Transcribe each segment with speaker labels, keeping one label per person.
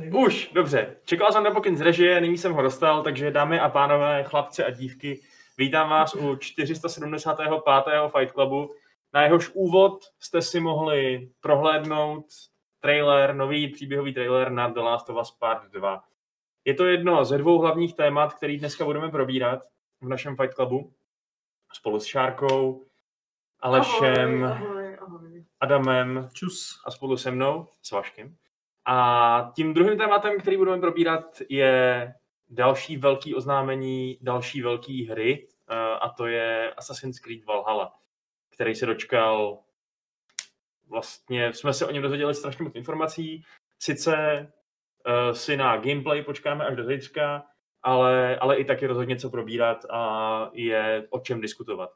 Speaker 1: Už, dobře. Čekal jsem na pokyn z režie, nyní jsem ho dostal, takže dámy a pánové, chlapci a dívky, vítám vás u 475. Fight Clubu. Na jehož úvod jste si mohli prohlédnout trailer, nový příběhový trailer na The Last of Us Part 2. Je to jedno ze dvou hlavních témat, který dneska budeme probírat v našem Fight Clubu spolu s Šárkou, Alešem,
Speaker 2: Ahoj, ahoj, ahoj.
Speaker 1: Adamem
Speaker 3: Čus.
Speaker 1: a spolu se mnou, s Vaškem. A tím druhým tématem, který budeme probírat, je další velký oznámení další velké hry, eh, a to je Assassin's Creed Valhalla, který se dočkal vlastně, jsme se o něm dozvěděli strašně moc informací, sice eh, si na gameplay počkáme až do zítřka, ale, ale i taky rozhodně co probírat a je o čem diskutovat.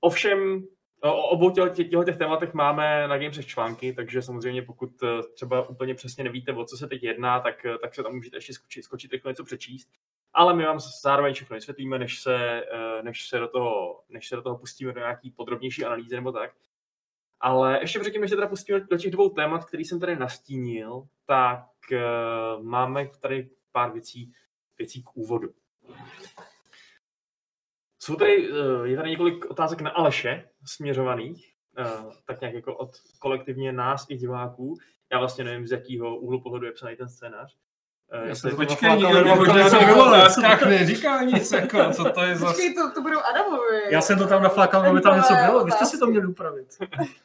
Speaker 1: Ovšem, No, O o obou těle- tě- těchto těch tématech máme na Games články, takže samozřejmě pokud eh, třeba úplně přesně nevíte, o co se teď jedná, tak, eh, tak se tam můžete ještě skočit, skočit jako něco přečíst. Ale my vám zároveň všechno vysvětlíme, než se, eh, než se, do, toho, než se do toho pustíme do nějaký podrobnější analýzy nebo tak. Ale ještě předtím, než se teda pustíme do těch dvou témat, který jsem tady nastínil, tak eh, máme tady pár věcí, věcí k úvodu. Jsou tady, eh, je tady několik otázek na Aleše směřovaných, eh, tak nějak jako od kolektivně nás i diváků. Já vlastně nevím, z jakého úhlu pohledu je psaný ten scénář. Eh,
Speaker 3: Já
Speaker 1: jestli
Speaker 3: jsem
Speaker 1: je
Speaker 3: to
Speaker 1: to
Speaker 3: počkej,
Speaker 1: Vafláka, nebo
Speaker 3: nikdo mi
Speaker 1: Vafláka,
Speaker 3: hodně
Speaker 1: nebo-
Speaker 3: v otázkách neříká nic, jako, co to je za...
Speaker 2: Počkej, to, to budou Adamovi.
Speaker 3: Já jsem to tam naflákal, aby tam něco bylo, vy jste si to měli upravit.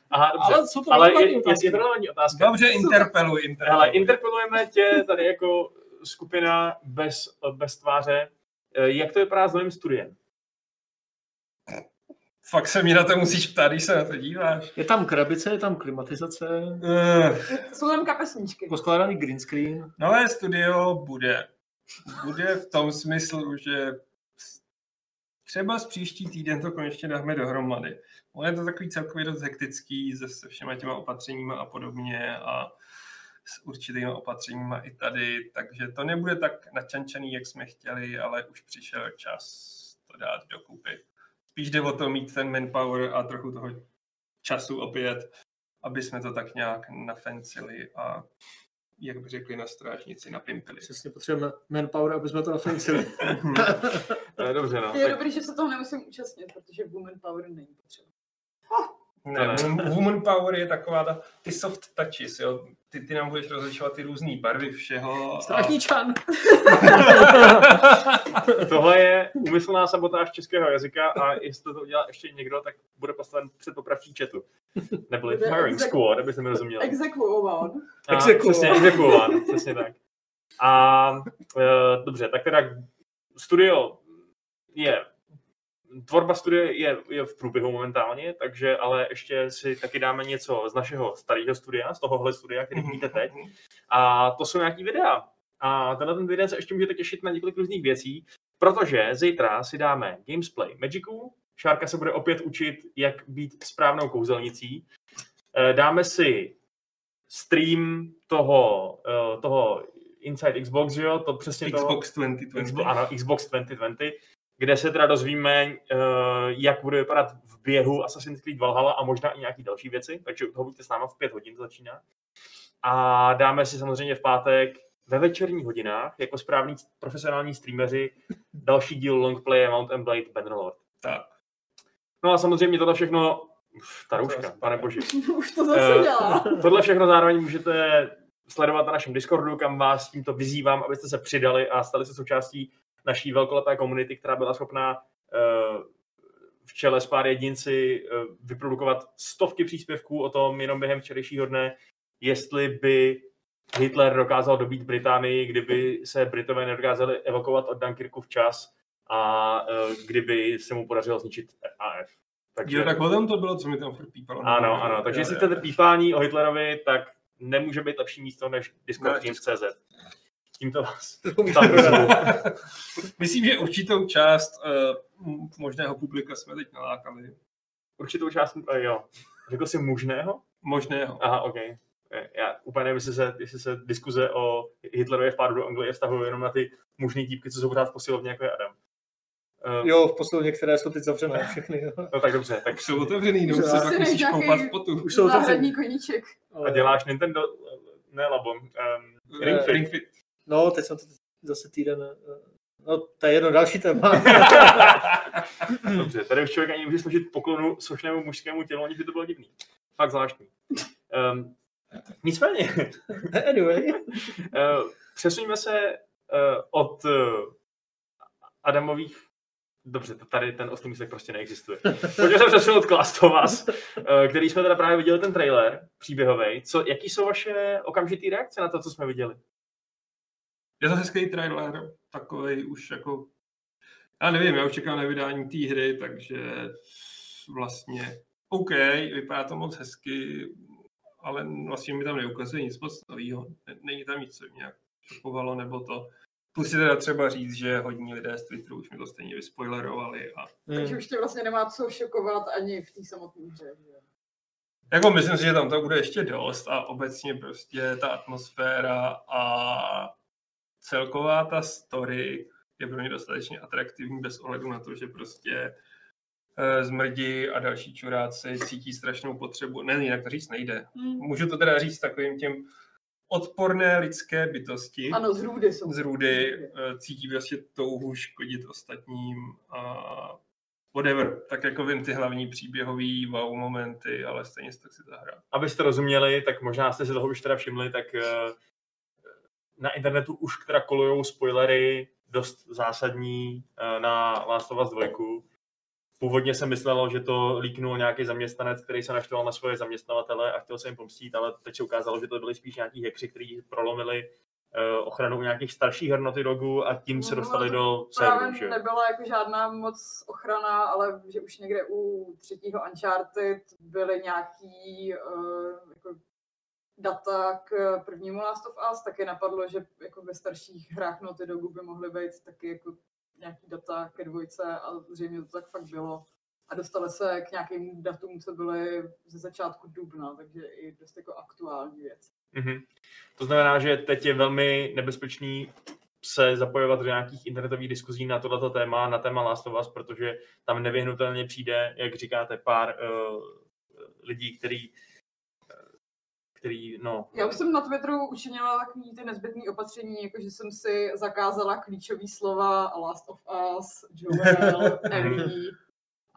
Speaker 1: Aha, dobře.
Speaker 3: Ale jsou to
Speaker 1: Ale je,
Speaker 3: relevantní
Speaker 1: je,
Speaker 3: otázky.
Speaker 1: je to relevantní otázka.
Speaker 3: Dobře, interpeluj,
Speaker 1: Ale
Speaker 3: interpeluj.
Speaker 1: interpelujeme tě tady jako skupina bez, bez tváře. Eh, Jak to vypadá s novým studiem?
Speaker 3: Fakt se mi na to musíš ptát, když se na to díváš.
Speaker 4: Je tam krabice, je tam klimatizace,
Speaker 3: Eh,
Speaker 2: Jsou tam kapesníčky.
Speaker 4: poskládaný green screen.
Speaker 3: Nové studio bude. Bude v tom smyslu, že třeba z příští týden to konečně dáme dohromady. Ono je to takový celkově dost hektický se, se všema těma opatřeníma a podobně a s určitými opatřeníma i tady, takže to nebude tak načančaný, jak jsme chtěli, ale už přišel čas to dát dokupy. Spíš jde o to mít ten manpower a trochu toho času opět, aby jsme to tak nějak nafencili a jak by řekli na strážnici, napimpili.
Speaker 4: Přesně potřebujeme manpower, aby jsme to nafencili.
Speaker 1: Eh, Dobře, no.
Speaker 2: Je
Speaker 1: Tak,
Speaker 2: dobrý, že se toho nemusím účastnit, protože woman power není potřeba.
Speaker 3: Ne,
Speaker 1: To
Speaker 3: woman- woman power je taková ta, ty soft touches, jo. Ty, ty nám budeš rozlišovat ty různé barvy všeho.
Speaker 4: Strážní čan.
Speaker 1: tohle je úmyslná sabotáž českého jazyka a jestli to udělá ještě někdo, tak bude postaven před popravčí chatu. Neboli
Speaker 2: Bude
Speaker 1: firing
Speaker 2: exec-
Speaker 1: squad, abyste mi rozuměli.
Speaker 2: Exekuován.
Speaker 1: A,
Speaker 4: Exekuován.
Speaker 1: Přesně, exekuován, přesně tak. A e, dobře, tak teda studio je, tvorba studia je, je v průběhu momentálně, takže ale ještě si taky dáme něco z našeho starého studia, z tohohle studia, který vidíte teď. A to jsou nějaký videa. A tenhle ten týden se ještě můžete těšit na několik různých věcí, protože zítra si dáme Gamesplay Magicu, Šárka se bude opět učit, jak být správnou kouzelnicí. Eh, Dáme si stream toho, eh, toho Inside Xbox, že jo? To přesně toho,
Speaker 3: Xbox 2020.
Speaker 1: Xbox, ano, Xbox 2020, kde se teda dozvíme, eh, jak bude vypadat v běhu Assassin's Creed Valhalla a možná i nějaký další věci, takže u toho buďte s náma v pět hodin to začíná. A dáme si samozřejmě v pátek ve večerních hodinách, jako správní profesionální streameři, další díl Longplay Mount and Blade Bannerlord.
Speaker 3: Tak.
Speaker 1: No a samozřejmě tohle všechno, Uf, ta rouška,
Speaker 3: Zas-
Speaker 1: pane bože.
Speaker 2: Už to zase
Speaker 1: Eh,
Speaker 2: dělá.
Speaker 1: Tohle všechno zároveň můžete sledovat na našem Discordu, kam vás tímto vyzývám, abyste se přidali a stali se součástí naší velkolepé komunity, která byla schopná eh, v čele s pár jedinci eh, vyprodukovat stovky příspěvků o tom jenom během včerejšího dne, jestli by Hitler dokázal dobít Británii, kdyby se Britové nedokázali evakovat od Dunkirku včas a eh, kdyby se mu podařilo zničit RAF.
Speaker 3: Jo, tak o tom to bylo, co mi tam furt pípalo.
Speaker 1: Ano, ano, takže jestli chcete pípání o Hitlerovi, tak nemůže být lepší místo než
Speaker 3: Ne.
Speaker 1: Discord Games.cz. Tímto vás tam vyzvu.
Speaker 3: Tak. Myslím, že určitou část uh, možného publika jsme teď nalákali.
Speaker 1: Určitou část, eh, jo. Řekl jsi mužného?
Speaker 3: Možného.
Speaker 1: Aha, OK. Eh, Já úplně nevím, jestli se, jestli se diskuze o Hitlerově vpádu do Anglie vztahují jenom na ty mužní dívky, co jsou pořád v posilovně, jako je Adam. Eh,
Speaker 4: Jo, v posledně, které jsou teď zavřené všechny. jo.
Speaker 1: No tak dobře, tak
Speaker 3: Jsou otevřený, no,
Speaker 4: Dobře.
Speaker 3: se pak
Speaker 2: Jsi
Speaker 3: musíš
Speaker 2: nějaký-
Speaker 3: koupat v potu.
Speaker 4: Už jsou
Speaker 2: Záhradní koníček.
Speaker 1: a
Speaker 4: Ale-
Speaker 1: děláš Nintendo, eh, ne Labon, um, Ring
Speaker 4: Eh,
Speaker 1: Fit.
Speaker 3: Ring Fit.
Speaker 4: No, teď jsem to zase týden... eh, No, to je jedno další téma.
Speaker 1: Dobře, tady už člověk ani nemůže složit poklonu slušnému mužskému tělu, aniž by to bylo divný. Fakt zvláštní. Um, nicméně,
Speaker 4: anyway.
Speaker 1: eh, přesuňme se eh, od eh, Adamových Dobře, t- tady ten oslý můstek prostě neexistuje. Pojďme se přesunout k Last of Us, eh, který jsme teda právě viděli ten trailer příběhový. Co, jaký jsou vaše okamžitý reakce na to, co jsme viděli?
Speaker 3: Je to hezký trailer, takový už jako... Já nevím, já už čekám na vydání té hry, takže vlastně OK, vypadá to moc hezky, ale vlastně mi tam neukazuje nic moc nového. Není tam nic, co mě nějak šokovalo, nebo to. Plus je teda třeba říct, že hodní lidé z Twitteru už mi to stejně vyspoilerovali a
Speaker 4: Hmm.
Speaker 2: Takže už tě vlastně nemá co šokovat ani v té samotné hře. že jo.
Speaker 3: Jako myslím si, že tam to bude ještě dost a obecně prostě ta atmosféra a celková ta story je pro mě dostatečně atraktivní bez ohledu na to, že prostě eh, zmrdi a další čuráci cítí strašnou potřebu. Ne, jinak to říct nejde. Můžu to teda říct takovým těm odporné lidské bytosti
Speaker 2: Ano, z růdy jsou.
Speaker 3: z rudy, eh, cítí prostě touhu škodit ostatním a whatever. Tak jako vím ty hlavní příběhový wow momenty, ale stejně si to chci zahrát.
Speaker 1: abyste rozuměli, tak možná jste si toho už teda všimli, tak eh, na internetu už teda kolujou spoilery dost zásadní eh, na Last of Us 2. Původně se myslelo, že to líknul nějaký zaměstnanec, který se naštval na svoje zaměstnavatele a chtěl se jim pomstít, ale teď se ukázalo, že to byli spíš nějaký hekři, kteří prolomili eh, ochranu u nějakých starších hernoty rogu a tím se
Speaker 2: No,
Speaker 1: dostali do serveru. že
Speaker 2: Právě
Speaker 1: jo?
Speaker 2: nebyla jako žádná moc ochrana, ale že už někde u třetího Uncharted byly nějaký uh, jako data k prvnímu Last of Us, tak je napadlo, že jako ve starších hrách Naughty Dogu by mohly být taky jako nějaký data ke dvojce a zřejmě to tak fakt bylo. A dostali se k nějakým datům, co byly ze začátku dubna, takže i dost jako aktuální věc.
Speaker 1: Mhm. To znamená, že teď je velmi nebezpečný se zapojovat do nějakých internetových diskuzí na tohleto téma, na téma Last of Us, protože tam nevyhnutelně přijde, jak říkáte, pár uh, lidí, který, eh, který, no,
Speaker 2: Já už jsem na Twitteru učinila takový ty nezbytný opatření, jako že jsem si zakázala klíčový slova Last of Us, Joel, Ellie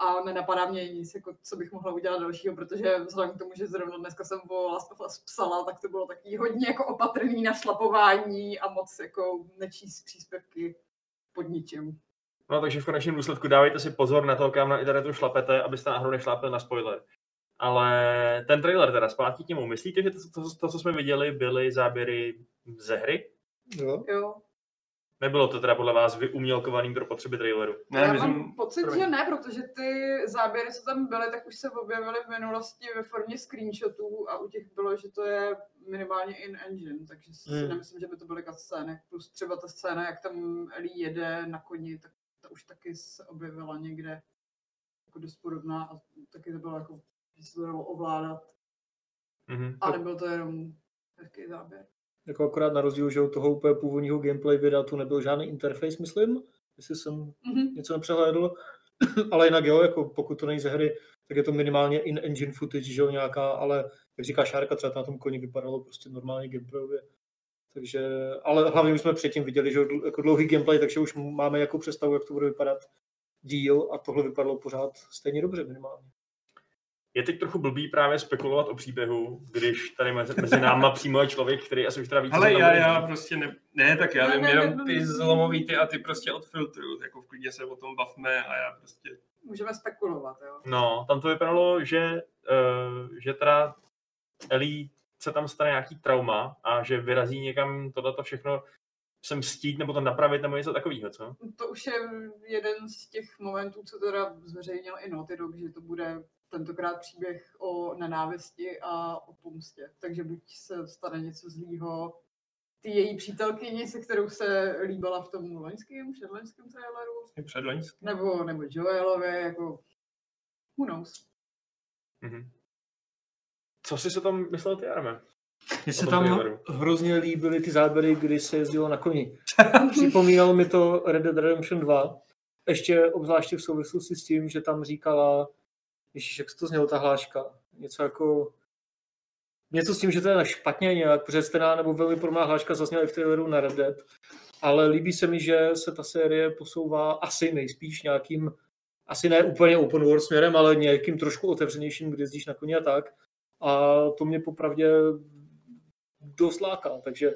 Speaker 2: a nenapadá mě nic, jako, co bych mohla udělat dalšího, protože vzhledem k tomu, že zrovna dneska jsem o Last of Us psala, tak to bylo takový hodně jako opatrný našlapování a moc jako nečíst příspěvky pod ničím.
Speaker 1: no, takže v konečném důsledku dávejte si pozor na to, kam na internetu šlapete, abyste náhodou nešlápli na spoiler. Ale ten trailer teda, zpátky k němu, myslíte, že to, to, to co jsme viděli, byly záběry ze hry?
Speaker 4: Jo.
Speaker 2: Jo.
Speaker 1: Nebylo to teda podle vás vyumělkovaný pro potřeby traileru?
Speaker 3: Ne,
Speaker 2: Já
Speaker 3: myslím,
Speaker 2: mám pocit,
Speaker 1: promiň.
Speaker 2: že ne, protože ty záběry, co tam byly, tak už se objevily v minulosti ve formě screenshotů a u těch bylo, že to je minimálně in-engine, takže si
Speaker 4: Hmm.
Speaker 2: nemyslím, že by to byly jako scény. Plus třeba ta scéna, jak tam Ellie jede na koni, tak ta už taky se objevila někde jako dost podobná a taky to bylo jako, že se to dalo ovládat.
Speaker 1: Mhm.
Speaker 2: A nebyl to jenom hezký záběr.
Speaker 4: Jako akorát na rozdíl, že u toho úplně původního gameplay videa tu nebyl žádný interface, myslím, jestli jsem
Speaker 2: Mhm.
Speaker 4: něco nepřehlédl. ale jinak jo, jako pokud to není ze hry, tak je to minimálně in-engine footage, že jo, nějaká, ale jak říká Šárka, třeba to na tom koni vypadalo prostě normálně gameplayově. Takže, ale hlavně už jsme předtím viděli, že jo, dl- jako dlouhý gameplay, takže už máme jako představu, jak to bude vypadat díl a tohle vypadalo pořád stejně dobře minimálně.
Speaker 1: Je teď trochu blbý právě spekulovat o příběhu, když tady mezi, mezi náma přímo je člověk, který asi už teda víc...
Speaker 3: ale
Speaker 1: o tom
Speaker 3: já,
Speaker 1: bude
Speaker 3: já
Speaker 1: mít.
Speaker 3: prostě ne, ne, tak já
Speaker 2: Ne,
Speaker 3: vím
Speaker 2: ne, ne,
Speaker 3: jenom
Speaker 2: ne,
Speaker 3: ty
Speaker 2: ne.
Speaker 3: zlomový ty a ty prostě odfiltruju, jako v klidně se o tom bavme a já prostě
Speaker 2: Můžeme spekulovat, jo.
Speaker 1: No, tam to vypadalo, že, uh, že teda Elí se tam stane nějaký trauma a že vyrazí někam tohleto všechno sem stít nebo to napravit nebo něco takového, co?
Speaker 2: To už je jeden z těch momentů, co teda zveřejnil i Naughty Dog, že to bude tentokrát příběh o nenávisti a o pomstě. Takže buď se stane něco zlýho ty její přítelkyni, se kterou se líbala v tom loňském, předloňském traileru,
Speaker 3: je předloňský.
Speaker 2: nebo, nebo Joelovi, jako who knows.
Speaker 1: Mhm. Co jsi se tam myslel ty, Arme?
Speaker 4: Mně se
Speaker 1: tom
Speaker 4: tam
Speaker 1: traileru.
Speaker 4: hrozně líbily ty záběry, kdy se jezdilo na koni. Připomínalo mi to Red Dead Redemption 2, Ještě obzvláště v souvislosti s tím, že tam říkala, Ježíš, jak se to znělo ta hláška, něco jako něco s tím, že to je špatně nějak přestená nebo velmi podobná hláška zazněla i v traileru na Red Dead, ale líbí se mi, že se ta série posouvá asi nejspíš nějakým, asi ne úplně open world směrem, ale nějakým trošku otevřenějším, kde jezdíš na koni a tak. A to mě popravdě dost láká, takže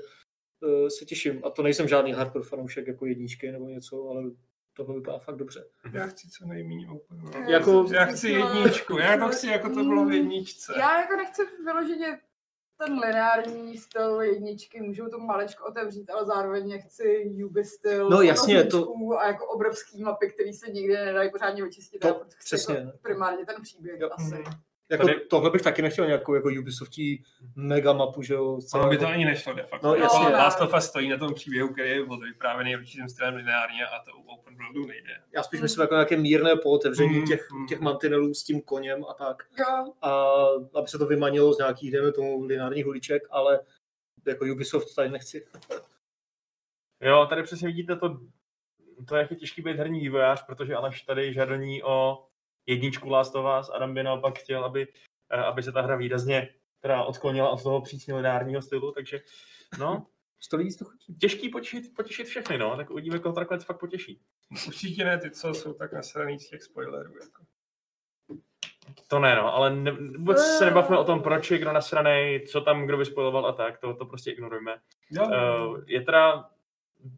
Speaker 4: eh, se těším. A to nejsem žádný hardcore fanoušek jako jedničky nebo něco, ale tohle vypadá fakt dobře.
Speaker 3: Já chci co nejméně open world.
Speaker 4: Jako-
Speaker 3: Já chci jedničku, já to chci, jako to bylo v jedničce.
Speaker 2: Já jako nechci vyloženě ten lineární styl jedničky, můžu to malečko otevřít, ale zároveň nechci Ubi styl
Speaker 4: No jasně, to-
Speaker 2: rozličků a jako obrovský mapy, které se nikdy nedají pořádně očistit.
Speaker 4: To
Speaker 2: já furt chci
Speaker 4: přesně,
Speaker 2: Jako
Speaker 4: no.
Speaker 2: primárně ten příběh
Speaker 4: Jo.
Speaker 3: Hmm.
Speaker 2: asi.
Speaker 3: Mhm.
Speaker 4: Jako
Speaker 1: Tady-
Speaker 4: tohle bych taky nechtěl nějakou jako Ubisoftí mega mapu, že jo?
Speaker 3: Ono by to ani nešlo de facto.
Speaker 4: No,
Speaker 3: Jako
Speaker 2: jako- jasně.
Speaker 3: Last of Us stojí na tom příběhu, který je vyprávěný určitým stylem lineárně a to u open worldu nejde.
Speaker 4: Já spíš myslím jako nějaké mírné pootevření
Speaker 3: Mm,
Speaker 4: těch,
Speaker 3: mm.
Speaker 4: těch mantinelů s tím koněm a tak.
Speaker 2: Jo,
Speaker 4: A aby se to vymanilo z nějakých, dejme tomu, lineárních uliček, ale jako Ubisoft tady nechci.
Speaker 1: Jo, tady přesně vidíte to, to jak je těžký být herní vývojář, protože Aleš tady žadoní o jedničku Last of Us, Adam by naopak chtěl, aby, eh, aby se ta hra výrazně teda odklonila od toho přísně lineárního stylu, takže no,
Speaker 4: Sto lidí to chutí.
Speaker 1: těžký potěšit, potěšit všechny, no, tak uvidíme, koho to nakonec fakt potěší.
Speaker 3: Určitě ne ty, co jsou tak nasraný z těch spoilerů. Jako.
Speaker 1: To ne, no, ale ne, vůbec se nebavme o tom, proč je kdo nasranej, co tam kdo vyspojoval a tak, to, to prostě ignorujme.
Speaker 3: Jo,
Speaker 1: Eh, Je teda,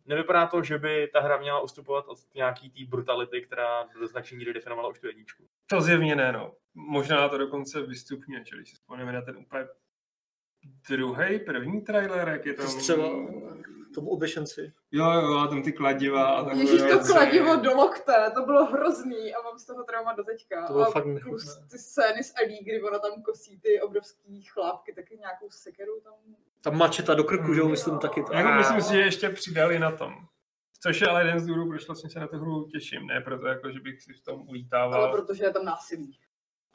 Speaker 1: nevypadá to, že by ta hra měla ustupovat od nějaký té brutality, která do značení míry definovala už tu jedničku.
Speaker 3: to zjevně ne, no. Možná to dokonce vystupňuje, čili si vzpomeneme na ten úplně druhý, první trailer, jak je tam...
Speaker 4: Střela. To byl obešenci.
Speaker 3: Jo, jo, a tam ty kladiva a takové
Speaker 2: Ježíš, to
Speaker 3: věci.
Speaker 2: kladivo do lokte, to bylo hrozný a mám z toho trauma do teďka.
Speaker 4: To bylo
Speaker 2: a
Speaker 4: fakt
Speaker 2: plus
Speaker 4: nechutné.
Speaker 2: ty scény s Ellie, kdy ona tam kosí ty obrovský chlápky, taky nějakou sekeru tam.
Speaker 4: Ta mačeta do krku, že jo,
Speaker 3: Mm.
Speaker 4: myslím taky.
Speaker 3: Jako
Speaker 4: Tak.
Speaker 3: myslím si, že ještě přidali na tom. Což je ale jeden z důvodů, proč vlastně se na tu hru těším. Ne proto, jako, že bych si v tom
Speaker 2: Ale
Speaker 3: ulítával.
Speaker 2: protože je tam násilí.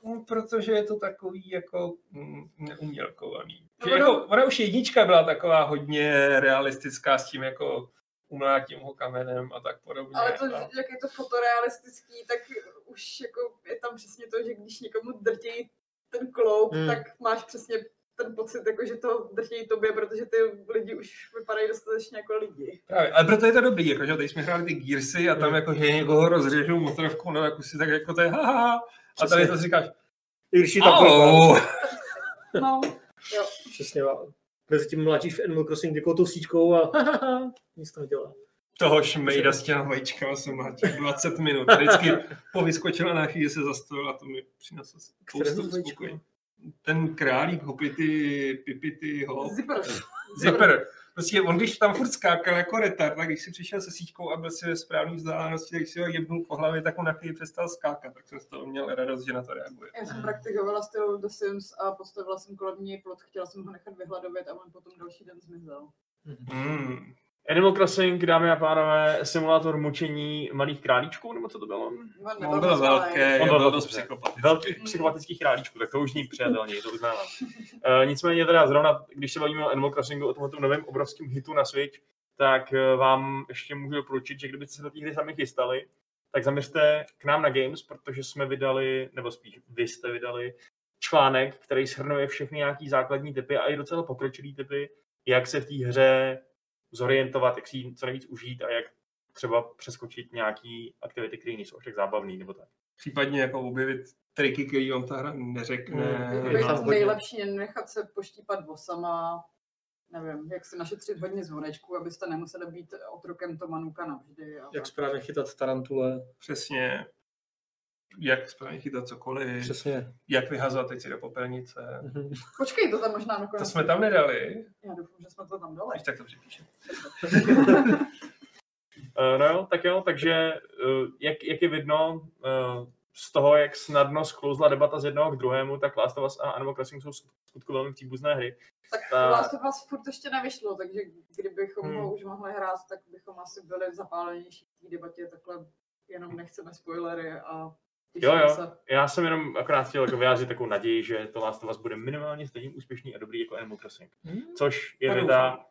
Speaker 3: No, protože je to takový jako mm, neumělkovaný.
Speaker 2: No,
Speaker 3: Že
Speaker 2: ono-
Speaker 3: jako, ona už jednička byla taková hodně realistická s tím jako umlátím ho kamenem a tak podobně.
Speaker 2: Ale to,
Speaker 3: a...
Speaker 2: jak je to fotorealistický, tak už jako je tam přesně to, že když někomu drtějí ten kloub,
Speaker 4: Hmm.
Speaker 2: hmm. tak máš přesně ten pocit, jako, že to drtějí tobě, protože ty lidi už vypadají dostatečně jako lidi.
Speaker 3: Právě. Ale proto je to dobrý, jako, že jo, teď jsme hráli ty Gearsy a tam
Speaker 4: Hmm.
Speaker 3: jako, že někoho rozřežou motorovkou na kusy, tak jako to je ha, ha, ha. A tady
Speaker 4: Přesně.
Speaker 3: to říkáš,
Speaker 4: I když je tam
Speaker 3: au.
Speaker 2: No,
Speaker 4: Přesně. a Mezitím mladíš v Animal Crossing jako tou síťkou a nic to nedělá.
Speaker 3: Toho šmejda s těma vajíčkama jsem má těch 20 minut. Vždycky povyskočila na chvíli se zastavila a to mi přineslo spoustu
Speaker 4: vajíčka?
Speaker 3: uspokojení. Ten králík, hopity, pipity, ho.
Speaker 2: zipper.
Speaker 3: Zipper. Prostě on, když tam furt skákal jako retard, tak když si přišel se síťkou a byl si ve správné vzdálenosti, tak když si ho jebnul po hlavě, tak on na chvíli přestal skákat. Tak jsem z toho měl radost, že na to reaguje.
Speaker 2: Já jsem praktikovala styl The Sims a postavila jsem kolem něj plot, chtěla jsem ho nechat vyhladovět a on potom další den zmizel.
Speaker 3: Mm.
Speaker 1: Animal Crossing, dámy a pánové, simulátor mučení malých králíčků, nebo co to bylo?
Speaker 2: On
Speaker 3: On
Speaker 2: nebyl
Speaker 3: byl
Speaker 2: moc malý.
Speaker 3: velký,
Speaker 1: On byl
Speaker 3: byl
Speaker 1: velký.
Speaker 3: dost psychopat.
Speaker 1: Velkých psychopatických králíčků, tak to už ní přijatelně, to uznávám. E, nicméně teda zrovna, když se bavíme o Animal Crossingu, o tomhle novém obrovském hitu na Switch, tak e, vám ještě můžu doporučit, že kdybyste se do té hry sami chystali, tak zaměřte k nám na Games, protože jsme vydali, nebo spíš vy jste vydali článek, který shrnuje všechny nějaký základní typy a i docela pokročilý typy, jak se v té hře zorientovat, jak si ji co nejvíc užít a jak třeba přeskočit nějaký aktivity, které nejsou až tak zábavný nebo tak.
Speaker 3: Případně jako objevit triky, který vám ta hra neřekne.
Speaker 4: Mm.
Speaker 1: Hmm.
Speaker 2: Jako
Speaker 4: Je
Speaker 2: je
Speaker 4: tam
Speaker 2: to
Speaker 4: hodně.
Speaker 2: nejlepší nechat se poštípat vosama, nevím, jak si našetřit hodně zvonečků, abyste nemuseli být otrokem Tomanuka navždy. A
Speaker 4: Jak správně chytat tarantule.
Speaker 3: Přesně. Jak správně chytat cokoliv.
Speaker 4: Přesně.
Speaker 3: jak vyhazovat věci do popelnice.
Speaker 4: Mhm.
Speaker 2: Počkej, to tam možná nakonec.
Speaker 3: To
Speaker 1: Vlastně.
Speaker 3: jsme tam nedali,
Speaker 2: Já doufám, že jsme to tam dali.
Speaker 3: když tak to připíšem.
Speaker 1: Eh, No jo, tak jo, takže eh, jak, jak je vidno eh, z toho, jak snadno sklouzla debata z jednoho k druhému, tak Last of Us a Animal Crossing jsou v skutku velmi příbuzné hry.
Speaker 2: Tak vlastně-
Speaker 1: Ta-
Speaker 2: Last of Us furt ještě nevyšlo, takže kdybychom
Speaker 3: Hmm.
Speaker 2: ho už mohli hrát, tak bychom asi byli zapálenější v té debatě, takhle jenom nechceme spoilery a těšíme
Speaker 1: Jo, jo.
Speaker 2: se.
Speaker 1: Já jsem jenom akorát chtěl jako vyjádřit takovou naději, že to Last of Us bude minimálně stejně úspěšný a dobrý jako Animal Crossing. Což je
Speaker 3: To
Speaker 1: věta,
Speaker 3: doufám.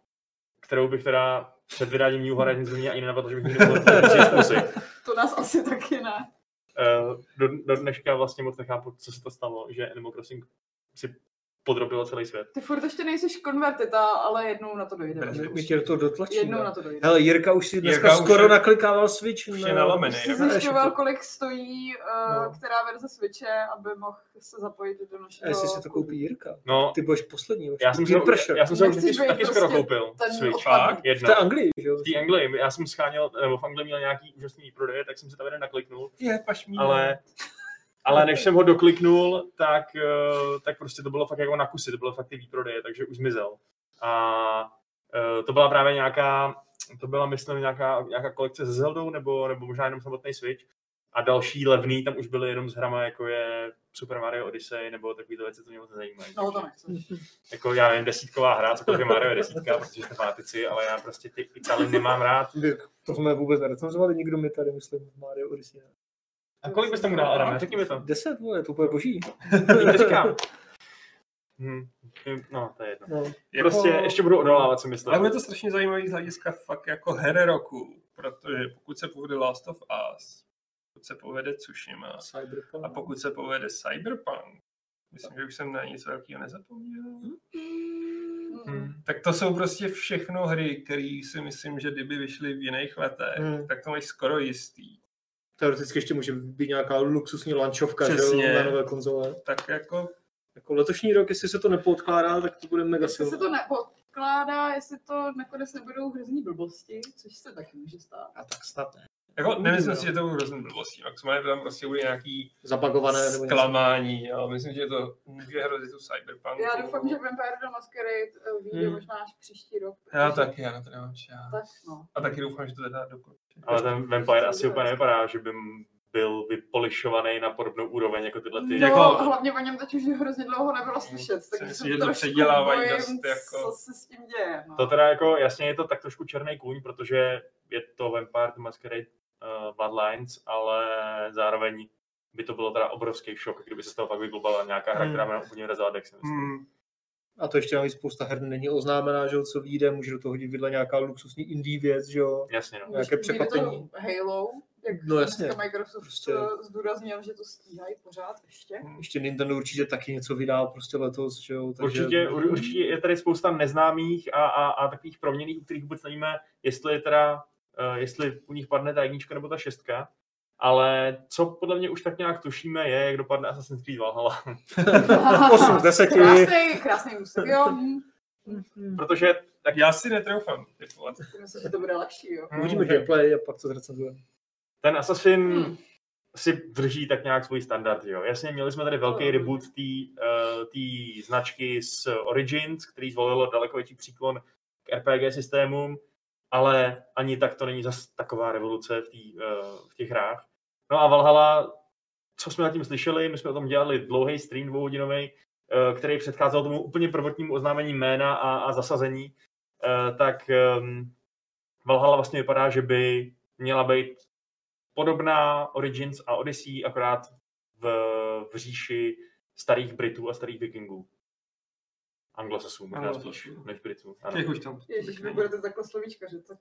Speaker 1: kterou bych teda před vydáním New Horizons zřejmě ani nenapadl, že bych ji mohl zkusit.
Speaker 2: To nás asi taky ne.
Speaker 1: Eh, do, do dneška vlastně moc nechápu, co se to stalo, že Animal Crossing si podrobilo celý svět.
Speaker 2: Ty furt ještě nejsiš konvertita, ale jednou na to dojde.
Speaker 3: Brzo.
Speaker 4: My tě do toho dotlačíme.
Speaker 2: Jednou na to dojde.
Speaker 4: Hele, Jirka už si dneska
Speaker 3: Jirka už
Speaker 4: skoro
Speaker 3: je-
Speaker 4: naklikával Switch.
Speaker 3: už
Speaker 4: na-
Speaker 3: je nalomený,
Speaker 2: Jsi
Speaker 4: na
Speaker 2: zjišťoval,
Speaker 4: e-shopu.
Speaker 2: kolik stojí, uh,
Speaker 4: No.
Speaker 2: která verze Switche, aby mohl se zapojit do
Speaker 4: A
Speaker 2: našeho...
Speaker 4: jestli si to koupí Jirka?
Speaker 1: No,
Speaker 4: Ty budeš poslední.
Speaker 1: já jsem se, já jsem se už
Speaker 2: Nechceš
Speaker 1: taky,
Speaker 2: být
Speaker 1: taky skoro
Speaker 2: prostě
Speaker 1: koupil
Speaker 2: ten
Speaker 1: Switch.
Speaker 2: odpadný.
Speaker 3: Fakt?
Speaker 4: v
Speaker 1: Jedno.
Speaker 4: té Anglii, že jo?
Speaker 1: V té Anglii, já jsem scháněl, nebo v Anglii měl nějaký úžasný prodeje, tak jsem se tam jeden nakliknul,
Speaker 3: Je,
Speaker 2: Mm.
Speaker 3: pašmína.
Speaker 1: ale, ale než jsem ho dokliknul, tak, eh, tak prostě to bylo fakt jako na kusy, to bylo fakt ty výprodeje, takže už zmizel. A eh, to byla právě nějaká, to byla myslím nějaká, nějaká kolekce se Zeldou, nebo, nebo možná jenom samotný Switch. A další levný tam už byly jenom s hrama, jako je Super Mario Odyssey, nebo takovýhle věci, to mě moc nezajímají.
Speaker 2: No to
Speaker 1: Takže-
Speaker 2: nechceš.
Speaker 1: jako já vím, desítková hra, což je Mario je desítka, protože jste fanatici, ale já prostě ty Italy nemám rád.
Speaker 4: To jsme vůbec nerecenzovali, nikdo mi tady, myslím, Mario Odyssey.
Speaker 3: No.
Speaker 4: ne?
Speaker 1: A kolik byste mu dal, Adam? Řekni mi to.
Speaker 4: Deset, vole, to bude boží.
Speaker 1: Já to říkám. Hm, no, to je jedno.
Speaker 4: No.
Speaker 3: Jako-
Speaker 1: Prostě ještě budu odolávat, co
Speaker 3: Ale bude
Speaker 1: myslím.
Speaker 3: to strašně zajímavý z hlediska fakt jako her roku, protože pokud se povede Last of Us, pokud se povede Tsushima
Speaker 4: Cyberpunk.
Speaker 3: a pokud se povede Cyberpunk, myslím, že už jsem na nic velkého nezapomněl,
Speaker 4: Mhm. Hmm.
Speaker 2: Mm.
Speaker 1: Hm.
Speaker 3: tak to jsou prostě všechno hry, které si myslím, že kdyby vyšly v jiných letech,
Speaker 4: Hmm.
Speaker 3: tak to máš skoro jistý.
Speaker 4: Teoreticky ještě může být nějaká luxusní lančovka, že jo,
Speaker 3: Přesně.
Speaker 4: na nové konzole.
Speaker 3: Tak jako
Speaker 4: Jako letošní rok, jestli se to nepodkládá, tak to bude mega
Speaker 2: Jestli se
Speaker 4: silné.
Speaker 2: to neodkládá, jestli to nakonec nebudou hrozný blbosti, což se taky může stát.
Speaker 4: A tak snad ne.
Speaker 3: Jako nemyslím
Speaker 4: no.
Speaker 3: si, že to bude hrozný blbostí. Maximálně tam prostě bude nějaký
Speaker 4: Zabagované nebo něco.
Speaker 3: zklamání. Jo. Myslím, že to může hrozit u Cyberpunku.
Speaker 2: Já doufám, že Vampire the Masquerade eh, vyjde
Speaker 4: Hmm.
Speaker 2: možná až příští rok.
Speaker 3: Já
Speaker 2: protože-
Speaker 3: taky, já na to nemám čas.
Speaker 2: Tak no.
Speaker 3: A taky doufám, že to teda dokončí.
Speaker 1: Ale ten Vampire asi úplně nevypadá, že by m- byl vypolišovaný na podobnou úroveň jako tyhle ty.
Speaker 2: No,
Speaker 3: jako- Hmm.
Speaker 2: hlavně o něm teď už hrozně dlouho nebylo slyšet,
Speaker 3: Myslím
Speaker 2: takže
Speaker 3: si,
Speaker 2: se
Speaker 3: že to
Speaker 2: trošku
Speaker 3: předělávají
Speaker 2: bojím,
Speaker 3: dost jako-
Speaker 2: co se s tím děje. No.
Speaker 1: To teda jako, jasně je to tak trošku černý kůň, protože je to Vampire the Masquerade uh, Bloodlines, ale zároveň by to bylo teda obrovský šok, kdyby se z toho fakt vyglubala nějaká hra,
Speaker 4: Hmm.
Speaker 1: která má úplně rezádek, si myslím.
Speaker 3: Hmm.
Speaker 4: A to ještě navíc spousta her není oznámená, že jo, co vyjde, může do toho hodit vidle nějaká luxusní indie věc, že jo.
Speaker 1: Jasně, no.
Speaker 2: Může-
Speaker 4: nějaké
Speaker 2: vyjde
Speaker 4: překvapení.
Speaker 2: To Halo, jak
Speaker 4: No jasně.
Speaker 2: dneska Microsoft
Speaker 4: Prostě-
Speaker 2: prostě... zdůraznil, že to stíhají pořád ještě.
Speaker 4: Ještě Nintendo určitě taky něco vydá prostě letos, že jo. Takže...
Speaker 1: Určitě, ur- určitě je tady spousta neznámých a, a, a takových proměných, u kterých vůbec nevíme, jestli je teda, eh, jestli u nich padne ta jednička nebo ta šestka. Ale co podle mě už tak nějak tušíme, je, jak dopadne Assassin's Creed Valhalla.
Speaker 4: 8 z 10.
Speaker 2: Krásný, krásný úsek, jo. Hm,
Speaker 1: Protože tak
Speaker 3: Já si netroufám typovat.
Speaker 2: Myslím, že to bude lepší, jo.
Speaker 4: Hmm. Uvidíme gameplay a pak to zrecenzujeme.
Speaker 1: ten Assassin
Speaker 2: Hmm.
Speaker 1: si drží tak nějak svůj standard, že jo. Jasně, měli jsme tady velký
Speaker 2: Hmm.
Speaker 1: reboot té značky z Origins, který zvolilo daleko větší příklon k RPG systémům, ale ani tak to není zas taková revoluce v, tý, eh, v těch hrách. No a Valhalla, co jsme nad tím slyšeli, my jsme o tom dělali dlouhý stream dvouhodinový, eh, který předcházel tomu úplně prvotnímu oznámení jména a, a zasazení, eh, tak ehm, Valhalla vlastně vypadá, že by měla být podobná Origins a Odyssey, akorát v, v říši starých Britů a starých Vikingů. Anglosasů, možná
Speaker 3: Anglosasů.
Speaker 1: spíš než Britů. ano.
Speaker 3: Těch už tam.
Speaker 2: Ježíš, vy budete takhle slovíčkařit, tak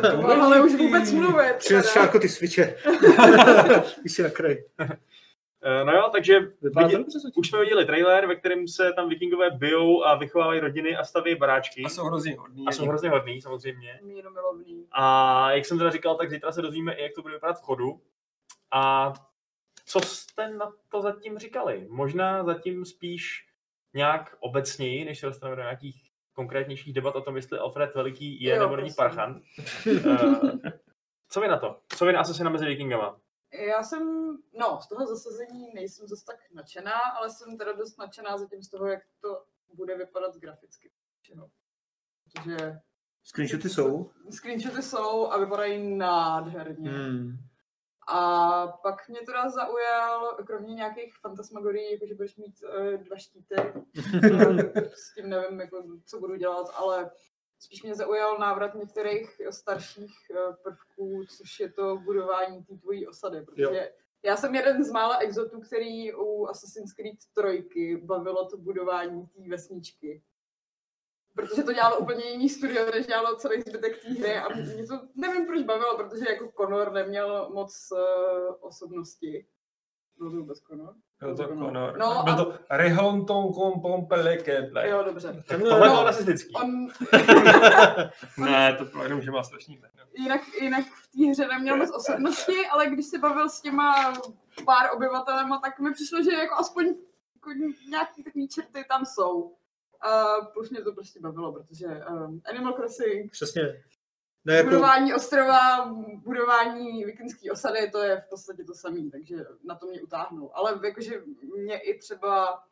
Speaker 3: To
Speaker 2: nebudu
Speaker 3: bude
Speaker 2: ale už
Speaker 3: lepší.
Speaker 2: vůbec mluvit.
Speaker 4: Přines
Speaker 2: teda.
Speaker 4: šárko ty sviče. Ty si na kraji.
Speaker 1: Eh, No jo, takže
Speaker 4: Vypadá to
Speaker 1: Vidě-
Speaker 4: dobře zatím.
Speaker 1: už jsme viděli trailer, ve kterém se tam vikingové bijou a vychovávají rodiny a staví baráčky.
Speaker 3: A jsou hrozně hodný.
Speaker 1: A jsou hrozně hodný, samozřejmě.
Speaker 2: míromilovný.
Speaker 1: A jak jsem teda říkal, tak zítra se dozvíme i, jak to bude vypadat v chodu. A co jste na to zatím říkali? Možná zatím spíš nějak obecněji, než se dostaneme do nějakých konkrétnějších debat o tom, jestli Alfred Veliký je
Speaker 2: Jo,
Speaker 1: nebo není
Speaker 2: prosím.
Speaker 1: parchant. Eh, co vy na to? Co vy na Asasina mezi vikingama?
Speaker 2: Já jsem, no, z toho zasazení nejsem zase tak nadšená, ale jsem teda dost nadšená zatím z toho, jak to bude vypadat graficky. No. Protože
Speaker 4: Screenshoty jsou.
Speaker 2: screenshoty jsou a vypadají nádherně.
Speaker 4: Hmm.
Speaker 2: A pak mě teda zaujal, kromě nějakých fantasmagorií, jako že budeš mít uh, dva štíty, s tím nevím, jako, co budu dělat, ale spíš mě zaujal návrat některých starších eh, prvků, což je to budování té tvojí osady, protože
Speaker 4: Jo.
Speaker 2: já jsem jeden z mála exotů, který u Assassin's Creed 3 bavilo to budování té vesničky. protože to dělalo úplně jiný studio, než dělalo celý zbytek té hry a mě to nevím proč bavilo, protože jako Conor neměl moc uh, osobnosti. Byl to vůbec Conor?
Speaker 3: Byl to
Speaker 2: No,
Speaker 3: Conor.
Speaker 2: no
Speaker 3: Byl
Speaker 2: a-
Speaker 3: to Rehonton Kompom Pelekemple.
Speaker 2: Jo, dobře.
Speaker 1: Tohle
Speaker 2: No.
Speaker 1: bylo rasistický.
Speaker 2: On
Speaker 3: Ne, to bylo jenom, že má strašný jméno.
Speaker 2: jinak, jinak v té hře neměl moc osobnosti, ale když se bavil s těma pár obyvatelema, tak mi přišlo, že jako aspoň jako nějaký takový čerty tam jsou. A plus mě to prostě bavilo, protože um, Animal Crossing,
Speaker 4: Přesně. Ne, jako,
Speaker 2: budování ostrova, budování vikingské osady, to je v podstatě to samé, takže na to mě utáhnou. Ale jakože mě i třeba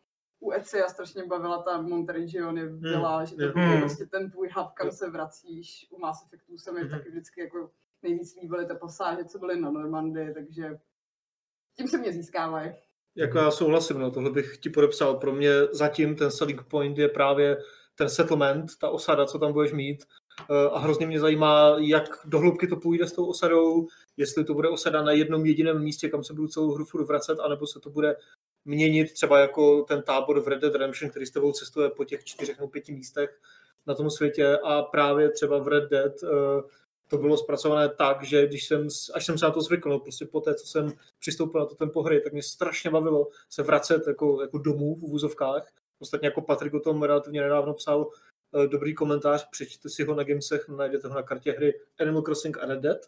Speaker 2: u Ecia strašně bavila ta Monteriggione vila, hmm. že to
Speaker 4: jo.
Speaker 2: byl
Speaker 3: Hmm.
Speaker 2: prostě ten tvůj hub, kam se vracíš. U Mass Effectu se mi
Speaker 4: Mhm.
Speaker 2: taky vždycky jako nejvíc líbily ta pasáže, co byly na Normandii, takže tím se mě získávají.
Speaker 4: jako já souhlasím, no, tohle bych ti podepsal. Pro mě zatím ten selling point je právě ten settlement, ta osada, co tam budeš mít. Eh, A hrozně mě zajímá, jak do hloubky to půjde s tou osadou, jestli to bude osada na jednom jediném místě, kam se budu celou hru furt vracet, anebo se to bude měnit třeba jako ten tábor v Red Dead Redemption, který s tebou cestuje po těch čtyřech nebo pěti místech na tom světě a právě třeba v Red Dead eh, to bylo zpracované tak, že když jsem, s- až jsem se na to zvykl, no, prostě po té, co jsem přistoupil na to tempo hry, tak mě strašně bavilo se vracet jako, jako domů v vůzovkách. Ostatně jako Patrik o tom relativně nedávno psal eh, dobrý komentář, přečtěte si ho na Gamesech, najdete ho na kartě hry Animal Crossing a Red Dead.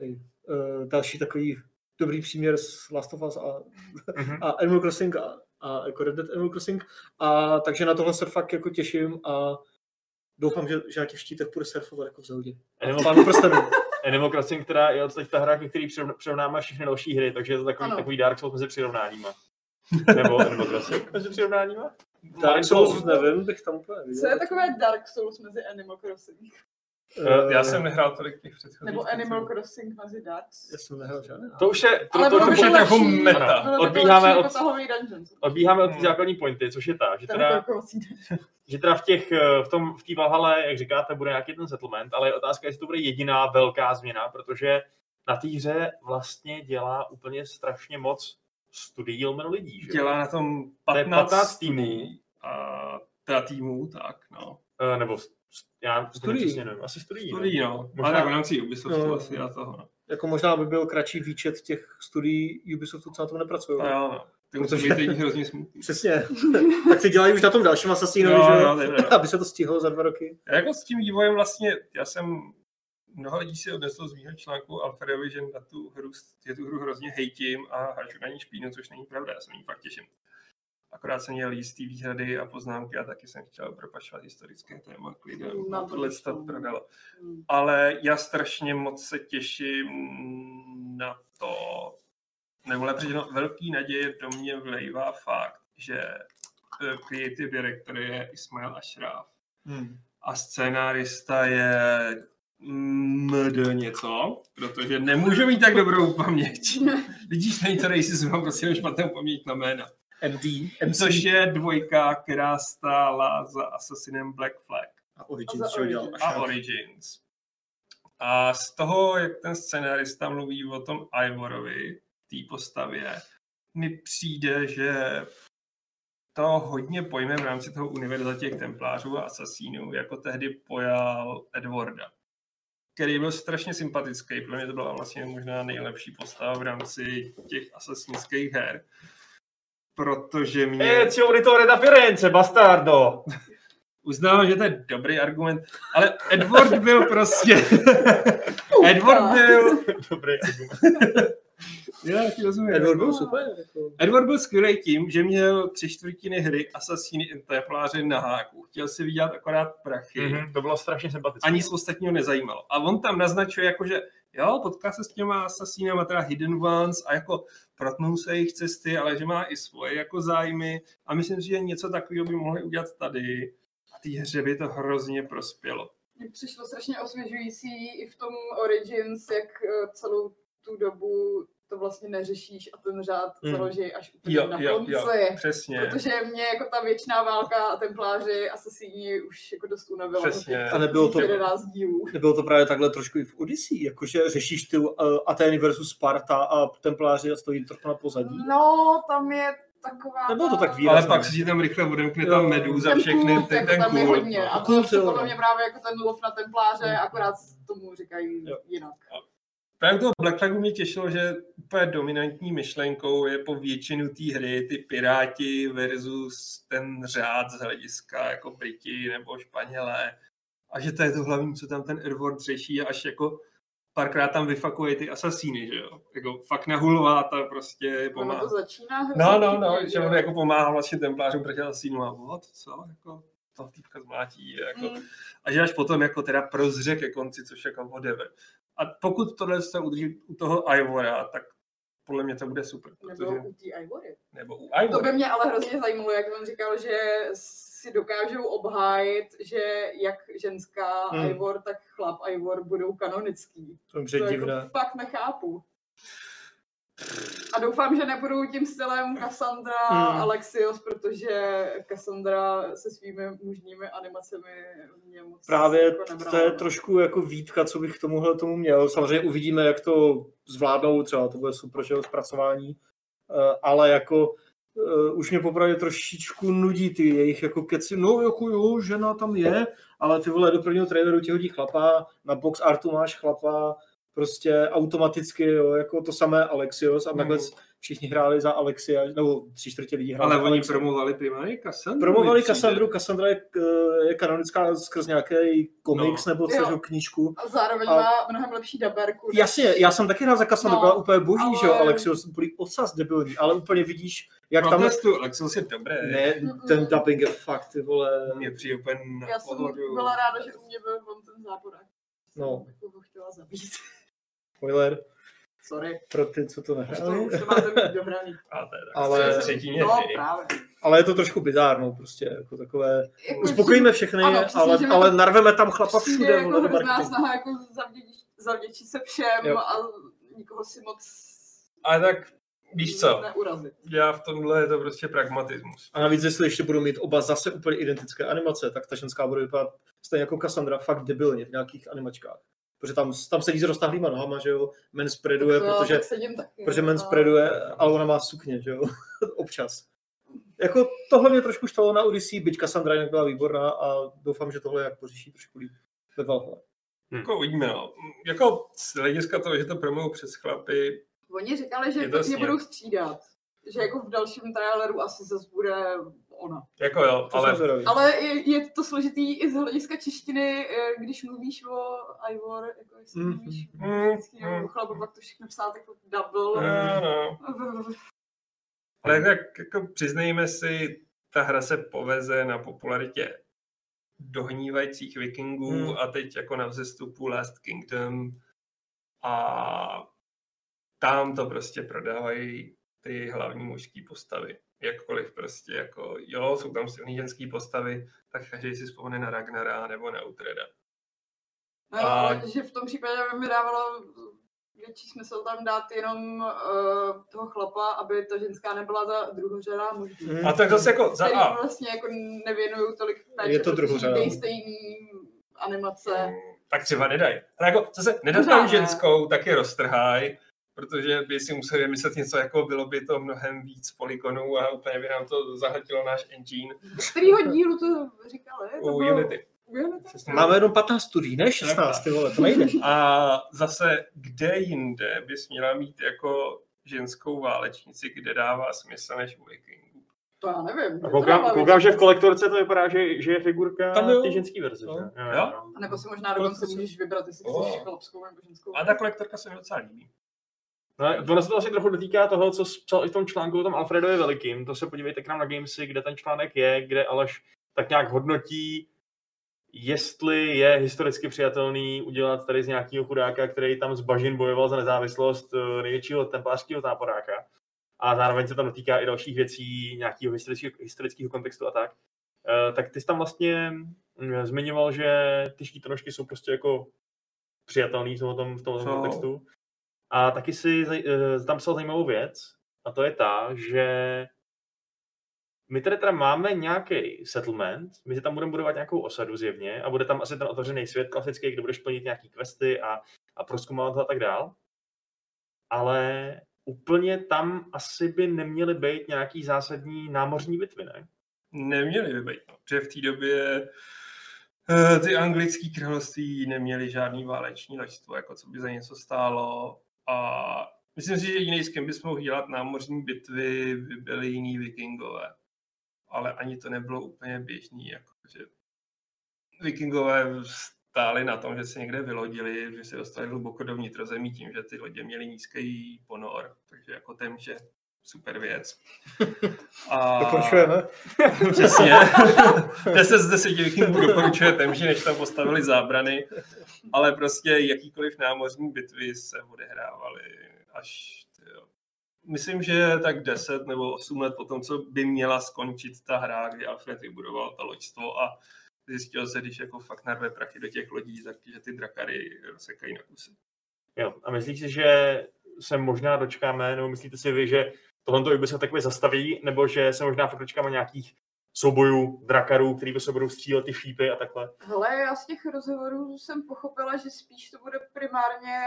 Speaker 4: Ej, eh, Další takový dobrý příměr z Last of Us a,
Speaker 1: Mhm.
Speaker 4: a Animal Crossing a, a jako Red Dead Animal Crossing. A takže na tohle se fakt jako těším a doufám, že, že na těch štítech půjde surfovat jako v Zeldě.
Speaker 1: Animal,
Speaker 4: Pánu prstenů.
Speaker 1: Animal Crossing, která je teď ta hra, ke který přirov- přirovnáme všechny další hry, takže je to takový,
Speaker 2: Ano.
Speaker 1: takový Dark Souls mezi přirovnáníma. Nebo Animal Crossing mezi přirovnáníma?
Speaker 4: Dark Souls, nevím, bych tam úplně viděl.
Speaker 2: Co je takové Dark Souls mezi Animal Crossing?
Speaker 4: Eh,
Speaker 3: Já jsem nehrál tolik těch předchozích.
Speaker 2: Nebo Animal
Speaker 3: titulů.
Speaker 2: Crossing mezi Dark
Speaker 4: Já jsem nehrál žádné.
Speaker 1: To už je, to,
Speaker 2: Ale
Speaker 1: to,
Speaker 2: bylo
Speaker 1: to,
Speaker 2: by
Speaker 1: už
Speaker 2: to
Speaker 1: je
Speaker 3: trochu
Speaker 2: lepší,
Speaker 3: meta.
Speaker 2: bylo by to
Speaker 1: Odbíháme
Speaker 2: lepší
Speaker 1: od-
Speaker 2: jako tahový dungeon.
Speaker 1: odbíháme od té
Speaker 3: Hmm.
Speaker 1: základní pointy, což je ta, že
Speaker 2: Ten
Speaker 1: teda,
Speaker 2: blokovací den.
Speaker 1: že teda v těch, eh, v tom, v té Valhale, jak říkáte, bude nějaký ten settlement, ale je otázka, jestli to bude jediná velká změna, protože na té hře vlastně dělá úplně strašně moc studií lomeno lidí, že? jo?
Speaker 3: Dělá na tom
Speaker 1: To je
Speaker 3: 15,
Speaker 1: 15
Speaker 3: týmů.
Speaker 1: týmů,
Speaker 3: A teda týmů, tak no.
Speaker 1: eh, nebo s- s- já
Speaker 4: Studií.
Speaker 1: studií. Přesně nevím, asi studií. no.
Speaker 3: Studií, no.
Speaker 1: Možná-
Speaker 3: Ale tak v rámci Ubisoftu
Speaker 4: No.
Speaker 3: asi a toho. no.
Speaker 4: Jako možná by byl kratší výčet těch studií Ubisoftu, co na tom nepracují.
Speaker 3: No jo, no. Ty musíš
Speaker 4: Protože-
Speaker 3: být teď hrozně smutný.
Speaker 4: Přesně. tak ty dělají už na tom dalším Assassinu,
Speaker 3: Jo,
Speaker 4: že
Speaker 3: jo, to je pravda.
Speaker 4: Aby se to stihlo za dva roky.
Speaker 3: Já Jako s tím vývojem vlastně, já jsem mnoho lidí si odneslo z mého článku Alferiovi, že na tu hru, je tu hru hrozně hejtím a hažu na ní špínu, což není pravda, já se na ní fakt těším. Akorát jsem měl jistý výhrady a poznámky a taky jsem chtěl propašovat historické téma, klidně
Speaker 2: Na
Speaker 3: na
Speaker 2: to
Speaker 3: tohle
Speaker 2: vyšlo.
Speaker 3: to prodalo.
Speaker 2: Hmm.
Speaker 3: Ale já strašně moc se těším na to, nebo lepší, no, velký naděje do mě vlejvá fakt, že eh, creative director je Ismail Ashraf,
Speaker 4: Hmm.
Speaker 3: a scénárista je MD něco, protože nemůžu mít tak dobrou paměť. Vidíš, není to racism, mám prostě jenom špatnou paměť na jména.
Speaker 4: MD, MC
Speaker 3: Což je dvojka, která stála za Assassinem Black Flag
Speaker 4: a
Speaker 2: A
Speaker 4: Origins,
Speaker 2: za
Speaker 4: že udělal.
Speaker 2: Origins.
Speaker 3: a Origins. A z toho, jak ten scénárista mluví o tom Ivorovi, té postavě, mi přijde, že to hodně pojme v rámci toho univerza těch templářů a asasínů, jako tehdy pojal Edwarda, který byl strašně sympatický. Pro mě to byla vlastně možná nejlepší postava v rámci těch asasínských her, protože mě...
Speaker 1: Ezio Auditore Eh, da Firenze, bastardo!
Speaker 3: Uznávám, že to je dobrý argument, ale Edward byl prostě... Edward byl...
Speaker 1: Dobrý argument.
Speaker 3: Já ti rozumím.
Speaker 4: Edward byl super. Jako.
Speaker 3: Edward byl skvělý tím, že měl tři čtvrtiny hry Asasíny i Templáře na háku. Chtěl si vydělat akorát prachy. Mm-hmm.
Speaker 1: Mhm, to bylo strašně sympatické.
Speaker 3: A nic ostatního nezajímalo. A on tam naznačuje, jako, že jo, potká se s těma Asasínama, teda Hidden Ones, a jako protnou se jejich cesty, ale že má i svoje jako zájmy. A myslím si, že něco takového by mohli udělat tady. A té hře by to hrozně prospělo.
Speaker 2: Mně přišlo strašně osvěžující i v tom Origins, jak eh, celou tu dobu to vlastně neřešíš a ten řád
Speaker 4: Hmm.
Speaker 2: založí až úplně na konci.
Speaker 3: přesně.
Speaker 2: Protože mě jako ta věčná válka a templáři asasíni už jako dost unavila.
Speaker 3: Přesně.
Speaker 4: A nebylo to,
Speaker 2: 11 dílů.
Speaker 4: nebylo to právě takhle trošku i v Odyssey, jakože řešíš eh, ty uh, Atény versus Sparta a Templáři a stojí trochu na pozadí.
Speaker 2: No, tam je taková...
Speaker 4: Nebylo to
Speaker 2: ta-
Speaker 4: tak
Speaker 3: Ale
Speaker 4: výrazné.
Speaker 3: pak se ti tam rychle odemkne
Speaker 4: Jo.
Speaker 3: tam medu za
Speaker 2: ten
Speaker 3: všechny,
Speaker 2: kult,
Speaker 3: ten,
Speaker 2: jako
Speaker 3: ten
Speaker 2: tam je
Speaker 3: kult,
Speaker 2: hodně.
Speaker 3: no.
Speaker 2: A to
Speaker 4: Kult,
Speaker 2: se
Speaker 4: jo,
Speaker 2: podle
Speaker 4: no.
Speaker 2: mě právě jako ten lov na templáře, akorát tomu říkají
Speaker 4: Jo.
Speaker 2: jinak.
Speaker 3: Právě u toho Black Flagu mě těšilo, že úplně dominantní myšlenkou je po většinu té hry ty piráti versus ten řád z hlediska jako Briti nebo Španělé. A že to je to hlavní, co tam ten Edward řeší a až jako párkrát tam vyfakuje ty asasíny, že jo? Jako fakt nahulová ta prostě
Speaker 2: Ono to
Speaker 3: pomáhá.
Speaker 2: začíná hrozně
Speaker 3: No, no, no,
Speaker 2: divně,
Speaker 3: že
Speaker 2: jo.
Speaker 3: on jako pomáhá vlastně templářům proti asasínům a what, co, jako toho týpka zmlátí, jako
Speaker 2: Mm.
Speaker 3: a že až potom jako teda prozře ke konci, což jako whatever. A pokud tohle se udrží u toho Ivora, tak podle mě to bude super,
Speaker 2: Nebo
Speaker 3: protože,
Speaker 2: u té Ivory.
Speaker 3: nebo u
Speaker 2: To by
Speaker 3: Ivora.
Speaker 2: mě ale hrozně zajímalo, jak on říkal, že si dokážou obhájit, že jak ženská
Speaker 4: Hmm.
Speaker 2: Ivor, tak chlap Ivor budou kanonický.
Speaker 4: To je
Speaker 2: to
Speaker 4: divné.
Speaker 2: jako fakt nechápu. A doufám, že nebudou tím stylem Cassandra a
Speaker 4: Mm.
Speaker 2: Alexios, protože Cassandra se svými mužními animacemi mě moc
Speaker 4: Právě
Speaker 2: jako nebrala.
Speaker 4: to je trošku jako výtka, co bych k tomuhle tomu měl. Samozřejmě uvidíme, jak to zvládnou, třeba to bude super, že jo, zpracování, Eh, ale jako eh, už mě popravdě trošičku nudí ty jejich jako keci, no jako jo, žena tam je, ale ty vole, do prvního traileru ti hodí chlapa, na box artu máš chlapa, prostě automaticky, jo, jako to samé Alexios a
Speaker 3: Hmm.
Speaker 4: nakonec všichni hráli za Alexia, nebo tři čtvrtě lidí hráli
Speaker 3: Ale
Speaker 4: za
Speaker 3: oni
Speaker 4: Alexia.
Speaker 3: promovali primárně Cassandru. mi
Speaker 4: Promovali
Speaker 3: přijde.
Speaker 4: Cassandru, Cassandra je, eh, je kanonická skrz nějaký komiks no. nebo
Speaker 2: Jo.
Speaker 4: což jo. knížku.
Speaker 2: A zároveň
Speaker 4: A-
Speaker 2: má mnohem lepší daberku. než-
Speaker 4: Jasně, já jsem taky hrál za Cassandru, no,
Speaker 2: No,
Speaker 4: byla úplně boží, ale... že jo,
Speaker 2: ale-
Speaker 4: Alexios, úplný ocas debilní, ale úplně vidíš, jak tam...
Speaker 3: Protestu, Alexos No, je dobré. Ne.
Speaker 4: Ne, ten dubbing je fakt, ty vole,
Speaker 3: Mě přijde úplně na
Speaker 2: Já jsem
Speaker 3: pohodu.
Speaker 2: byla ráda, že u mě byl on ten záporák.
Speaker 4: No.
Speaker 2: Jako ho chtěla zabít.
Speaker 4: spoiler
Speaker 2: Sorry,
Speaker 4: pro ty, co to
Speaker 2: už to,
Speaker 4: nehráli.
Speaker 2: už to máte mít dohraný.
Speaker 3: A to je tak
Speaker 4: Ale-
Speaker 3: ale... třetině
Speaker 2: No,
Speaker 3: hry.
Speaker 2: právě.
Speaker 4: Ale je to trošku bizárno, prostě, jako takové...
Speaker 2: Jako
Speaker 4: Uspokojíme všechny,
Speaker 2: Ano,
Speaker 4: ano,
Speaker 2: přesně,
Speaker 4: ale,
Speaker 2: že mi to-
Speaker 4: ale narveme tam chlapa
Speaker 2: Přijde
Speaker 4: všude,
Speaker 2: jako
Speaker 4: vole, do
Speaker 2: hrozná
Speaker 4: marketingu.
Speaker 2: snaha jako zavděčit, zavděčit se všem
Speaker 4: Jo.
Speaker 2: a nikoho si moc
Speaker 3: Ale tak víš co,
Speaker 2: neurazit.
Speaker 3: já v tomhle je to prostě pragmatismus.
Speaker 4: A navíc, jestli ještě budou mít oba zase úplně identické animace, tak ta ženská bude vypadat stejně jako Cassandra, fakt debilně v nějakých animačkách. Protože tam, tam sedí s roztahlýma nohama, že jo, men spreaduje,
Speaker 2: Tak to já
Speaker 4: protože,
Speaker 2: tak sedím taky,
Speaker 4: protože men
Speaker 2: no.
Speaker 4: spreaduje, ale ona má sukně, že jo, občas. Jako tohle mě trošku štalo na Odyssey, byť Cassandra jinak byla výborná a doufám, že tohle jak pořeší trošku líp ve Valhalla.
Speaker 3: Jako uvidíme, no. Jako z hlediska toho, že to promou přes chlapy,
Speaker 2: Oni říkali, že
Speaker 3: Je to
Speaker 2: je
Speaker 3: sněh.
Speaker 2: budou střídat. Že jako v dalším traileru asi zase bude ona.
Speaker 3: Jako jo,
Speaker 4: To jsem
Speaker 3: ale
Speaker 4: zvědavý.
Speaker 2: Ale je, je to složitý i z hlediska češtiny, eh, když mluvíš o Ivor, jako jestli
Speaker 4: Mhm.
Speaker 2: mluvíš
Speaker 3: Mm,
Speaker 2: vždycky
Speaker 3: mm.
Speaker 2: nebo chlapa, pak to všechno psát jako double.
Speaker 3: no, no. Ale tak jako přiznejme si, ta hra se poveze na popularitě dohnívajících vikingů
Speaker 4: Hmm.
Speaker 3: a teď jako na vzestupu Last Kingdom a tam to prostě prodávají ty hlavní mužské postavy. Jakkoliv prostě jako, jo, jsou tam silný ženský postavy, tak každý si vzpomene na Ragnara nebo na Utreda.
Speaker 2: No,
Speaker 3: A-
Speaker 2: ale že v tom případě by mi dávalo větší smysl tam dát jenom uh, toho chlapa, aby ta ženská nebyla ta druhořadá možná.
Speaker 4: Mm.
Speaker 3: A tak zase jako za
Speaker 2: Který
Speaker 3: A.
Speaker 2: vlastně jako nevěnuju tolik péče,
Speaker 4: Je to
Speaker 2: protože
Speaker 4: druhořadá.
Speaker 2: dějí stejný animace.
Speaker 3: tak třeba nedaj. Ale jako zase
Speaker 2: Možná
Speaker 3: nedostanou
Speaker 2: ne.
Speaker 3: ženskou, tak je roztrhaj, protože by si museli vymyslet něco, jako bylo by to mnohem víc poligonů a úplně by nám to zahatilo náš engine
Speaker 2: Z kterého dílu to říkali? To
Speaker 3: u
Speaker 2: bylo-
Speaker 3: Unity.
Speaker 2: u Unity?
Speaker 3: Přesně.
Speaker 4: Máme jenom 15 studií, ne 16, ty vole, to nejde.
Speaker 3: A zase, kde jinde bys měla mít jako ženskou válečnici, kde dává smysl než u Vikingů.
Speaker 2: To já nevím.
Speaker 1: A
Speaker 2: to
Speaker 1: koukám,
Speaker 2: dává
Speaker 1: koukám,
Speaker 2: větší
Speaker 1: že v kolektorce to vypadá, že, že je figurka
Speaker 4: Tam jo.
Speaker 1: ty ženský verze.
Speaker 4: No.
Speaker 1: že? Jo,
Speaker 3: Jo.
Speaker 1: jo.
Speaker 2: A nebo si možná dokonce
Speaker 4: Kolektorce.
Speaker 2: můžeš vybrat, jestli
Speaker 3: O.
Speaker 2: chceš chlapskou nebo ženskou.
Speaker 3: Oh. A ta kolektorka se mi docela líbí.
Speaker 1: No, ono se to vlastně trochu dotýká toho, co jsi psal i v tom článku o tom Alfredovi Velikým. To se podívejte k nám na Gamesy, kde ten článek je, kde Aleš tak nějak hodnotí, jestli je historicky přijatelný udělat tady z nějakého chudáka, který tam z bažin bojoval za nezávislost eh, největšího templářského táboráka. A zároveň se tam dotýká i dalších věcí, nějakého historického, historického kontextu a tak. Eh, Tak ty jsi tam vlastně mm, zmiňoval, že ty štítonožky jsou prostě jako přijatelný v tom, v tom
Speaker 3: Jsou.
Speaker 1: kontextu. A taky si zaj- eh, tam psal zajímavou věc, a to je ta, že my tady teda máme nějaký settlement, my si tam budeme budovat nějakou osadu zjevně a bude tam asi ten otevřený svět klasický, kde budeš plnit nějaký questy a, a proskoumávat to a tak dál. Ale úplně tam asi by neměly být nějaký zásadní námořní bitvy, ne?
Speaker 3: Neměli by být, no, protože v té době eh, ty anglické království neměly žádný váleční loďstvo, jako co by za něco stálo. A myslím si, že jediný, s kým bys mohl dělat námořní bitvy, by byly jiní vikingové. Ale ani to nebylo úplně běžný, jakože vikingové stáli na tom, že se někde vylodili, že se dostali hluboko do vnitrozemí tím, že ty lodě měly nízký ponor, takže jako temže super věc. A...
Speaker 4: Dokončujeme.
Speaker 3: Přesně. 10 z 10 vikingů doporučuje temži, než tam postavili zábrany, ale prostě jakýkoliv námořní bitvy se odehrávaly až tyjo. Myslím, že tak 10 nebo 8 let potom, co by měla skončit ta hra, kdy Alfred vybudoval to loďstvo a zjistil se, když jako fakt narve prachy do těch lodí, takže ty drakary rozsekají na kusy.
Speaker 1: Jo. A myslíš si, že se možná dočkáme, nebo myslíte si vy, že tohle by se takové zastaví, nebo že se možná fakt dočkáme nějakých soubojů, drakarů, který by se budou střílet ty šípy a takhle.
Speaker 2: Hele, já z těch rozhovorů jsem pochopila, že spíš to bude primárně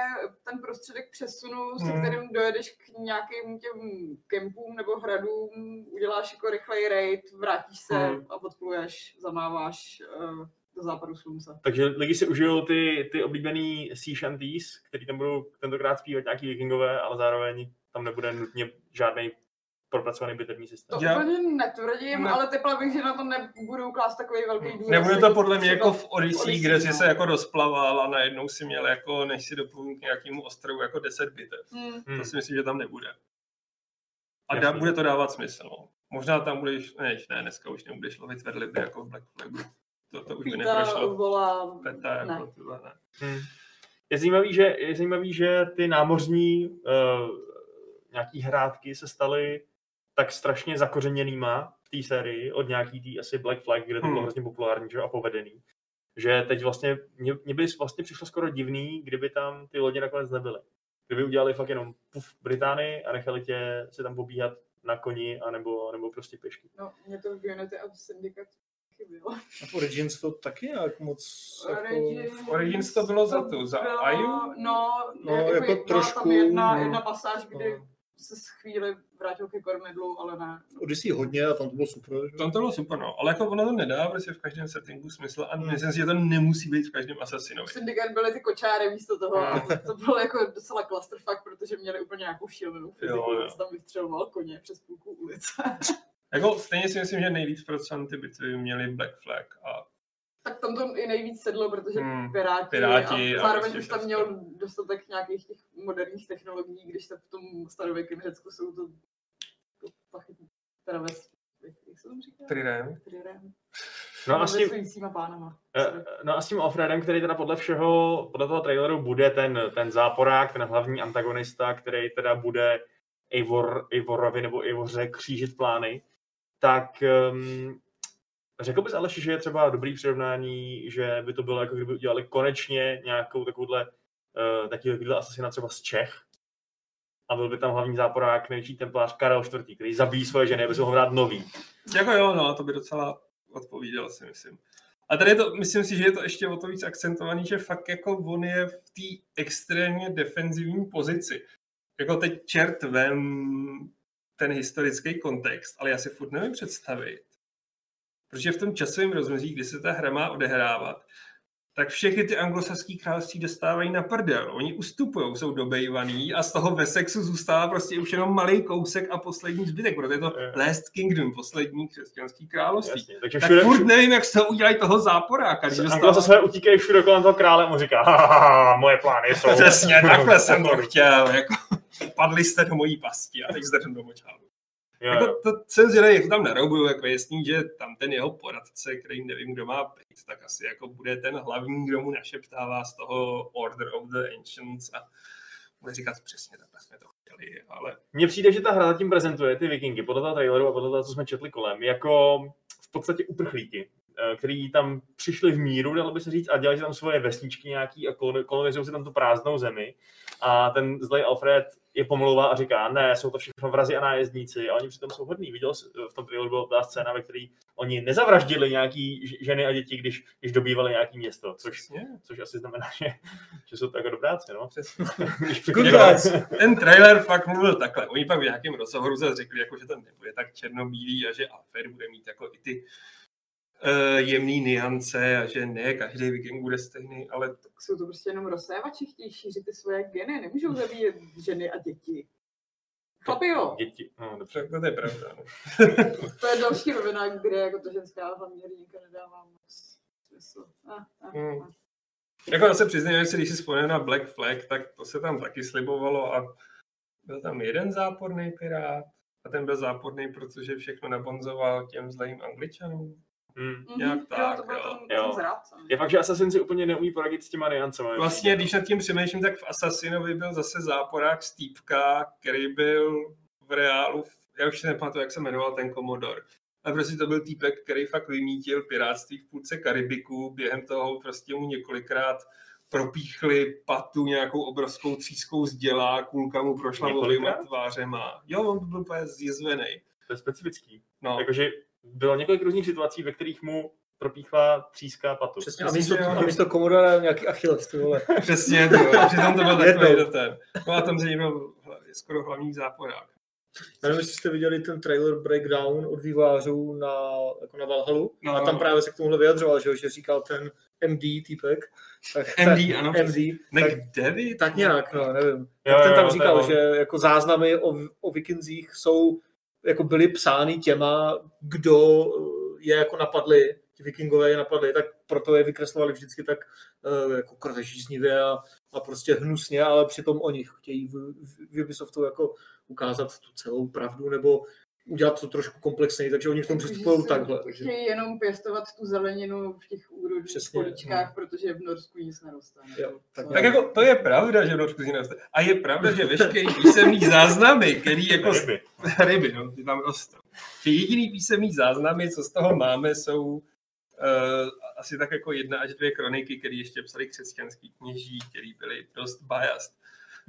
Speaker 2: ten prostředek přesunu, se
Speaker 3: Hmm.
Speaker 2: kterým dojedeš k nějakým těm kempům nebo hradům, uděláš jako rychlej raid, vrátíš se
Speaker 3: Hmm.
Speaker 2: a odpluješ, zamáváš eh, do západu slunce.
Speaker 1: Takže lidi si užijou ty, ty oblíbený sea shanties, který tam budou tentokrát zpívat nějaký vikingové, ale zároveň tam nebude nutně žádný propracovaný bitevní systém.
Speaker 2: To
Speaker 3: Já-
Speaker 2: úplně netvrdím,
Speaker 3: Ne. Hmm.
Speaker 2: ale typla bych, že na to nebudou klást takový velký důraz.
Speaker 3: Nebude to podle mě
Speaker 2: třeba
Speaker 3: jako v Odyssey,
Speaker 2: Odyssey,
Speaker 3: kde jsi
Speaker 2: no.
Speaker 3: se jako rozplaval a najednou si měl jako, než si doplnil k nějakému ostrovu, jako 10 bitev.
Speaker 2: Hmm.
Speaker 1: Hmm.
Speaker 3: To si myslím, že tam nebude. A dá,
Speaker 1: Jasný.
Speaker 3: bude to dávat smysl. No. Možná tam budeš, ne, ne, dneska už nebudeš lovit vedliby jako v Black Flagu. To, to už by
Speaker 2: Píta,
Speaker 3: neprošlo.
Speaker 2: volá,
Speaker 3: Peta, jako
Speaker 2: ne.
Speaker 3: tohle, ne.
Speaker 1: Hmm. Je zajímavý, že, je zajímavý, že ty námořní uh, nějaký hrátky se staly tak strašně zakořeněnýma v té sérii od nějaký tý asi Black Flag, kde to bylo
Speaker 3: Hmm.
Speaker 1: hrozně populární že, jo, a povedený. Že teď vlastně, mě, mě by vlastně přišlo skoro divný, kdyby tam ty lodě nakonec nebyly. Kdyby udělali fakt jenom puf Británii a nechali tě se tam pobíhat na koni anebo, nebo prostě pěšky.
Speaker 2: No, mě to v Unity a v Syndicate chybělo.
Speaker 4: A v Origins to taky nějak moc... Jako...
Speaker 2: Origins,
Speaker 3: v Origins to bylo za tu, za
Speaker 2: bylo-
Speaker 3: Aju?
Speaker 2: No,
Speaker 4: No,
Speaker 2: no jako,
Speaker 4: jako
Speaker 2: jedna, trošku.
Speaker 4: trošku,
Speaker 2: Tam jedna,
Speaker 4: no.
Speaker 2: jedna pasáž, kdy
Speaker 4: No.
Speaker 2: se z chvíli vrátil ke kormidlu, ale ne.
Speaker 4: Odyssey hodně a tam to bylo super. Že?
Speaker 3: Tam to bylo super, no. Ale jako ono to nedá prostě v každém settingu smysl a
Speaker 4: Hmm.
Speaker 3: myslím si, že to nemusí být v každém Assassinovi.
Speaker 2: V Syndicate byly ty kočáry místo toho
Speaker 3: No.
Speaker 2: a to bylo jako docela clusterfuck, protože měli úplně nějakou šílenou fyziku,
Speaker 3: Jo, jo.
Speaker 2: co tam vystřeloval koně přes půlku ulice.
Speaker 3: Jako stejně si myslím, že nejvíc procent ty bitvy měly Black Flag a
Speaker 2: tak tam to i nejvíc sedlo, protože
Speaker 3: Hmm,
Speaker 2: Piráti,
Speaker 3: Piráti
Speaker 2: a
Speaker 3: a
Speaker 2: zároveň
Speaker 3: prostě
Speaker 2: už tam
Speaker 3: všechno.
Speaker 2: měl dostatek nějakých těch moderních technologií, když tak v tom starověkém Řecku jsou to, to pachy, teda ve, jak se tomu říká?
Speaker 3: Trirem.
Speaker 2: Trirem.
Speaker 1: No a s tím,
Speaker 2: Vesujícíma pánama.
Speaker 1: Eh, No a s tím Offredem, který teda podle všeho, podle toho traileru bude ten, ten záporák, ten hlavní antagonista, který teda bude Eivor, Eivorovi nebo Eivoře křížit plány, tak um, řekl bys Aleši, že je třeba dobrý přirovnání, že by to bylo jako kdyby udělali konečně nějakou takovouhle uh, takovýhle asasina třeba z Čech a byl by tam hlavní záporák, největší templář Karel IV, který zabíjí svoje ženy, aby se mohl hrát nový.
Speaker 3: Jako jo, no, to by docela odpovídalo, si myslím. A tady je to, myslím si, že je to ještě o to víc akcentovaný, že fakt jako on je v té extrémně defenzivní pozici. Jako teď čert vem ten historický kontext, ale já si furt nevím představit. Protože v tom časovém rozmezí, kdy se ta hra má odehrávat, tak všechny ty anglosaský království dostávají na prdel. Oni ustupují, jsou dobejvaný a z toho ve sexu zůstává prostě už jenom malý kousek a poslední zbytek, protože je to
Speaker 1: Jo.
Speaker 3: Last Kingdom, poslední křesťanský království.
Speaker 1: Jasně, takže
Speaker 3: Tak
Speaker 1: všude,
Speaker 3: furt nevím, jak se udělají toho záporáka, když
Speaker 1: Se
Speaker 3: dostává...
Speaker 1: Anglo se utíkají všude kolem toho krále a mu říká, "Ha, ha, ha, moje plány jsou...
Speaker 3: Přesně, takhle jsem to chtěl. Jako, padli jste do mojí pasti a teď jste do močálu.
Speaker 1: Jo,
Speaker 3: Jako,
Speaker 1: jo.
Speaker 3: to jsem zvědavý, jak to tam naroubuju, jako je jasný, že tam ten jeho poradce, který nevím, kdo má být, tak asi jako bude ten hlavní, kdo mu našeptává z toho Order of the Ancients a bude říkat přesně takhle jsme to chtěli, ale
Speaker 1: Mně přijde, že ta hra zatím prezentuje ty vikingy podle toho traileru a podle toho, co jsme četli kolem, jako v podstatě uprchlíky. eh, který tam přišli v míru, dalo by se říct, a dělali si tam svoje vesničky nějaký a koloni- kolonizují si tam tu prázdnou zemi. A ten zlej Alfred je pomlouvá a říká, ne, jsou to všechno vrazi a nájezdníci a oni přitom jsou hodní. Viděl jsi, eh, v tom traileru byla ta scéna, ve které oni nezavraždili nějaký ž- ženy a děti, když, když dobývali nějaký město, což,
Speaker 3: Přesně,
Speaker 1: což asi znamená, že, že jsou tak dobráci, no.
Speaker 3: přesně.
Speaker 1: Když
Speaker 4: Good
Speaker 1: překvapí-
Speaker 4: guys.
Speaker 3: Ten trailer fakt mluvil takhle. Oni pak v nějakém rozhovoru zase řekli, jako, že ten nebude tak černobílý a že Alfred bude mít jako i ty uh, jemný niance a že ne, každý viking bude stejný, ale
Speaker 2: Tak jsou to prostě jenom rozsévači, chtějí šířit ty svoje geny, nemůžou zabíjet ženy a děti. Chlapi jo,
Speaker 1: Děti, no, dobře.
Speaker 3: to, to je pravda. No.
Speaker 2: to je další rovina, kde jako to ženská hlavně hrdinka nedává moc smysl. Ah, ah,
Speaker 3: Hmm.
Speaker 2: ah.
Speaker 3: Jako se přiznám, že si když si vzpomínám na Black Flag, tak to se tam taky slibovalo a byl tam jeden záporný pirát a ten byl záporný, protože všechno nabonzoval těm zlým angličanům.
Speaker 1: Hmm.
Speaker 2: Mhm,
Speaker 3: Nějak tak,
Speaker 2: jo, to byl
Speaker 3: jo.
Speaker 2: ten, ten
Speaker 1: Jo.
Speaker 2: zrádce. no.
Speaker 1: Je fakt, že Assassin si úplně neumí poradit s těma niancemi.
Speaker 3: Vlastně, když nad tím přemýšlím, tak v Assassinovi byl zase záporák Stýpka, který byl v reálu, já už si nepamatuju, jak se jmenoval ten komodor. A prostě to byl týpek, který fakt vymítil pirátství v půlce Karibiku, během toho prostě mu několikrát propíchli patu nějakou obrovskou třískou z děla, kulka mu prošla oběma
Speaker 1: Několikrát?
Speaker 3: tvářema. Jo, on byl úplně zjizvený.
Speaker 1: To je specifický.
Speaker 3: No.
Speaker 1: Jakože bylo několik různých situací, ve kterých mu propíchla tříská patu.
Speaker 4: Přesně, a
Speaker 3: Myslím,
Speaker 4: místo,
Speaker 3: že jo.
Speaker 4: a místo komodora nějaký Achilles, ty vole.
Speaker 3: Přesně, to bylo. Přitom to byl takový
Speaker 4: Jednou.
Speaker 3: do ten. No a tam zřejmě byl hla- skoro hlavní záporák.
Speaker 4: Já nevím, jestli jste viděli ten trailer Breakdown od vývářů na, jako na Valhalu.
Speaker 3: No.
Speaker 4: A tam právě se k tomuhle vyjadřoval, že, jo, že říkal ten MD týpek. Tak,
Speaker 3: MD, ano.
Speaker 4: tak,
Speaker 3: přesně.
Speaker 4: MD.
Speaker 3: Mac
Speaker 4: Tak,
Speaker 3: David?
Speaker 4: tak nějak, no, nevím.
Speaker 1: Jo,
Speaker 4: Tak ten
Speaker 1: jo,
Speaker 4: tam
Speaker 1: jo,
Speaker 4: říkal,
Speaker 1: to
Speaker 4: že
Speaker 1: je
Speaker 4: jako záznamy o, o vikinzích jsou, jako byly psány těma, kdo eh, je jako napadli, ti vikingové je napadli, tak proto je vykreslovali vždycky tak eh, jako krvežíznivě a, a prostě hnusně, ale přitom oni chtějí v, v, v Ubisoftu jako ukázat tu celou pravdu nebo udělat to trošku komplexněji, takže oni k tomu
Speaker 2: Jakože
Speaker 4: přistupují
Speaker 2: se
Speaker 4: takhle. Takže
Speaker 2: Chtějí jenom pěstovat tu zeleninu v těch úrodných
Speaker 4: Přesně,
Speaker 3: no.
Speaker 2: políčkách, protože v Norsku nic neroste. ne?
Speaker 4: Jo, tak
Speaker 2: Co?
Speaker 3: Tak jako to je pravda, že v Norsku si neroste. A je pravda, že veškerý písemný záznamy, který jako z
Speaker 1: ryby.
Speaker 3: ryby, no, ty tam rostou. Že jediný písemný záznamy, co z toho máme, jsou uh, asi tak jako jedna až dvě kroniky, které ještě psali křesťanský kněží, který byli dost biased.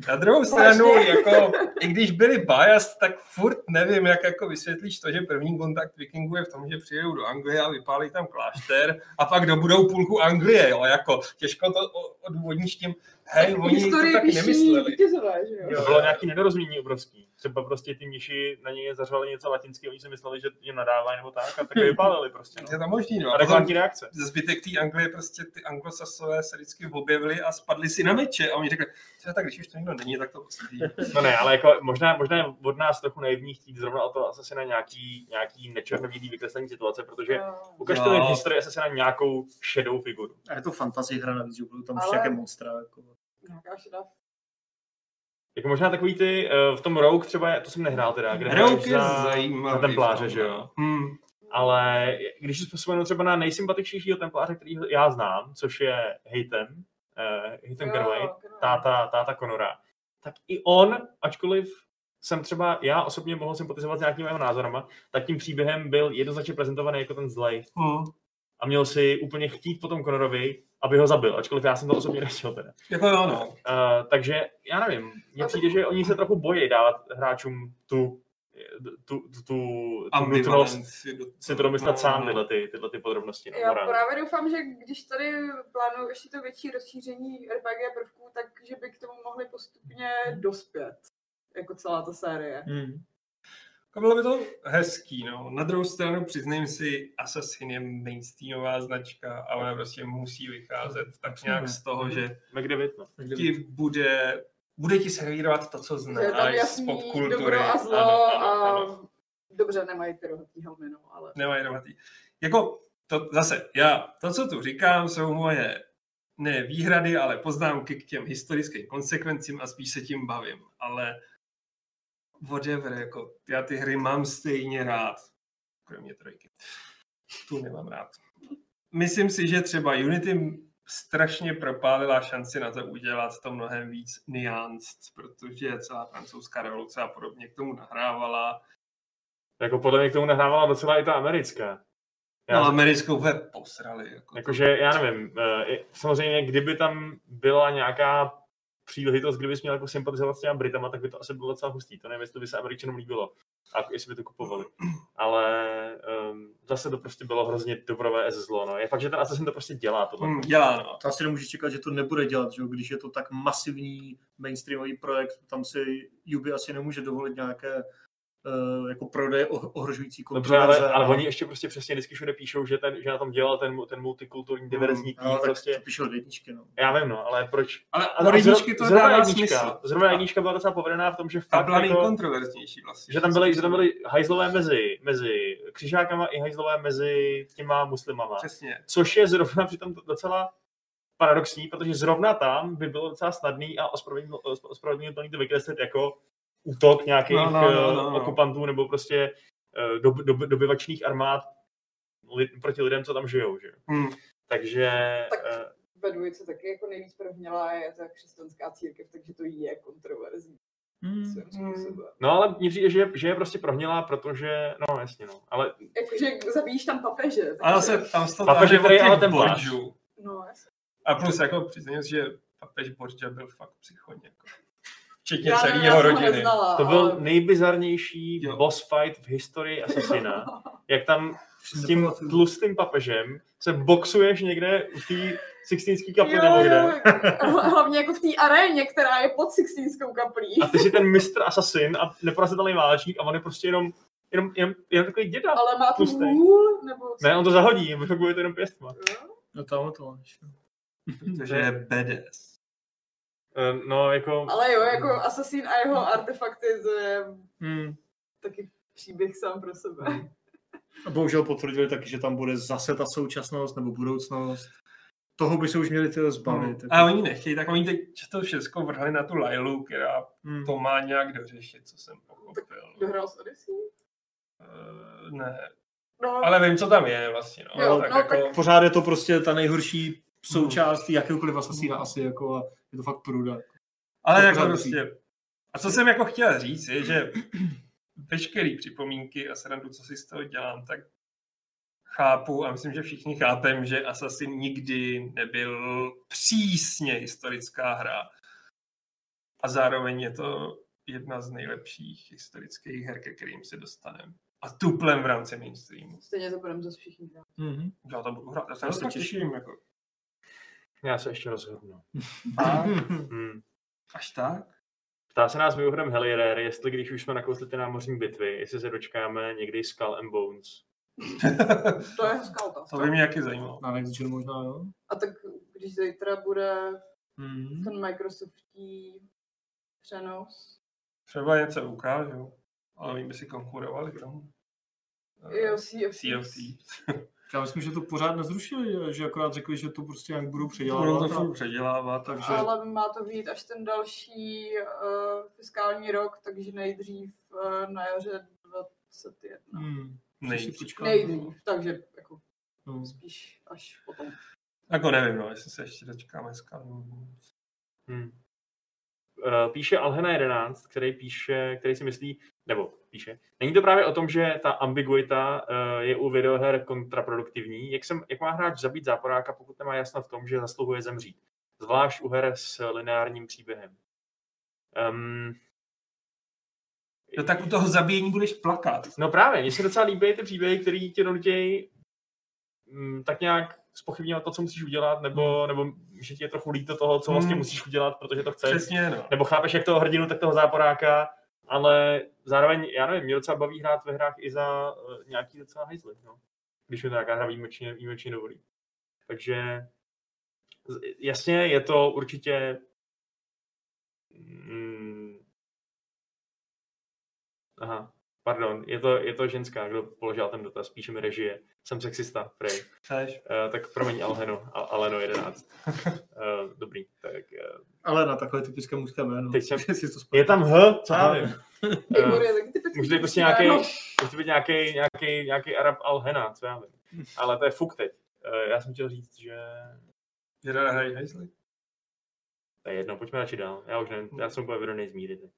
Speaker 3: Na
Speaker 2: No
Speaker 3: druhou stranu,
Speaker 2: Vážně?
Speaker 3: jako, i když byli biased, tak furt nevím, jak jako vysvětlíš to, že první kontakt vikingů je v tom, že přijedou do Anglie a vypálí tam klášter a pak dobudou půlku Anglie, jo, jako těžko to o- odvodníš tím, hej, oni to
Speaker 2: Historii
Speaker 3: tak
Speaker 2: píší
Speaker 3: nemysleli.
Speaker 2: vítězové, že jo?
Speaker 1: To bylo nějaký nedorozumění obrovský. Třeba prostě ty mniši na něj zařvali něco latinského, oni si mysleli, že jim nadávají nebo tak, a tak je vypálili prostě.
Speaker 3: Je
Speaker 1: No.
Speaker 3: to možný, no. A potom
Speaker 1: Adekvátní reakce.
Speaker 3: zbytek té Anglie, prostě ty anglosasové se vždycky objevili a spadli si na meče. A oni řekli, "Tyjo, tak když už to nikdo není, tak to prostě posadí.
Speaker 1: No ne, ale jako možná, možná je od nás trochu naivní chtít zrovna o to asi na nějaký, nějaký nečernobílý vykreslení situace, protože
Speaker 2: Jo.
Speaker 1: ukažte mi
Speaker 3: No.
Speaker 1: v historii asi na nějakou šedou figuru.
Speaker 4: A je to fantasy hra navíc, že budou tam
Speaker 2: Ale-
Speaker 4: ještě nějaké monstra. Jako.
Speaker 2: Nějaká šedá
Speaker 1: Jako možná takový ty, eh, v tom Rogue třeba, je- to jsem nehrál teda, kde hraješ
Speaker 3: Rouk je
Speaker 1: za,
Speaker 3: zajímavý.
Speaker 1: za templáře,
Speaker 3: v tom,
Speaker 1: že jo?
Speaker 3: Hmm.
Speaker 1: ale když si vzpomenu třeba na nejsympatičnějšího templáře, který já znám, což je Hayten, uh, Hayten Carway, táta, táta Conora, tak i on, ačkoliv jsem třeba já osobně mohl sympatizovat s nějakými jeho názorama, tak tím příběhem byl jednoznačně prezentovaný jako ten zlej
Speaker 3: Hmm.
Speaker 1: a měl si úplně chtít potom Conorovi, aby ho zabil, ačkoliv já jsem to osobně nechtěl teda.
Speaker 3: Jako jo, no.
Speaker 1: Uh, takže já nevím, mně přijde, že oni se trochu bojí dávat hráčům tu, tu, tu, tu, tu nutnost
Speaker 3: Ambivalenci do-
Speaker 1: si to domyslet
Speaker 3: no,
Speaker 1: sám
Speaker 3: no.
Speaker 1: tyhle, ty, tyhle ty podrobnosti. No,
Speaker 2: Já
Speaker 1: morálně.
Speaker 2: právě doufám, že když tady plánuju ještě to větší rozšíření RPG prvků, tak že by k tomu mohli postupně dospět, jako celá ta série.
Speaker 4: Hmm.
Speaker 3: Jako Bylo by to hezký, no. Na druhou stranu přiznám si, Assassin je mainstreamová značka a ona prostě musí vycházet tak nějak z toho, že
Speaker 1: McDavid, no.
Speaker 3: ti bude, bude ti servírovat to, co
Speaker 2: Že je tam
Speaker 3: znáš z
Speaker 2: jasný
Speaker 3: popkultury.
Speaker 2: dobro a zlo
Speaker 3: Ano, ano,
Speaker 2: a
Speaker 3: ano.
Speaker 2: dobře, nemají ty rohatý helmy, no, ale
Speaker 3: nemají rohatý. Jako, to, zase, já, to, co tu říkám, jsou moje ne výhrady, ale poznámky k těm historickým konsekvencím a spíš se tím bavím. Ale whatever, jako, já ty hry mám stejně rád. Kromě trojky. Tu nemám rád. Myslím si, že třeba Unity strašně propálila šanci na to udělat to mnohem víc nuanced, protože celá francouzská revoluce a podobně k tomu nahrávala.
Speaker 1: Jako podle mě k tomu nahrávala docela i ta americká.
Speaker 3: No, americkou web posrali. Jako.
Speaker 1: Jakože, já nevím, eh, i- samozřejmě, kdyby tam byla nějaká příležitost, kdyby jsi měl jako sympatizovat s těma Britama, tak by to asi bylo docela hustý. To nevím, jestli by se Američanům líbilo a jestli by to kupovali. Ale um, zase to prostě bylo hrozně dobrové zlo. No. Je fakt, že ten Assassin to prostě dělá tohle.
Speaker 3: Hm, dělá, no.
Speaker 4: To asi nemůžeš čekat, že to nebude dělat, že? jo, když je to tak masivní mainstreamový projekt, tam si Ubi asi nemůže dovolit nějaké eh, jako prodeje oh- ohrožující
Speaker 1: Dobře, No, ale,
Speaker 4: kontroverze.
Speaker 1: ale, oni ještě prostě přesně vždycky všude píšou, že, ten, že na tom dělal ten, ten
Speaker 3: Hmm,
Speaker 1: multikulturní diverzní tým.
Speaker 4: no, prostě...
Speaker 1: prostě.
Speaker 4: tak to píšou do jedničky, no.
Speaker 1: Já vím, no, ale proč?
Speaker 3: Ale
Speaker 1: A- a
Speaker 3: od jedničky
Speaker 1: zro-
Speaker 3: to
Speaker 1: zrovna
Speaker 3: dává
Speaker 1: jednička-
Speaker 3: smysl.
Speaker 1: Zrovna jednička byla docela povedená v tom, že
Speaker 3: A
Speaker 1: fakt
Speaker 3: byla
Speaker 1: jako,
Speaker 3: nejkontroverznější vlastně.
Speaker 1: že tam byly, že tam byly hajzlové mezi, mezi křižákama i hajzlové mezi těma muslimama.
Speaker 3: Přesně.
Speaker 1: Což je zrovna přitom docela paradoxní, protože zrovna tam by bylo docela snadný a ospravedlnil- os- ospravedlnitelný to vykreslit jako útok nějakých
Speaker 3: No, no, no, no,
Speaker 1: eh,
Speaker 3: no.
Speaker 1: okupantů nebo prostě eh, dob, dob, dobyvačných armád li, proti lidem, co tam žijou. Že? jo.
Speaker 3: Hm.
Speaker 1: Takže
Speaker 2: Tak-
Speaker 1: eh,
Speaker 2: Ve dvojce taky jako nejvíc prohněla je ta křesťanská církev, takže to je kontroverzní
Speaker 4: Mm-hmm.
Speaker 2: svým způsobem.
Speaker 1: No ale mně přijde, že, je- že je prostě prohnilá, protože, no jasně no, ale
Speaker 2: Jakože zabíjíš tam papeže. takže-
Speaker 3: Ale se tam stalo
Speaker 1: Papež je
Speaker 3: tady
Speaker 1: tady
Speaker 3: o těch
Speaker 1: ale ten Hmm. pláč.
Speaker 3: Borgiů.
Speaker 2: No, jasně.
Speaker 3: A plus jako přiznám si, že papež Borgia byl fakt psychoně. Jako. Včetně
Speaker 2: Já,
Speaker 3: celý
Speaker 2: nevím,
Speaker 3: jeho
Speaker 2: já jsem ho
Speaker 3: rodiny.
Speaker 2: neznala.
Speaker 1: to byl
Speaker 2: ale-
Speaker 1: nejbizarnější
Speaker 3: Jo.
Speaker 1: boss fight v historii Assassina. Jak tam s tím tlustým papežem se boxuješ někde v té sixtínský kapli
Speaker 2: Jo,
Speaker 1: nebo
Speaker 2: jo,
Speaker 1: kde.
Speaker 2: jo. Hlavně jako v té aréně, která je pod Sixtínskou kaplí.
Speaker 1: A ty jsi ten mistr asasin a neporazitelný válečník a on je prostě jenom, jenom, jenom, jenom takový děda.
Speaker 2: Ale má tu
Speaker 1: Tlustej.
Speaker 2: hůl, nebo... co?
Speaker 1: Ne, on to zahodí, vyhokuje to jenom pěstma.
Speaker 2: Jo?
Speaker 4: No tam to máš.
Speaker 3: Takže je BDS.
Speaker 1: Eh, No, jako,
Speaker 2: Ale jo, jako Assassin a jeho artefakty, to je
Speaker 1: hmm,
Speaker 2: taky příběh sám pro sebe.
Speaker 4: A bohužel potvrdili taky, že tam bude zase ta současnost nebo budoucnost. Toho by se už měli tyhle
Speaker 1: Hmm.
Speaker 4: zbavit. jako-
Speaker 3: A oni nechtějí, tak oni teď to všechno vrhli na tu Lailu, která
Speaker 1: hm.
Speaker 4: Hmm.
Speaker 3: to má nějak dořešit, co jsem pochopil.
Speaker 2: Dohrál s Odyssey?
Speaker 3: Eh, ne,
Speaker 2: No,
Speaker 3: ale vím, co tam je vlastně. No,
Speaker 2: Jo,
Speaker 3: tak
Speaker 2: no,
Speaker 3: jako, tak...
Speaker 4: Pořád je to prostě ta
Speaker 1: Hmm.
Speaker 4: nejhorší součást jakéhokoliv asasína asi jako a je to fakt pruda.
Speaker 3: Ale
Speaker 4: to
Speaker 3: jako
Speaker 4: pořád
Speaker 3: prostě... A co jsem jako chtěl říct, je, že veškerý připomínky a srandu, co si z toho dělám, tak chápu a myslím, že všichni chápem, že Assassin nikdy nebyl přísně historická hra. A zároveň je to jedna z nejlepších historických her, ke kterým se dostaneme. A tuplem v rámci mainstreamu.
Speaker 2: Stejně to budeme zase všichni hrát.
Speaker 1: Hmm.
Speaker 4: Mm-hmm.
Speaker 3: Já to budu hrát, já se
Speaker 4: Já
Speaker 3: na
Speaker 4: se
Speaker 3: to fakt
Speaker 4: těším.
Speaker 3: těším. Jako.
Speaker 1: já se ještě rozhodnu.
Speaker 3: A,
Speaker 1: Hmm.
Speaker 3: až tak?
Speaker 1: Ptá se nás mimochodem Helierer, jestli když už jsme nakousli ty námořní bitvy, jestli se dočkáme někdy Skull and Bones.
Speaker 2: To je hezká otázka.
Speaker 3: To by mě taky zajímalo.
Speaker 4: Na Next Gen možná, jo?
Speaker 2: A tak když zítra bude
Speaker 3: Hmm.
Speaker 4: Mm.
Speaker 2: ten Microsoftí přenos,
Speaker 3: Třeba něco ukážu, ale my by si konkurovali Eh, tomu.
Speaker 1: Eh,
Speaker 2: jo, Sea of
Speaker 3: CFC.
Speaker 2: Thieves.
Speaker 4: Já myslím, že to pořád nezrušili, že akorát řekli, že to prostě nějak budou
Speaker 3: Budou to
Speaker 4: předělávat.
Speaker 3: furt
Speaker 4: a-
Speaker 3: předělávat, takže
Speaker 2: Ale má to být až ten další uh, fiskální rok, takže nejdřív uh, na jaře
Speaker 1: Hmm.
Speaker 2: 21.
Speaker 4: Mm.
Speaker 3: nejdřív.
Speaker 4: Ještě počkáme.
Speaker 2: Nejdřív, takže jako
Speaker 4: No.
Speaker 2: spíš až potom.
Speaker 1: Eh,
Speaker 3: Jako nevím, no, jestli se ještě dočkáme s
Speaker 1: Hmm. Eh, Píše Alhena11, který píše, který si myslí, nebo píše, není to právě o tom, že ta ambiguita eh, je u videoher kontraproduktivní? Jak, jsem, jak má hráč zabít záporáka, pokud nemá jasno v tom, že zasluhuje zemřít? Zvlášť u her s lineárním příběhem. Um,
Speaker 3: No tak u toho zabíjení budeš plakat.
Speaker 1: No právě, mně se docela líbí ty příběhy, které tě donutějí mm, tak nějak spochybňovat to, co musíš udělat,
Speaker 3: Hmm.
Speaker 1: nebo, nebo že ti je trochu líto toho, co vlastně
Speaker 3: Mm.
Speaker 1: musíš udělat, protože to chceš.
Speaker 3: Přesně, no.
Speaker 1: Nebo chápeš jak toho hrdinu, tak toho záporáka, ale zároveň, já nevím, mě docela baví hrát ve hrách i za eh, nějaký docela hajzly, no. Když mi to nějaká hra výjimečně, výjimečně dovolí. Takže z- jasně, je to určitě mm, Aha, pardon, je to, je to ženská, kdo položil ten dotaz, píše mi režie. Jsem sexista, prej.
Speaker 3: Chápeš?
Speaker 1: Uh, tak promiň Alheno, Al- Aleno 11. Uh, dobrý, tak uh,
Speaker 4: Ale na takové typické mužské jméno.
Speaker 1: Teď jsem-
Speaker 4: Jestli to
Speaker 1: je tam H, co já Eh,
Speaker 4: Aha.
Speaker 1: vím.
Speaker 2: Igor je taky typický.
Speaker 1: Může to být prostě
Speaker 2: český
Speaker 1: nějaký,
Speaker 2: jméno.
Speaker 1: může to být nějaký, nějaký, nějaký Arab Al-Hena, co já vím. Ale to je fuk teď. Eh, Já jsem chtěl říct, že
Speaker 3: Jeden hrají hajzli.
Speaker 1: to je jedno, pojďme radši dál. Já už nevím, já jsem úplně vyrovnej z míry. teď.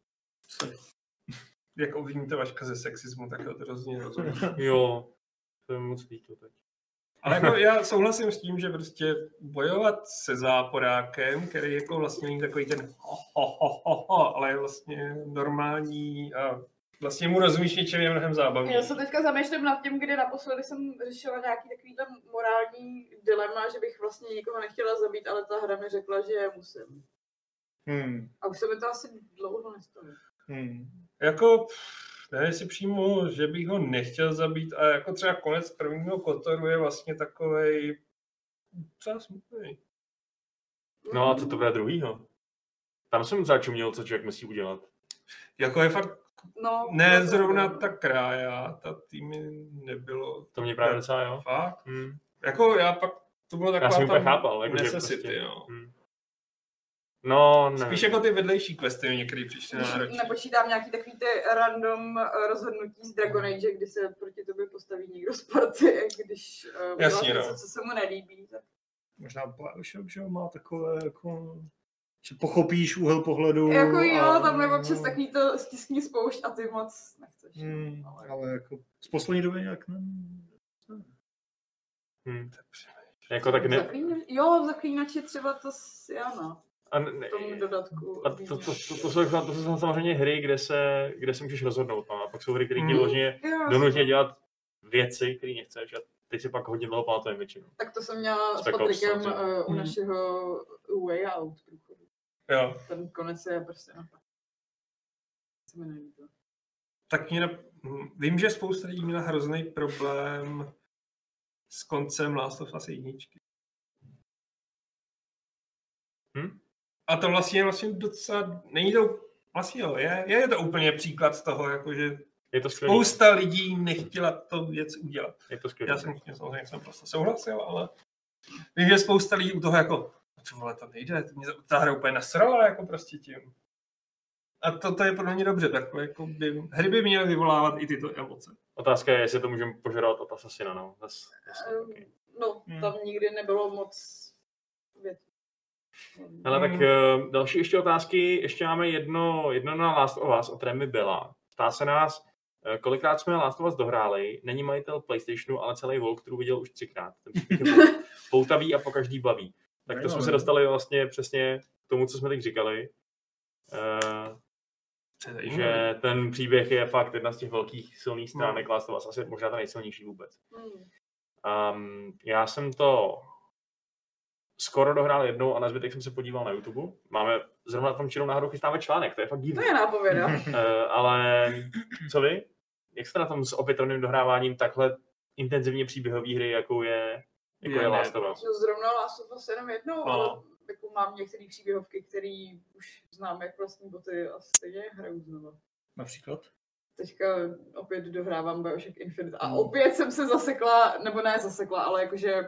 Speaker 3: Jak obviníte Vaška ze sexismu, tak ho to hrozně rozumím.
Speaker 1: Jo, to je moc líto teď.
Speaker 3: Ale jako já souhlasím s tím, že prostě bojovat se záporákem, který jako vlastně není takový ten ho, ho, ho, ho, ho, ale je vlastně normální a vlastně mu rozumíš něčem je mnohem zábavnější.
Speaker 2: No, Já se teďka zamýšlím nad tím, kdy naposledy jsem řešila nějaký takový ten morální dilema, že bych vlastně nikoho nechtěla zabít, ale ta hra mi řekla, že musím.
Speaker 4: Hmm.
Speaker 2: A už se mi to asi dlouho nestalo.
Speaker 4: Hmm.
Speaker 3: Jako, pff, nevím, jestli přímo, že bych ho nechtěl zabít, ale jako třeba konec prvního kotoru je vlastně takovej třeba smutný.
Speaker 1: No a co to bude druhýho? Tam jsem začuměl, co člověk musí udělat.
Speaker 3: Jako je fakt,
Speaker 2: No,
Speaker 3: ne
Speaker 2: to-
Speaker 3: zrovna ta krája, ta týmy nebylo
Speaker 1: To mě právě docela, jo.
Speaker 3: fakt.
Speaker 1: Hmm.
Speaker 3: Jako já pak, to bylo
Speaker 1: Já
Speaker 3: taková
Speaker 1: jsem úplně
Speaker 3: tam
Speaker 1: chápal. Jako, že
Speaker 3: necessity,
Speaker 1: prostě...
Speaker 3: no.
Speaker 1: Hmm. No, ne.
Speaker 3: Spíš jako ty vedlejší questy někdy přišly
Speaker 2: Když
Speaker 3: náročné.
Speaker 2: nepočítám nějaký takový ty random eh, rozhodnutí z Dragon
Speaker 1: Mhm.
Speaker 2: Age, kdy se proti tobě postaví někdo z party, když uh,
Speaker 3: Jasně, no.
Speaker 2: něco, co se mu nelíbí. Tak...
Speaker 4: Možná Bioshock, že jo, má takové jako... Že pochopíš úhel pohledu.
Speaker 2: Jako
Speaker 4: a-
Speaker 2: jo, tam je občas takový to stiskní spoušť a ty moc nechceš. no,
Speaker 4: Hmm,
Speaker 2: ale-
Speaker 4: ale jako z poslední doby nějak ne.
Speaker 1: Hmm. Jako tak ne...
Speaker 2: Zaklínač... Jo, v zaklínači třeba to s Jana,
Speaker 1: A, ne...
Speaker 2: v tom dodatku.
Speaker 1: a Eh, to, to, to, to, jsou, to jsou samozřejmě hry, kde se, kde se můžeš rozhodnout. No. A pak jsou hry, které ti
Speaker 3: Hmm.
Speaker 1: vložně
Speaker 2: Jo,
Speaker 1: donutí tě dělat věci, které nechceš. A ty si pak hodně dlouho pamatuješ většinou.
Speaker 2: Tak to jsem měla s
Speaker 1: Spec Ops,
Speaker 2: Patrikem
Speaker 1: samozřejmě.
Speaker 2: eh, u
Speaker 4: Hmm.
Speaker 2: našeho Way Out.
Speaker 3: Jo.
Speaker 2: Ten konec je prostě na se mi nelíbil.
Speaker 3: Tak mě nap... hm, vím, že spousta lidí měla hrozný problém s koncem Last of Us jedničky.
Speaker 1: Hm?
Speaker 3: A to vlastně je vlastně docela, není to, vlastně jo, je, je to úplně příklad z toho, jakože
Speaker 1: Je to skvělé.
Speaker 3: spousta lidí nechtěla to věc udělat.
Speaker 1: Je to skvělé.
Speaker 3: Já jsem s tím samozřejmě jsem prostě souhlasil, ale vím, že spousta lidí u toho jako, "A co vole, to nejde, to mě za- ta hra úplně nasrala jako prostě tím. A to, to je podle mě dobře, takové jako by, hry by měly vyvolávat i tyto emoce.
Speaker 1: Otázka je, jestli to můžeme požadovat od Assassina, no. Zas, jasně,
Speaker 2: Ehm,
Speaker 1: taky.
Speaker 2: No,
Speaker 4: Hmm.
Speaker 2: tam nikdy nebylo moc věcí.
Speaker 1: Hele,
Speaker 3: Hmm.
Speaker 1: tak eh, další ještě otázky. Ještě máme jedno, jedno na Last of Us, o kterém mi byla. Ptá se nás, eh, kolikrát jsme Last of Us dohráli. Není majitel PlayStationu, ale celý Volk, viděl už třikrát. Ten příběh je pou- poutavý a po každý baví. Tak to jsme se dostali vlastně přesně k tomu, co jsme teď říkali. Eh,
Speaker 3: To je zajímavé.
Speaker 1: že ten příběh je fakt jedna z těch velkých silných stránek Last of Us. Asi možná ta nejsilnější vůbec.
Speaker 2: Hmm.
Speaker 1: Um, já jsem to skoro dohrál jednou a na zbytek jsem se podíval na YouTube. Máme zrovna tam čirou náhodou chystáme článek, to je fakt
Speaker 2: To
Speaker 1: divný.
Speaker 2: je nápověda.
Speaker 4: Hmm.
Speaker 1: Uh, ale co vy? Jak jste na tom s opětovným dohráváním takhle intenzivně příběhové hry, jako je, jako je,
Speaker 3: Je, ne,
Speaker 1: Last of Us?
Speaker 2: No, zrovna Last of Us jenom jednou,
Speaker 1: No.
Speaker 2: ale jako mám některé příběhovky, které už znám jak vlastní boty a stejně je hraju znovu.
Speaker 4: Například?
Speaker 2: Teďka opět dohrávám Bioshock Infinite a
Speaker 4: Hmm.
Speaker 2: opět jsem se zasekla, nebo ne zasekla, ale jakože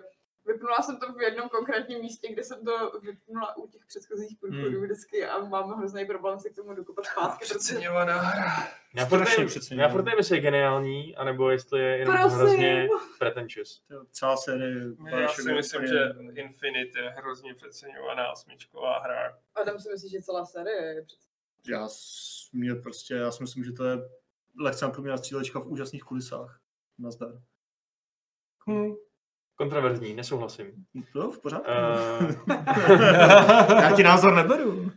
Speaker 2: vypnula jsem to v jednom konkrétním místě, kde jsem to vypnula u těch předchozích průchodů
Speaker 4: Hmm.
Speaker 2: vždycky a mám hrozný problém se k tomu dokopat zpátky. protože-
Speaker 3: Přeceňovaná hra.
Speaker 1: Já furt
Speaker 4: strašně
Speaker 1: nevím,
Speaker 4: přeceňuji.
Speaker 1: já furt nevím, jestli je geniální, anebo jestli je jenom
Speaker 2: Prosím.
Speaker 1: hrozně pretentious.
Speaker 4: To je Celá série.
Speaker 3: Já
Speaker 4: Bioshocku
Speaker 3: si myslím,
Speaker 4: úplně-
Speaker 3: že Infinite je hrozně přeceňovaná osmičková hra.
Speaker 2: Adam si myslí, že celá série je přece.
Speaker 4: Já, s- mě prostě, já si myslím, že to je lehce průměrná střílečka v úžasných kulisách. Nazdar.
Speaker 3: Hm.
Speaker 1: Kontroverzní, nesouhlasím.
Speaker 4: To No, v pořádku.
Speaker 1: Uh,
Speaker 4: já ti názor neberu.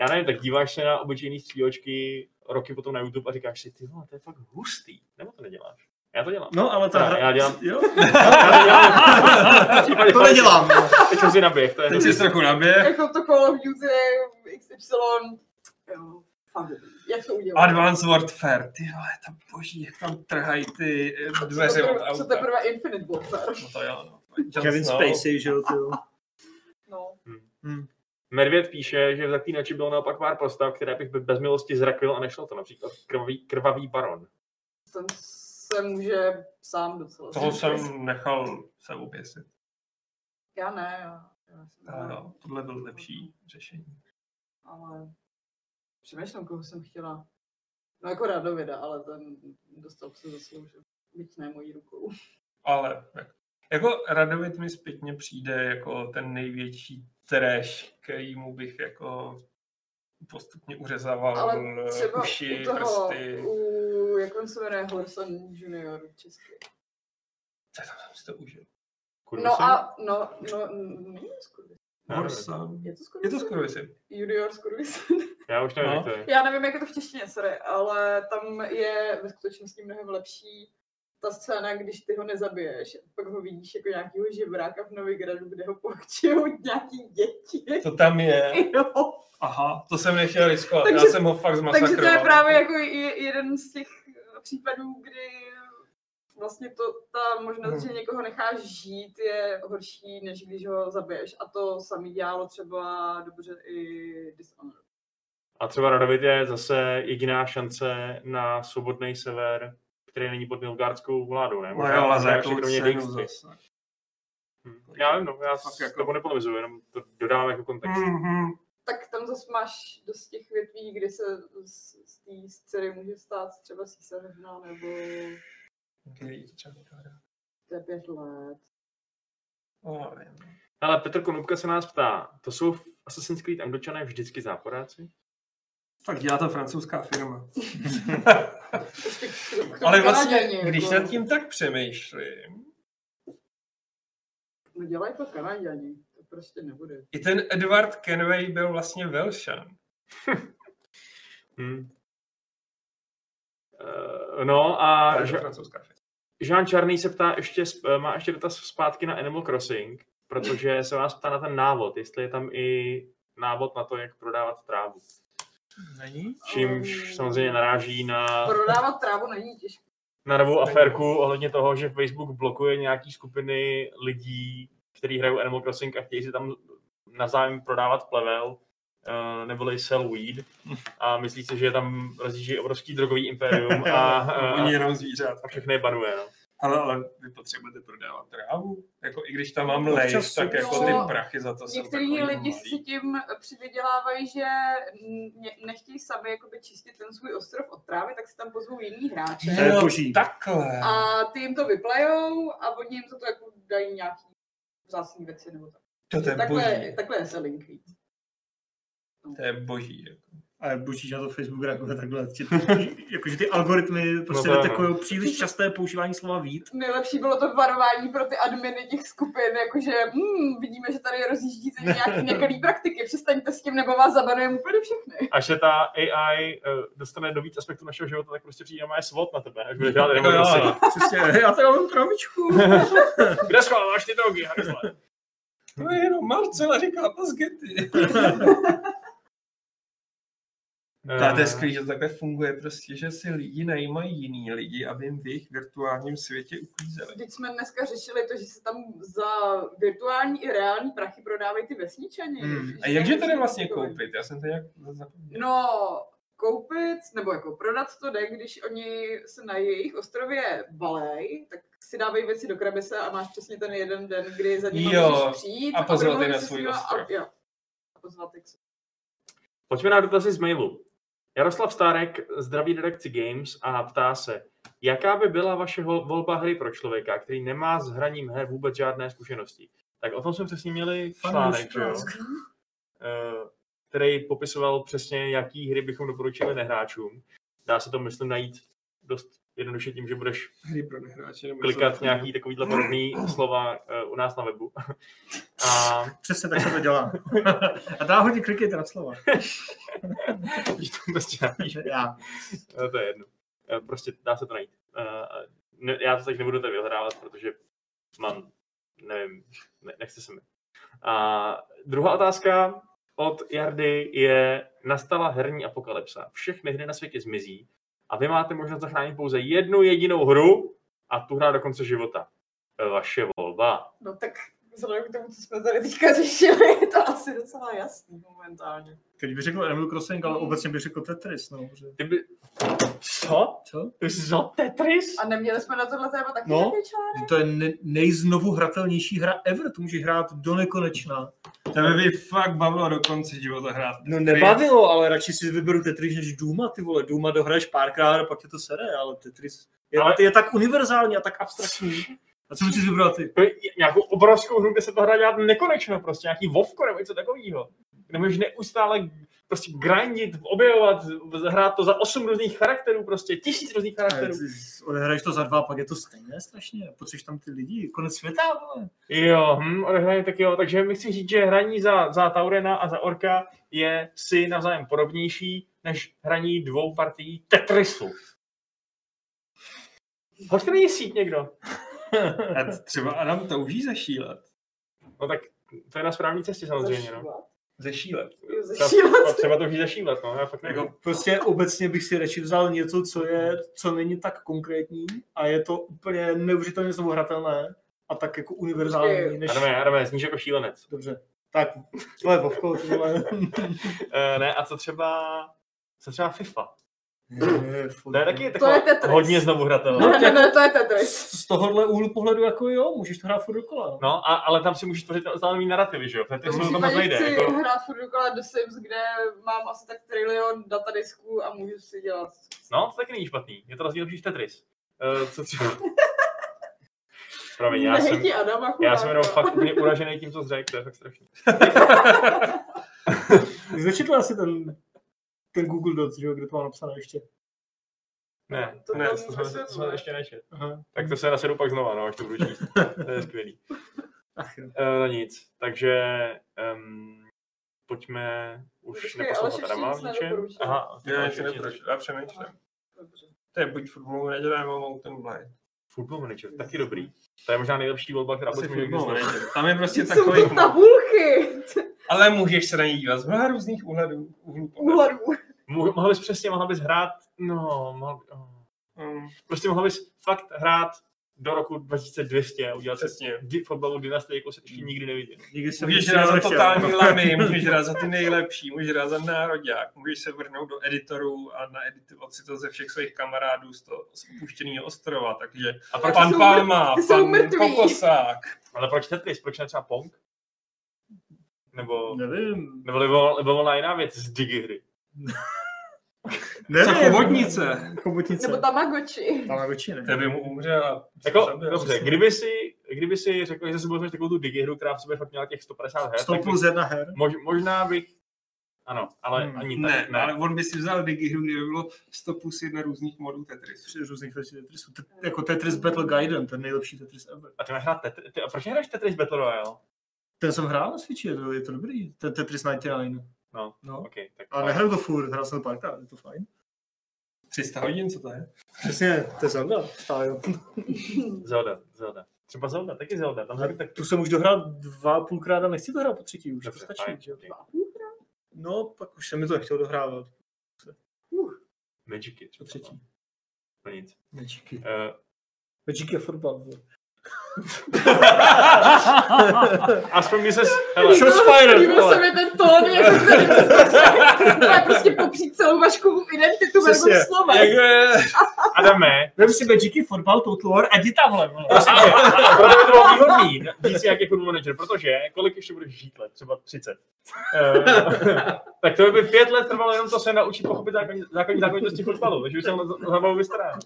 Speaker 1: já nevím, tak díváš se na obyčejné střílečky roky potom na YouTube a říkáš si, ty vole, to je fakt hustý. Nebo to neděláš? Já to dělám.
Speaker 4: No, ale ta
Speaker 1: Teda,
Speaker 4: hra...
Speaker 1: Eh, já dělám-
Speaker 4: Jo?
Speaker 1: Já to dělám. V případě
Speaker 4: to
Speaker 1: falešně.
Speaker 4: nedělám. no.
Speaker 1: Teď jsem si naběh, to je
Speaker 3: Teď jsi trochu naběh.
Speaker 2: Jako to Call of Duty, XY, jo, fakt, jak to udělat?
Speaker 3: Advanced Warfare, ty vole, tam boží, jak tam trhají ty eh, dveře
Speaker 2: co
Speaker 3: od
Speaker 2: teprve, co
Speaker 3: auta.
Speaker 2: teprve Infinite Warfare.
Speaker 3: No to jo, no.
Speaker 4: Kevin
Speaker 3: Jon Snow.
Speaker 4: Spacey, že jo, ty jo.
Speaker 2: No.
Speaker 4: Hmm.
Speaker 1: Medvěd píše, že v zaklínači bylo naopak pár postav, které bych bez milosti zrakvil a nešlo to. Například krvavý, krvavý baron.
Speaker 2: Ten se může sám docela.
Speaker 3: Toho jsem nechal se oběsit.
Speaker 2: Já ne, já, já jsem
Speaker 3: Ale jo, tohle byl lepší řešení.
Speaker 2: Ale přemýšlím, koho jsem chtěla. No jako Radovida, ale ten dostal se zasloužil. Byť ne mojí rukou.
Speaker 3: Ale jak- jako Radovit mi zpětně přijde jako ten největší trash, který mu bych jako postupně uřezával
Speaker 2: Ale
Speaker 3: eh,
Speaker 2: Třeba
Speaker 3: uši,
Speaker 2: u toho,
Speaker 3: prsty.
Speaker 2: u, jak on se jmenuje, Horson junior český.
Speaker 3: To tam jsem si to užil.
Speaker 1: Kurva,
Speaker 2: No
Speaker 1: jsem-
Speaker 2: a, no, no, mm, není to skurvis.
Speaker 1: Já nevím.
Speaker 3: Horsa.
Speaker 2: Je to skurvis?
Speaker 3: Je to skoro si.
Speaker 2: Junior skurvis.
Speaker 1: Já už nevím,
Speaker 3: No.
Speaker 1: jak to je.
Speaker 2: Já nevím, jak je to v češtině, sorry, ale tam je ve skutečnosti mnohem lepší ta scéna, když ty ho nezabiješ, pak ho vidíš jako nějakýho žebráka v Novigradu, kde ho pohčijou nějaký děti.
Speaker 3: To tam je.
Speaker 2: No.
Speaker 3: Aha, to jsem nechtěl riskovat.
Speaker 2: Takže-
Speaker 3: já jsem ho fakt zmasakroval.
Speaker 2: Takže to je právě jako je- jeden z těch případů, kdy vlastně to, ta možnost,
Speaker 3: Hmm.
Speaker 2: že někoho necháš žít, je horší, než když ho zabiješ. A to samý dělalo třeba dobře i Dishonored.
Speaker 1: A třeba Radovit je zase jediná šance na svobodný sever, který není pod Nilgardskou vládou, ne?
Speaker 3: No jo, ale za
Speaker 1: možná
Speaker 3: jakou
Speaker 1: kromě
Speaker 3: cenu
Speaker 1: Dijkstry.
Speaker 3: zase.
Speaker 1: Hm. Já vím, no, já
Speaker 3: Fakt
Speaker 1: s
Speaker 3: jako-
Speaker 1: tebou nepolemizuju, jenom to dodávám jako kontext.
Speaker 3: Mhm.
Speaker 2: Tak tam zase máš dost těch větví, kdy se z, z té dcery může stát třeba císařovna nebo
Speaker 3: Který to třeba vypadá?
Speaker 2: to je pět let.
Speaker 3: O, nevím.
Speaker 1: Ale Petr Konopka se nás ptá, to jsou v Assassin's Creed angličané vždycky záporáci?
Speaker 3: Tak dělá to francouzská firma.
Speaker 2: Ještě k tomu- k tomu
Speaker 3: Ale vlastně,
Speaker 2: Kanaděni,
Speaker 3: když
Speaker 2: jako-
Speaker 3: nad tím tak přemýšlím,
Speaker 2: No dělají to Kanaděni, to prostě nebude.
Speaker 3: i ten Edward Kenway byl vlastně Velšan.
Speaker 1: Hm. Eh, No a
Speaker 3: Ale je to
Speaker 1: Ža-
Speaker 3: francouzská firma.
Speaker 1: Jean Čarný se ptá ještě, sp- eh, má ještě dotaz zpátky na Animal Crossing, protože se vás ptá na ten návod, jestli je tam i návod na to, jak prodávat trávu.
Speaker 4: Není?
Speaker 1: Čímž
Speaker 2: Ehm.
Speaker 1: samozřejmě naráží na,
Speaker 2: Prodávat trávu není těžké.
Speaker 1: na novou aférku ohledně toho, že Facebook blokuje nějaký skupiny lidí, kteří hrají Animal Crossing a chtějí si tam navzájem prodávat plevel, eh, neboli sell weed a myslí si, že je tam rozjíždí obrovský drogový imperium a, a,
Speaker 3: Oni jenom zvířat.
Speaker 1: a všechny je banuje. No.
Speaker 3: Ale, ale vy potřebujete prodávat trávu? Jako i když tam mám
Speaker 4: Občas
Speaker 3: lejš,
Speaker 4: jsou-
Speaker 3: tak jako
Speaker 2: No,
Speaker 3: ty prachy za to jsou
Speaker 2: Někteří
Speaker 3: takový
Speaker 2: lidi si
Speaker 3: malý.
Speaker 2: tím přivydělávají, že ne- nechtějí sami jakoby čistit ten svůj ostrov od trávy, tak si tam pozvou jiný hráče.
Speaker 4: To je
Speaker 3: Jo,
Speaker 4: boží.
Speaker 3: No, Takhle.
Speaker 2: A ty jim to vyplejou a oni jim za to jako dají nějaký vzácný věci nebo tak.
Speaker 3: To, to je
Speaker 2: Takhle,
Speaker 3: boží.
Speaker 2: takhle je selling weed.
Speaker 3: To je boží. jako.
Speaker 4: A je boží, že na to Facebook reaguje takhle. Že- Jakože ty algoritmy prostě
Speaker 1: No to ano.
Speaker 4: detekujou příliš časté používání slova vít.
Speaker 2: Nejlepší bylo to varování pro ty adminy těch skupin, jakože hmm, vidíme, že tady rozjíždíte nějaký nekalý praktiky, přestaňte s tím, nebo vás zabanujeme úplně všechny.
Speaker 1: až se ta AI eh, dostane do víc aspektů našeho života, tak prostě přijde má svod na tebe, až budeš dělat
Speaker 3: Jako jo,
Speaker 1: revoluci.
Speaker 3: přesně, já tady mám travičku.
Speaker 1: Kde schováváš ty drogy, Harisle?
Speaker 3: No jenom Marcela říká to z Getty. A
Speaker 1: Eh,
Speaker 3: to je skvělý, že to takhle funguje prostě, že si lidi najímají jiný lidi, aby jim v jejich virtuálním světě uklízeli.
Speaker 2: Teď jsme dneska řešili to, že se tam za virtuální i reální prachy prodávají ty vesničani.
Speaker 3: Hmm.
Speaker 2: Že
Speaker 3: A jakže
Speaker 2: tam
Speaker 3: to jde
Speaker 2: jsou
Speaker 3: vlastně
Speaker 2: takové-
Speaker 3: koupit? Já jsem to nějak zapomněl.
Speaker 2: No, koupit, nebo jako prodat to jde, když oni se na jejich ostrově balej, tak si dávají věci do krabese a máš přesně ten jeden den, kdy za nimi
Speaker 3: Jo,
Speaker 2: můžeš přijít.
Speaker 3: a pozvat je
Speaker 2: domluvit
Speaker 3: na
Speaker 2: se s
Speaker 3: svůj
Speaker 2: nima
Speaker 3: ostrov.
Speaker 2: A, jo, a pozvat je k sobě.
Speaker 1: Pojďme na dotazy z mailu. Jaroslav Stárek zdraví redakci Games a ptá se, jaká by byla vaše vol- volba hry pro člověka, který nemá s hraním her vůbec žádné zkušenosti. Tak o tom jsme přesně měli článek, že jo? Eh, který popisoval přesně, jaký hry bychom doporučili nehráčům. Dá se to, myslím, najít dost jednoduše tím, že budeš
Speaker 3: Hry pro nehráče. nebo
Speaker 1: klikat
Speaker 3: něco
Speaker 1: nějaký takovýhle podobný slova eh, u nás na webu. A
Speaker 4: Přesně tak se to dělá. A dá hodně klikejte na slova.
Speaker 1: když to prostě napíš,
Speaker 4: Já.
Speaker 1: eh, to je jedno. Eh, Prostě dá se to najít. Eh, Ne, já to teď nebudu tady vyhrávat, protože mám, nevím, ne, nechce se mi. A druhá otázka od Jardy je, nastala herní apokalypsa. Všechny hry na světě zmizí a vy máte možnost zachránit pouze jednu jedinou hru a tu hrát do konce života. Vaše volba.
Speaker 2: No tak vzhledem k tomu, co jsme tady teďka řešili, je to asi docela jasný momentálně.
Speaker 4: Teď bych řekl Animal Crossing, ale obecně bych řekl Tetris. No, že...
Speaker 1: Ty by... Co?
Speaker 4: Co?
Speaker 1: Ty jsi vzal Tetris?
Speaker 2: A neměli jsme na tohle téma taky
Speaker 4: No.
Speaker 2: nějaký článek?
Speaker 4: Že to je ne- nejznovu hratelnější hra ever. To můžeš hrát do nekonečna.
Speaker 3: To by by fakt bavilo do konce života hrát.
Speaker 4: No nebavilo, ale radši si vyberu Tetris než Duma, ty vole. Duma dohraješ párkrát a pak tě to sere, ale Tetris je,
Speaker 1: Ale-
Speaker 4: ale... je tak univerzální a tak abstraktní. A co musíš vybrat ty?
Speaker 1: To je nějakou obrovskou hru, kde se to hraje dělat nekonečno, prostě nějaký vovko nebo něco takového. Kde můžeš neustále prostě grindit, objevovat, hrát to za osm různých charakterů, prostě tisíc různých charakterů.
Speaker 4: Eh, Odehraješ to za dva, pak je to stejné strašně. Potřebuješ tam ty lidi, konec světa, vole.
Speaker 1: Jo, hm, odehraje tak jo. Takže mi chci říct, že hraní za, za Taurena a za Orka je si navzájem podobnější než hraní dvou partií Tetrisu. Hoďte na ní sít někdo.
Speaker 3: A třeba Adam touží zašílet.
Speaker 1: No tak to je na správné cestě samozřejmě. No.
Speaker 3: Zešílet.
Speaker 2: Jo,
Speaker 1: Třeba,
Speaker 2: zašívat.
Speaker 1: třeba to už zašívat, no, já fakt nevím.
Speaker 4: Jako, prostě obecně bych si radši vzal něco, co je, co není tak konkrétní a je to úplně neuvěřitelně znovu hratelné a tak jako univerzální,
Speaker 2: Počkej.
Speaker 4: než...
Speaker 1: Adame, Adame, zníš jako šílenec.
Speaker 4: Dobře. Tak, tvoje Vovko, ty vole.
Speaker 1: Eh, ne, a co třeba, co třeba FIFA?
Speaker 4: Je, furt.
Speaker 1: Ne, taky je
Speaker 2: To je
Speaker 1: taková
Speaker 2: Tetris.
Speaker 1: hodně znovu hratelná.
Speaker 2: Ne, ne, ne, to je Tetris.
Speaker 4: Z, z tohohle úhlu pohledu jako jo, můžeš to hrát furt dokola. No.
Speaker 1: No, a, ale tam si můžeš tvořit neustále nový narrativy, že jo?
Speaker 2: To
Speaker 1: Tetris
Speaker 2: v
Speaker 1: to tam moc
Speaker 2: případě
Speaker 1: nejde.
Speaker 2: chci
Speaker 1: Jako,
Speaker 2: hrát furt dokola do Sims, kde mám asi tak trilion datadisků a můžu si dělat.
Speaker 1: no, to taky není špatný. Je to rozdíl lepší Tetris. Uh, co třeba? Promiň, já jsem,
Speaker 2: Nehejti Adama
Speaker 1: já
Speaker 2: chudáka.
Speaker 1: jsem jenom fakt úplně uražený tím, co jsi řekl, to je fakt strašný.
Speaker 4: Zečetl asi No. ten, ten Google Docs, že jo, kde to má napsané ještě.
Speaker 1: Ne,
Speaker 2: To
Speaker 1: ne, to jsme,
Speaker 2: tam
Speaker 1: to jsme
Speaker 2: vysvětluje.
Speaker 1: ještě nečet.
Speaker 4: Aha.
Speaker 1: Tak to se nasedu pak znova, no, až to budu číst. To je skvělý.
Speaker 4: Ach jo.
Speaker 1: Uh, no nic, takže um, pojďme už
Speaker 2: Počkej,
Speaker 1: neposlouchat
Speaker 2: Aleš
Speaker 1: Adama v
Speaker 2: ještě nic
Speaker 1: ničem.
Speaker 2: nedoporučil.
Speaker 1: Aha,
Speaker 3: Já
Speaker 1: Aleš
Speaker 3: ještě
Speaker 1: ještě něco-
Speaker 3: neproč, já přemýšlím.
Speaker 2: Dobře.
Speaker 3: To je buď Football Manager nebo Mountain Blade.
Speaker 1: Football Manager, taky dobrý. To je možná nejlepší volba, která
Speaker 3: Asi
Speaker 1: bude někdy
Speaker 3: Football
Speaker 1: znovu.
Speaker 3: Manager. Tam je prostě
Speaker 2: Jsou
Speaker 3: takový...
Speaker 2: to tabulky
Speaker 3: Ale můžeš se na ní dívat z mnoha různých úhledů. úhlů pohledu.
Speaker 2: úhladů.
Speaker 1: Mo- Mohl bys přesně, mohl bys hrát, no, mohl, oh.
Speaker 3: Mm,
Speaker 1: prostě mohl bys fakt hrát do roku 2200 a udělat si
Speaker 3: Přesně.
Speaker 1: di- fotbalovou dynastii, jako se ještě nikdy neviděl.
Speaker 4: Nikdy jsem
Speaker 3: Můžeš hrát za totální lamy, můžeš hrát za ty nejlepší, můžeš hrát za nároďák, můžeš se vrhnout do editoru a naeditovat si to ze všech svých kamarádů z toho spuštěného ostrova, takže
Speaker 1: A
Speaker 3: pan
Speaker 1: proč,
Speaker 2: jsou-
Speaker 3: Palma,
Speaker 2: ty jsou
Speaker 3: pan
Speaker 2: mrtví.
Speaker 3: Kokosák.
Speaker 1: ale proč Tetris, proč ne třeba Pong? Nebo,
Speaker 4: Nevím.
Speaker 1: nebo libo, libovolná jiná věc z digi hry.
Speaker 3: Co chobotnice?
Speaker 4: Chobotnice.
Speaker 2: Nebo Tamagotchi.
Speaker 4: Tam jako ne?
Speaker 3: Tebe mu umřela.
Speaker 1: Jako, dobře, kdyby si, kdyby si řekl, že si vezmeš takovou tu digi hru, která v sobě fakt měla těch 150 her,
Speaker 4: 100
Speaker 1: tak bych,
Speaker 4: plus 1 her.
Speaker 1: mož, možná bych, ano, ale
Speaker 4: Hmm,
Speaker 1: ani tak,
Speaker 3: Ne, ale on by si vzal digihru, kde by bylo 100 plus 1 různých modů Tetris.
Speaker 4: Tři různých verzi Tetrisu. Te- jako Tetris Battle Gaiden, ten nejlepší Tetris ever.
Speaker 1: A ty máš hrát Tetris, ty, a proč hraješ Tetris Battle Royale?
Speaker 4: Ten jsem hrál na Switchi, je to, je to dobrý. Ten Tetris 99.
Speaker 1: No.
Speaker 4: no.
Speaker 1: OK, tak
Speaker 4: A nehraju to furt, hrál jsem to párkrát, je to fajn.
Speaker 3: 300 hodin, co to je?
Speaker 4: Přesně, to je Zelda. style.
Speaker 1: Zelda, Zelda. Třeba Zelda, taky Zelda. Tam
Speaker 4: Ale
Speaker 1: taky tak...
Speaker 4: Tu jsem už dohrál dva a půlkrát a nechci to hrát po třetí, už Hm, to
Speaker 1: Dobře,
Speaker 4: stačí.
Speaker 1: fajn,
Speaker 4: Že? jo.
Speaker 1: dobrý.
Speaker 4: No, pak už jsem mi to nechtěl dohrávat
Speaker 1: Magicy.
Speaker 4: po
Speaker 1: Třeba.
Speaker 4: třetí.
Speaker 1: No nic.
Speaker 4: Magicy.
Speaker 1: Eh,
Speaker 4: Magicy a fotbal. vole.
Speaker 1: aspoň mi se... Hele,
Speaker 4: Shots fired,
Speaker 2: Líbil
Speaker 4: vole.
Speaker 2: se mi ten tón, jako který Ale prostě popřít celou vaškovou identitu ve
Speaker 4: Přesně.
Speaker 2: dvou slovech.
Speaker 3: Jako je...
Speaker 1: Adame,
Speaker 4: Vem si Magicy, fotbal, Total War a jdi tamhle. vole.
Speaker 1: prosím tě, Prostě, proto by to bylo výhodný víc jak jako manager, protože kolik ještě budeš žít let, třeba 30. Eh, tak to by pět let trvalo jenom to se naučit pochopit základní, základní zákonitosti fotbalu, takže už jsem za- zabavu vystaráno.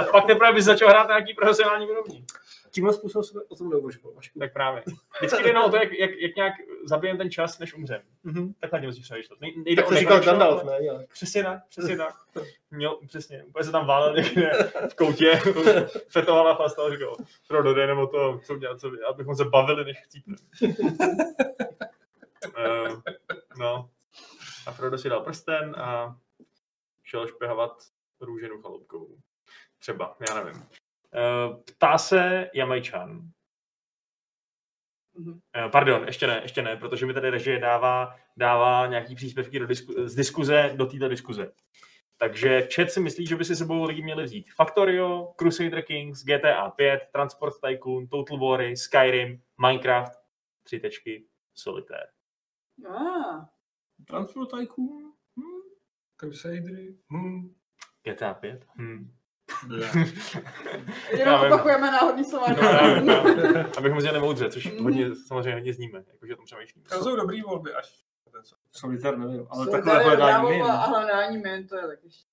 Speaker 1: A pak teprve bys začal hrát na nějaký profesionální úrovni.
Speaker 4: Tímhle způsobem jsem o tom neuvažoval. Vašku.
Speaker 1: Tak právě. Vždycky jde jenom o to, jak, jak, jak nějak zabijem ten čas, než umřem.
Speaker 4: Mhm.
Speaker 1: Takhle musíš přemýšlet. Nej- nejde
Speaker 4: Tak
Speaker 1: o
Speaker 4: to říkal
Speaker 1: nekonečno,
Speaker 4: Gandalf,
Speaker 1: ale-
Speaker 4: ne? Já.
Speaker 1: Přesně tak, přesně tak. Měl, přesně, úplně se tam válel někde v koutě, fetoval a chlastal, říkal, Frodo, jde jenom o to, co dělat, co, dělat, abychom se bavili, než chcípne. uh, no. A Frodo si dal prsten a šel špehavat růženou chaloupkou. Třeba, já nevím. Uh, ptá se Jamajčan.
Speaker 2: Mhm.
Speaker 1: Eh, Pardon, ještě ne, ještě ne, protože mi tady režie dává, dává nějaký příspěvky do disku, z diskuze do této diskuze. Takže chat si myslí, že by si sebou lidi měli vzít Factorio, Crusader Kings, GTA 5, Transport Tycoon, Total War, Skyrim, Minecraft, tři tečky, Solitaire.
Speaker 2: Ah,
Speaker 3: Transport Tycoon? Hmm. Crusadery? Hmm.
Speaker 1: GTA 5? Hmm. Já
Speaker 2: Jenom
Speaker 1: vím.
Speaker 2: opakujeme náhodný slova.
Speaker 1: No, já, já, abychom zjeli moudře, což hodně, samozřejmě hodně zníme, jakože o tom přemýšlím.
Speaker 3: To jsou dobrý volby až.
Speaker 4: Solitaire nevím, ale
Speaker 2: Jsou
Speaker 4: takové
Speaker 2: tady
Speaker 4: hledání no.
Speaker 2: dobrá
Speaker 4: min.
Speaker 2: volba A hledání min, to je taky št-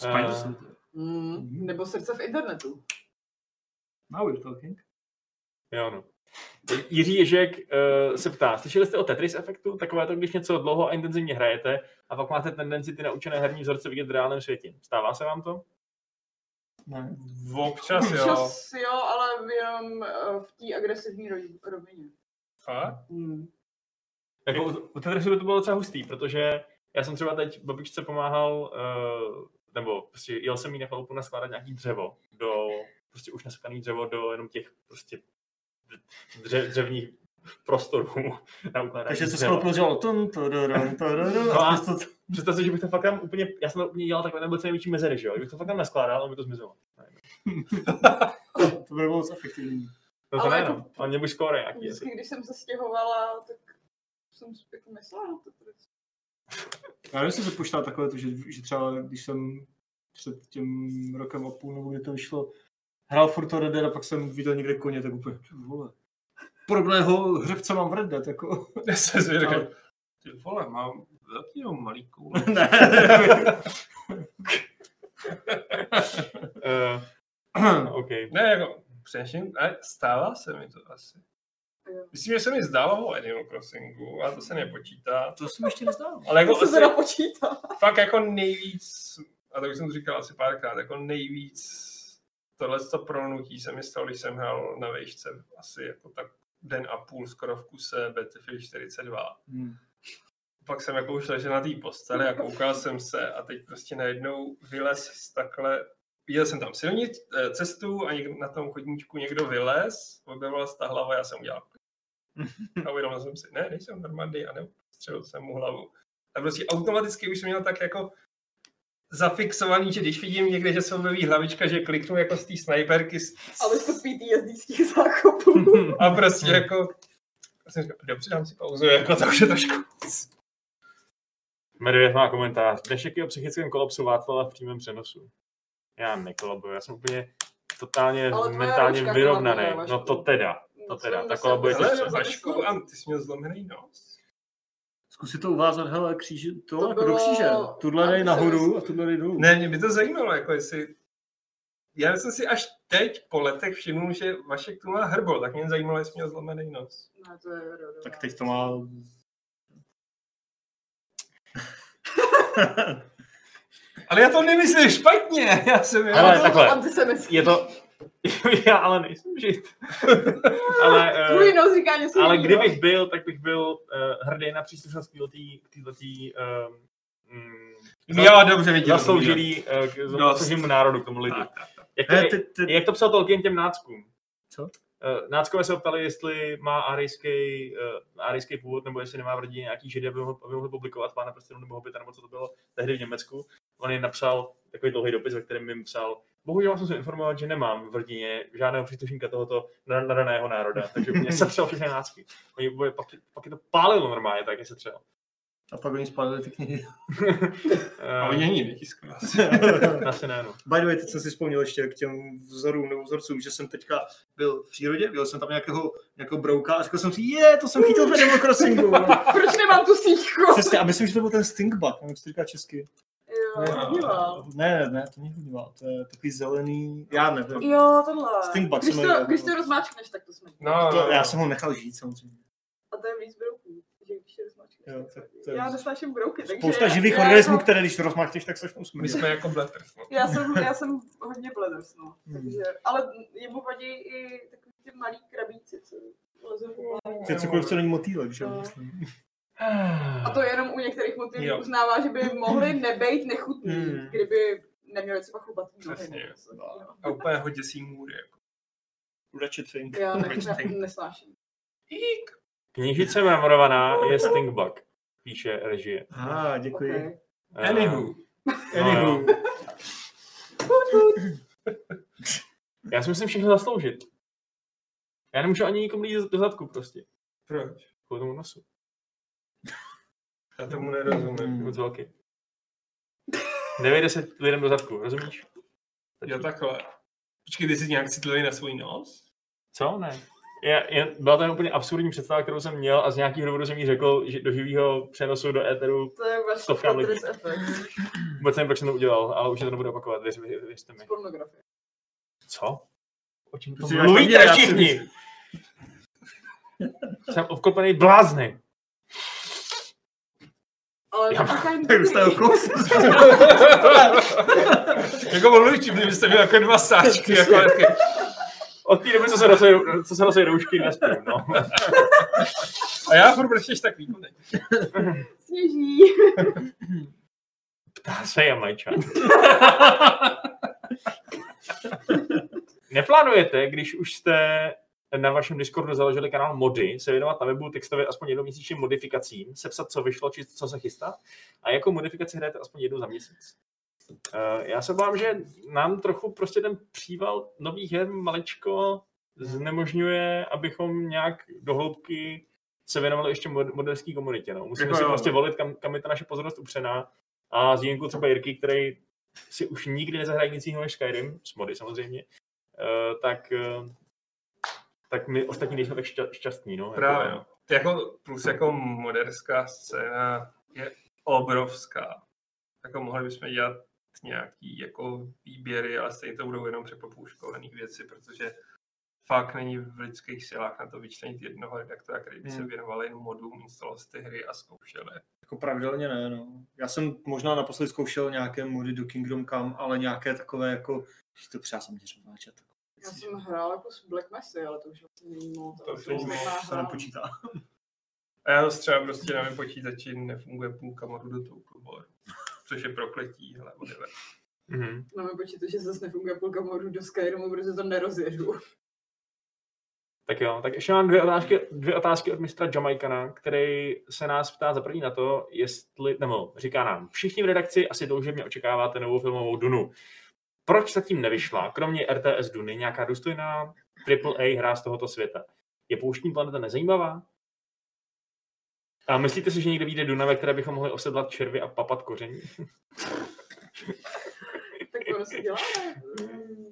Speaker 1: Spider
Speaker 4: Spider Eh.
Speaker 1: Solitaire.
Speaker 2: Mm, Nebo srdce v internetu.
Speaker 4: Now we're talking.
Speaker 1: Jo, no. Jiří Ježek uh, se ptá, slyšeli jste o Tetris efektu? Takové to, když něco dlouho a intenzivně hrajete a pak máte tendenci ty naučené herní vzorce vidět v reálném světě. Stává se vám to?
Speaker 3: Ne. Občas jo.
Speaker 2: Čas, jo, ale jenom eh, v té agresivní rovi- rovině.
Speaker 3: Fakt?
Speaker 2: Hmm.
Speaker 1: Jako u, u Tetrisu by to bylo docela hustý, protože já jsem třeba teď babičce pomáhal, uh, nebo prostě jel jsem jí na chalupu naskládat nějaký dřevo do, prostě už nasekaný dřevo do jenom těch prostě dře, dřevních prostorů na ukládání
Speaker 5: Takže se
Speaker 1: dřeva.
Speaker 5: skoro dělalo tun, tudurum, tudurum,
Speaker 1: No a-
Speaker 5: a prostě to-
Speaker 1: Představ si, že bych to fakt tam úplně, já jsem to úplně dělal takhle, nebo co největší mezery, že jo? Kdybych to fakt tam neskládal, ono by to zmizelo.
Speaker 5: to by bylo moc efektivní.
Speaker 1: No to
Speaker 2: Ale
Speaker 1: ne,
Speaker 2: jako-
Speaker 1: no. ale měl bych skoro nějaký. asi.
Speaker 2: Vždycky, když jsem se stěhovala, tak jsem si jako myslela na to. prostě.
Speaker 4: Já nevím, jestli se počítá takové, to, že, že třeba když jsem před tím rokem a půl, nebo kdy to vyšlo, hrál furt to Red Dead a pak jsem viděl někde koně, tak úplně, ty vole, podobného hřebce mám v Red Dead, jako.
Speaker 3: Já jsem si řekl,
Speaker 4: Ale-
Speaker 3: ty vole, mám velký nebo malý koul.
Speaker 5: ne.
Speaker 1: Eh, OK.
Speaker 3: ne, jako, přeším, ne, stává se mi to asi.
Speaker 2: Jo.
Speaker 3: Myslím, že se mi zdálo o Animal Crossingu, a to se nepočítá.
Speaker 4: To jsem ještě neznal.
Speaker 3: Ale jako
Speaker 2: To se
Speaker 3: asi,
Speaker 2: teda počítá.
Speaker 3: fakt jako nejvíc, a tak už jsem to říkal asi párkrát, jako nejvíc tohle to prolnutí se mi stalo, když jsem hrál na vejšce asi jako tak den a půl skoro v kuse Battlefield 42.
Speaker 4: Hmm.
Speaker 3: pak jsem jako už ležel na té posteli a koukal jsem se a teď prostě najednou vylez z takhle, viděl jsem tam silnic, eh, cestu a někdo, na tom chodníčku někdo vylez, objevila se ta hlava, já jsem udělal a uvědomil jsem si, ne, nejsem Normandy a neustřelil jsem mu hlavu. A prostě automaticky už jsem měl tak jako zafixovaný, že když vidím někde, že se objeví hlavička, že kliknu jako z té sniperky z-
Speaker 2: Ale to spítí jezdických zákopů.
Speaker 3: a prostě jako já jsem říkal, dobře, dám si pauzu, jako to už je trošku.
Speaker 1: Medvěd má komentář. Dnešek je o psychickém kolapsu Václava v přímém přenosu. Já nekolabuju, já jsem úplně totálně
Speaker 2: Ale tvoje
Speaker 1: mentálně
Speaker 2: rouška
Speaker 1: vyrovnaný.
Speaker 2: kolabuje,
Speaker 1: No
Speaker 2: Vašku.
Speaker 1: to teda. To
Speaker 2: co
Speaker 1: teda,
Speaker 2: jsem
Speaker 1: taková
Speaker 2: myslela,
Speaker 1: bude
Speaker 2: že
Speaker 1: těžší.
Speaker 3: Ale
Speaker 2: jsem
Speaker 3: Vašku,
Speaker 2: zapomněla.
Speaker 3: a ty jsi měl zlomený nos.
Speaker 4: Zkusit to uvázat, hele, kříže, to,
Speaker 2: To
Speaker 4: jako do
Speaker 2: bylo-
Speaker 4: kříže. Tuhle dej
Speaker 2: aby se
Speaker 4: nahoru a
Speaker 2: vysvětlil.
Speaker 4: tuhle dej dolů.
Speaker 3: Ne, mě by to zajímalo, jako jestli... Já jsem si až teď po letech všiml, že Vašek tu má hrbol, tak mě zajímalo, jestli měl zlomený nos.
Speaker 2: Ne, to je rodová.
Speaker 5: tak teď to má...
Speaker 3: Ale já to nemyslím špatně, já jsem jenom...
Speaker 1: Ale
Speaker 2: To
Speaker 1: takhle.
Speaker 2: antisemitský.
Speaker 1: Je to... Já ale nejsem žid. ale,
Speaker 2: Tvůj no.
Speaker 1: eh,
Speaker 2: nos říká něco
Speaker 1: ale
Speaker 2: jiného.
Speaker 1: kdybych byl, tak bych byl eh, hrdý na příslušnost týhletý, týhletý eh, um,
Speaker 3: Jo, dobře, viděl.
Speaker 1: zasloužilý eh, k- zasloužilému národu, k tomu lidu.
Speaker 3: Tak, tak, Eh,
Speaker 1: Jak
Speaker 3: tak.
Speaker 1: to,
Speaker 5: Ne,
Speaker 1: je-
Speaker 5: ty, ty,
Speaker 1: Jak to psal Tolkien těm náckům?
Speaker 5: Co?
Speaker 1: Eh, Náckové se optali, jestli má arijský, uh, arijský původ, nebo jestli nemá v rodině nějaký židy, aby mohl, aby mohl publikovat Pána prstenů nebo Hobita, nebo co to bylo tehdy v Německu. On jim napsal takový dlouhý dopis, ve kterém jim psal, bohužel jsem se informovat, že nemám v rodině žádného příslušníka tohoto na- nadaného národa, takže mě setřel všechny nácky. Oni, oboje- pak, pak, je to pálilo normálně, tak je setřel.
Speaker 4: A pak oni spálili ty knihy.
Speaker 3: Ale není vytiskl.
Speaker 1: Asi ne, no.
Speaker 4: By the way, teď jsem si vzpomněl ještě k těm vzorům nebo vzorcům, že jsem teďka byl v přírodě, byl jsem tam nějakého, nějakého brouka a řekl jsem si, je, to jsem chytil v Animal Crossingu.
Speaker 2: Proč nemám tu síťku?
Speaker 4: Přesně, a myslím, že to byl ten stingbug, nevím, jak se to říká česky.
Speaker 2: Jo, podívám.
Speaker 4: Ne, ne, to není hodivá, to je takový zelený, já nevím.
Speaker 2: Jo, tohle.
Speaker 4: Stinkbug
Speaker 2: když,
Speaker 4: se jmenuje.
Speaker 2: to, když to rozmáčkneš, tak to jsme.
Speaker 3: No,
Speaker 4: To, já jsem ho nechal žít samozřejmě.
Speaker 2: A to je víc brouků. Že když to rozmáčkneš,
Speaker 4: Jo,
Speaker 2: tak
Speaker 4: tak
Speaker 2: smrdí.
Speaker 4: to je-
Speaker 2: Já nesnáším brouky, takže...
Speaker 4: Spousta živých
Speaker 2: já,
Speaker 4: organismů,
Speaker 2: já,
Speaker 4: které když rozmáčneš, tak se
Speaker 3: my
Speaker 4: smrdí.
Speaker 3: jsme jako bleters. No.
Speaker 2: já, jsem, já jsem hodně bleders, no.
Speaker 4: Hmm.
Speaker 2: Takže, ale jemu vadí i takový ty malý krabíci, co lezou po
Speaker 4: To je cokoliv, co není motýlek, že jo?
Speaker 2: No.
Speaker 4: myslím.
Speaker 2: A to jenom u některých motivů
Speaker 3: Jo.
Speaker 2: uznává, že by mohli nebejt nechutný,
Speaker 4: Hmm. no.
Speaker 2: kdyby neměli třeba chlubatý nohy.
Speaker 3: Přesně.
Speaker 2: nebo něco takového.
Speaker 3: A úplně ho děsí můry. Jako.
Speaker 4: Ratchet thing.
Speaker 2: Já ne,
Speaker 3: Počkej.
Speaker 2: ne, nesnáším.
Speaker 1: Knížice memorovaná je Stingbug, píše režie.
Speaker 4: A, ah, děkuji. Okay.
Speaker 2: Okay.
Speaker 1: Eh,
Speaker 3: Anywho.
Speaker 1: Anywho. Já si musím všechno zasloužit. Já nemůžu ani nikomu jít do zadku prostě.
Speaker 3: Proč?
Speaker 1: Kvůli tomu nosu.
Speaker 3: Já tomu nerozumím.
Speaker 1: Je
Speaker 4: Hmm.
Speaker 1: moc velký. Nevejde se lidem do zadku, rozumíš?
Speaker 3: Jo, takhle. Počkej, ty jsi nějak citlivý na svůj nos?
Speaker 1: Co? Ne. Já, já, byla to jen úplně absurdní představa, kterou jsem měl a z nějakého důvodu jsem jí řekl, že do živého přenosu do éteru
Speaker 2: To je vlastně
Speaker 1: Stovkám lidí.
Speaker 2: Tetris efekt
Speaker 1: vůbec nevím, proč jsem to udělal, ale už se to nebudu opakovat, věř, věř, věřte mi.
Speaker 2: z pornografie.
Speaker 1: Co?
Speaker 4: O čem to
Speaker 5: Prostě-
Speaker 4: mluví?
Speaker 5: Já
Speaker 1: Mluvíte
Speaker 5: si
Speaker 1: všichni!
Speaker 5: myslím-
Speaker 1: Jsem obklopený blázny.
Speaker 2: Ale
Speaker 1: Já-
Speaker 2: říkají mi
Speaker 5: Tak
Speaker 2: dobrý.
Speaker 5: dostal kus.
Speaker 3: Jako mluvčí, kdybyste měl jako dva sáčky. Jako, jako,
Speaker 1: Od té doby, co se nosej, co se nosej roušky, nespím, no.
Speaker 3: a já furt brčeš tak výkonný.
Speaker 2: Sněží.
Speaker 1: Ptá se Jamajčan. Neplánujete, když už jste na vašem Discordu založili kanál Mody, se věnovat na webu textově aspoň jednou měsíčním modifikacím, sepsat, co vyšlo, či co se chystá, a jakou modifikaci hrajete aspoň jednou za měsíc? Eh, Já se bám, že nám trochu prostě ten příval nových her maličko znemožňuje, abychom nějak dohloubky se věnovali ještě mod- modelské komunitě. No. Musíme
Speaker 3: Jako
Speaker 1: si
Speaker 3: jo.
Speaker 1: prostě volit, kam, kam je ta naše pozornost upřená. A s výjimkou třeba Jirky, který si už nikdy nezahraje nic jiného než Skyrim, s mody samozřejmě, eh, tak, eh, tak my ostatní nejsme tak šťa- šťastní. No,
Speaker 3: Právě.
Speaker 1: Jako,
Speaker 3: no. Jako, plus jako moderská scéna je obrovská. Jako mohli bychom dělat nějaký jako výběry, ale stejně to budou jenom přepopouškované věci, protože fakt není v lidských silách na to vyčlenit jednoho redaktora, který by se
Speaker 4: Hmm.
Speaker 3: věnoval jen modům, instaloval si ty hry a zkoušel je.
Speaker 4: Jako pravidelně ne, no. Já jsem možná naposledy zkoušel nějaké mody do Kingdom Come, ale nějaké takové jako, že to třeba zaměřím na chat.
Speaker 2: Já jsem hrála jako s Black Mesa, ale to už vlastně není moc.
Speaker 3: To už
Speaker 2: ale
Speaker 3: není
Speaker 2: jsem
Speaker 3: moc,
Speaker 2: hrála.
Speaker 4: se nepočítá.
Speaker 3: A já zase třeba prostě na mém počítači nefunguje půlka modu do toho kluboru, což je prokletí, ale whatever.
Speaker 1: mm-hmm.
Speaker 2: Na mém počítači zase nefunguje půlka modu do Skyrimu, protože to nerozjedu.
Speaker 1: Tak jo, tak ještě mám dvě otázky, dvě otázky od mistra Jamaikana, který se nás ptá za první na to, jestli, nebo říká nám, všichni v redakci asi toužebně očekáváte novou filmovou Dunu. Proč zatím nevyšla, kromě RTS Duny, nějaká důstojná AAA hra z tohoto světa? Je pouštní planeta nezajímavá? A myslíte si, že někde vyjde Duna, ve které bychom mohli osedlat červy a papat koření?
Speaker 2: Tak prostě ono se dělá, ne?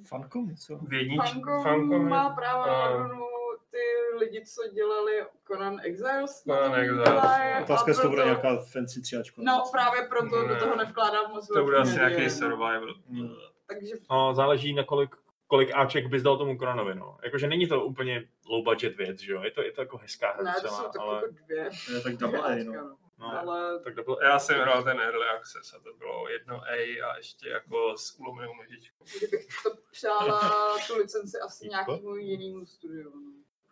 Speaker 4: Fankom, co?
Speaker 3: V jedničce,
Speaker 2: Fankom má práva
Speaker 3: a-
Speaker 2: na Dunu ty lidi, co dělali Conan Exiles. na
Speaker 3: Conan
Speaker 2: tom
Speaker 3: Exiles,
Speaker 2: dělají
Speaker 4: Otázka,
Speaker 2: a
Speaker 4: jestli to bude
Speaker 2: proto-
Speaker 4: nějaká fancy třiačka.
Speaker 2: No právě proto
Speaker 3: Ne.
Speaker 2: do toho nevkládám moc
Speaker 3: to bude
Speaker 2: velký
Speaker 3: asi
Speaker 2: naděje,
Speaker 3: nějaký
Speaker 2: no.
Speaker 3: survival.
Speaker 4: Hmm.
Speaker 2: Takže
Speaker 1: No, záleží na kolik, kolik Aček bys dal tomu Kronovi, no. Jakože není to úplně low budget věc, že jo? Je to, je to jako hezká hra
Speaker 2: ne, to
Speaker 1: docela,
Speaker 2: jsou tak
Speaker 1: ale...
Speaker 2: jako dvě.
Speaker 4: Je tak double A,
Speaker 2: Ačka,
Speaker 4: no.
Speaker 1: No,
Speaker 2: Ale
Speaker 1: tak to bylo...
Speaker 3: Já jsem hrál ten Early Access a to bylo jedno A a ještě jako s ulomenou nožičkou.
Speaker 2: kdybych to přála tu licenci asi
Speaker 1: Jako?
Speaker 2: nějakému jinému studiu.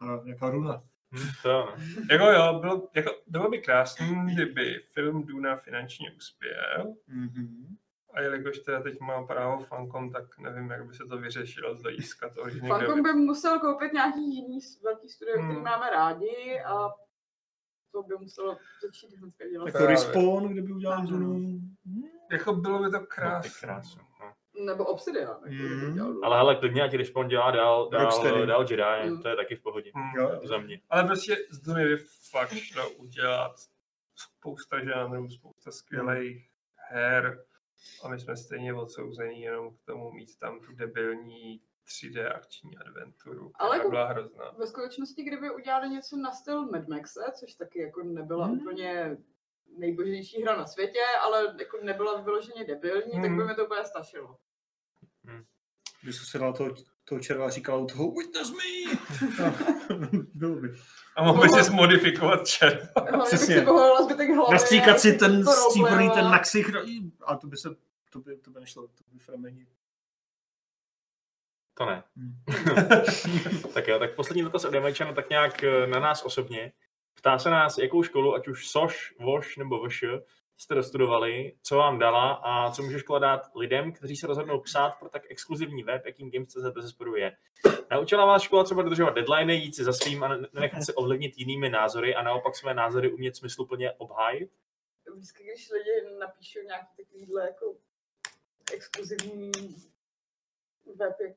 Speaker 2: no.
Speaker 4: A nějaká runa.
Speaker 1: Hm, to jo, no.
Speaker 3: Jako jo, bylo, jako, bylo by krásný, kdyby film Duna finančně uspěl.
Speaker 4: Mm-hmm.
Speaker 3: A jelikož teda teď má právo fankom, tak nevím, jak by se to vyřešilo z hlediska toho, že někdo
Speaker 2: Fankom by musel koupit nějaký jiný s- velký studio,
Speaker 3: Hmm.
Speaker 2: který máme rádi a to by muselo začít hnedka dělat.
Speaker 4: Jako
Speaker 3: Právě.
Speaker 4: respawn, kdyby udělal
Speaker 2: Ano.
Speaker 4: Dunu.
Speaker 3: Jako bylo by to
Speaker 1: No, ty
Speaker 3: krásné.
Speaker 1: krásu, no.
Speaker 2: Nebo Obsidian.
Speaker 4: Hmm.
Speaker 2: Mm.
Speaker 1: Ale hele, klidně, ať Respawn dělá dál, dál,
Speaker 4: Rocksteady.
Speaker 1: dál Jedi,
Speaker 2: Mm.
Speaker 1: to je taky v pohodě.
Speaker 3: Hmm.
Speaker 4: Jo.
Speaker 1: Za mě.
Speaker 3: Ale prostě z Duny by fakt šlo udělat spousta žánrů, spousta skvělých her a my jsme stejně odsouzení jenom k tomu mít tam tu debilní 3D akční adventuru, která
Speaker 2: Ale
Speaker 3: Ale
Speaker 2: jako-
Speaker 3: byla hrozná.
Speaker 2: Ve skutečnosti, kdyby udělali něco na styl Mad Maxe, což taky jako nebyla
Speaker 4: Hmm.
Speaker 2: úplně nejbožnější hra na světě, ale jako nebyla vyloženě debilní, tak by
Speaker 3: Hmm.
Speaker 2: mi to úplně stačilo.
Speaker 4: Když jsem se dal toho, toho červa a říkal u toho Witness me! Bylo by.
Speaker 3: A mohli
Speaker 2: Tohle-
Speaker 3: si modifikovat čer.
Speaker 2: Hlavně bych
Speaker 4: Přesně.
Speaker 2: si povolila zbytek hlavy.
Speaker 4: Nastříkat si
Speaker 2: a jako
Speaker 4: ten
Speaker 2: to robleva.
Speaker 4: stříbrný, ten na ksich, no, i- a to by se, to by, to by nešlo, to by framení.
Speaker 1: To ne.
Speaker 4: Hmm.
Speaker 1: tak jo, tak poslední dotaz od Jamajčana, tak nějak eh, na nás osobně. Ptá se nás, jakou školu, ať už SOŠ, VOŠ nebo VŠ, jste dostudovali, co vám dala a co může škola dát lidem, kteří se rozhodnou psát pro tak exkluzivní web, jakým Games.cz bezesporu je. Naučila vás škola třeba dodržovat deadline, jít si za svým a ne- nenechat se ovlivnit jinými názory a naopak své názory umět smysluplně obhájit?
Speaker 2: vždycky, když lidi napíšou nějaký takovýhle jako exkluzivní web, jak,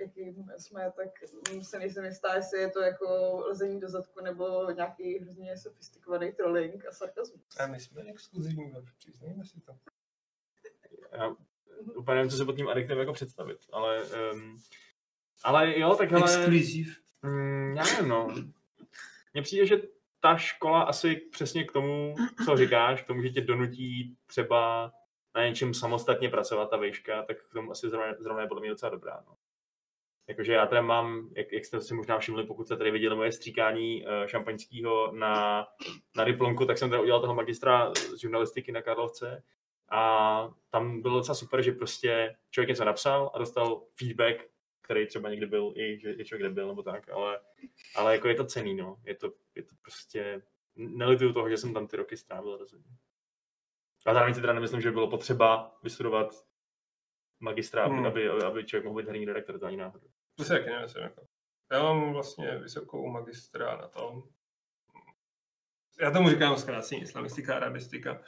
Speaker 2: jaký jsme, tak se nejsem jistá, jestli je to jako lezení do zadku nebo nějaký hrozně sofistikovaný trolling a sarkazmus.
Speaker 3: A my jsme exkluzivní web, přiznejme si to.
Speaker 1: Já úplně nevím, co se pod tím adjektivem jako představit, ale... Um, ale jo, tak hele...
Speaker 4: Exkluziv.
Speaker 1: Mm, já nevím, no. Mně přijde, že ta škola asi přesně k tomu, co říkáš, k tomu, že tě donutí třeba na něčem samostatně pracovat ta vejška, tak k tomu asi zrovna, zrovna je podle mě docela dobrá. No. Jakože já tady mám, jak, jak jste si možná všimli, pokud jste tady viděli moje stříkání eh, šampaňského na, na diplomku, tak jsem tady udělal toho magistra z žurnalistiky na Karlovce. A tam bylo docela super, že prostě člověk něco napsal a dostal feedback, který třeba někdy byl, i že, že člověk nebyl nebo tak, ale, ale jako je to cený, no. Je to, je to prostě, nelituju toho, že jsem tam ty roky strávil rozhodně. A zároveň si teda nemyslím, že bylo potřeba vystudovat magistra,
Speaker 3: Hmm.
Speaker 1: hmm. aby, aby, aby člověk mohl být herní redaktor, to ani náhodou.
Speaker 3: To se taky nemyslím. Jako. Já mám vlastně vysokou magistra na tom. Já tomu říkám zkrácení islamistika, arabistika.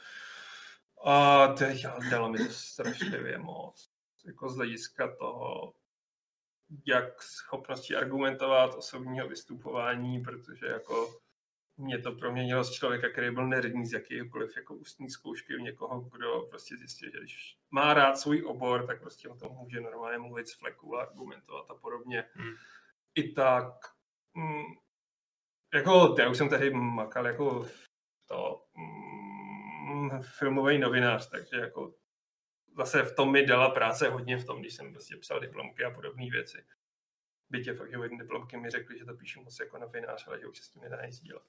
Speaker 3: A to je- ale dalo mi to strašlivě moc. Jako z hlediska toho, jak schopnosti argumentovat, osobního vystupování, protože jako mě to proměnilo z člověka, který byl nerdní z jakéhokoliv jako ústní zkoušky v někoho, kdo prostě zjistil, že když má rád svůj obor, tak prostě o tom může normálně mluvit z fleku a argumentovat a podobně.
Speaker 1: Hmm.
Speaker 3: I tak, mm, jako já už jsem tady makal jako to mm, filmový novinář, takže jako zase v tom mi dala práce hodně v tom, když jsem prostě psal diplomky a podobné věci. Byť je fakt, že u jedné diplomky mi řekli, že to píšu moc jako novinář, ale že už se s tím nedá nic dělat.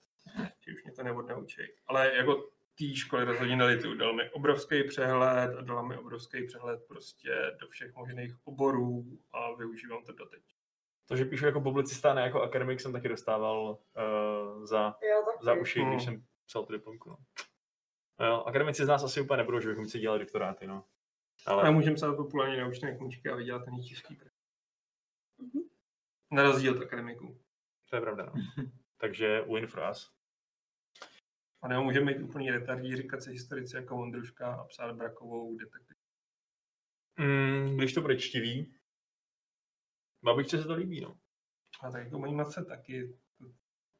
Speaker 3: Že už mě to neodnaučí. Ale jako té školy rozhodně nelitu. Dal mi obrovský přehled a dala mi obrovský přehled prostě do všech možných oborů a využívám to doteď.
Speaker 1: To, že píšu jako publicista, ne jako akademik, jsem taky dostával uh, za,
Speaker 2: Já taky.
Speaker 1: za uši,
Speaker 3: Hmm.
Speaker 1: když jsem psal tu diplomku. No. No Jo, akademici z nás asi úplně nebudou, že bychom si dělali doktoráty, no.
Speaker 3: A
Speaker 1: Ale
Speaker 3: můžeme psát populárně naučné knížky a vydělat na ně těžký prachy. Na rozdíl od akademiků.
Speaker 1: to je pravda, no. Takže win for us.
Speaker 3: A nebo můžeme být úplně retardí, říkat se historici jako Vondruška a psát brakovou detektiv.
Speaker 1: Mm, když to bude čtivý, babičce se to líbí, no.
Speaker 3: A tak jako mojí matce taky.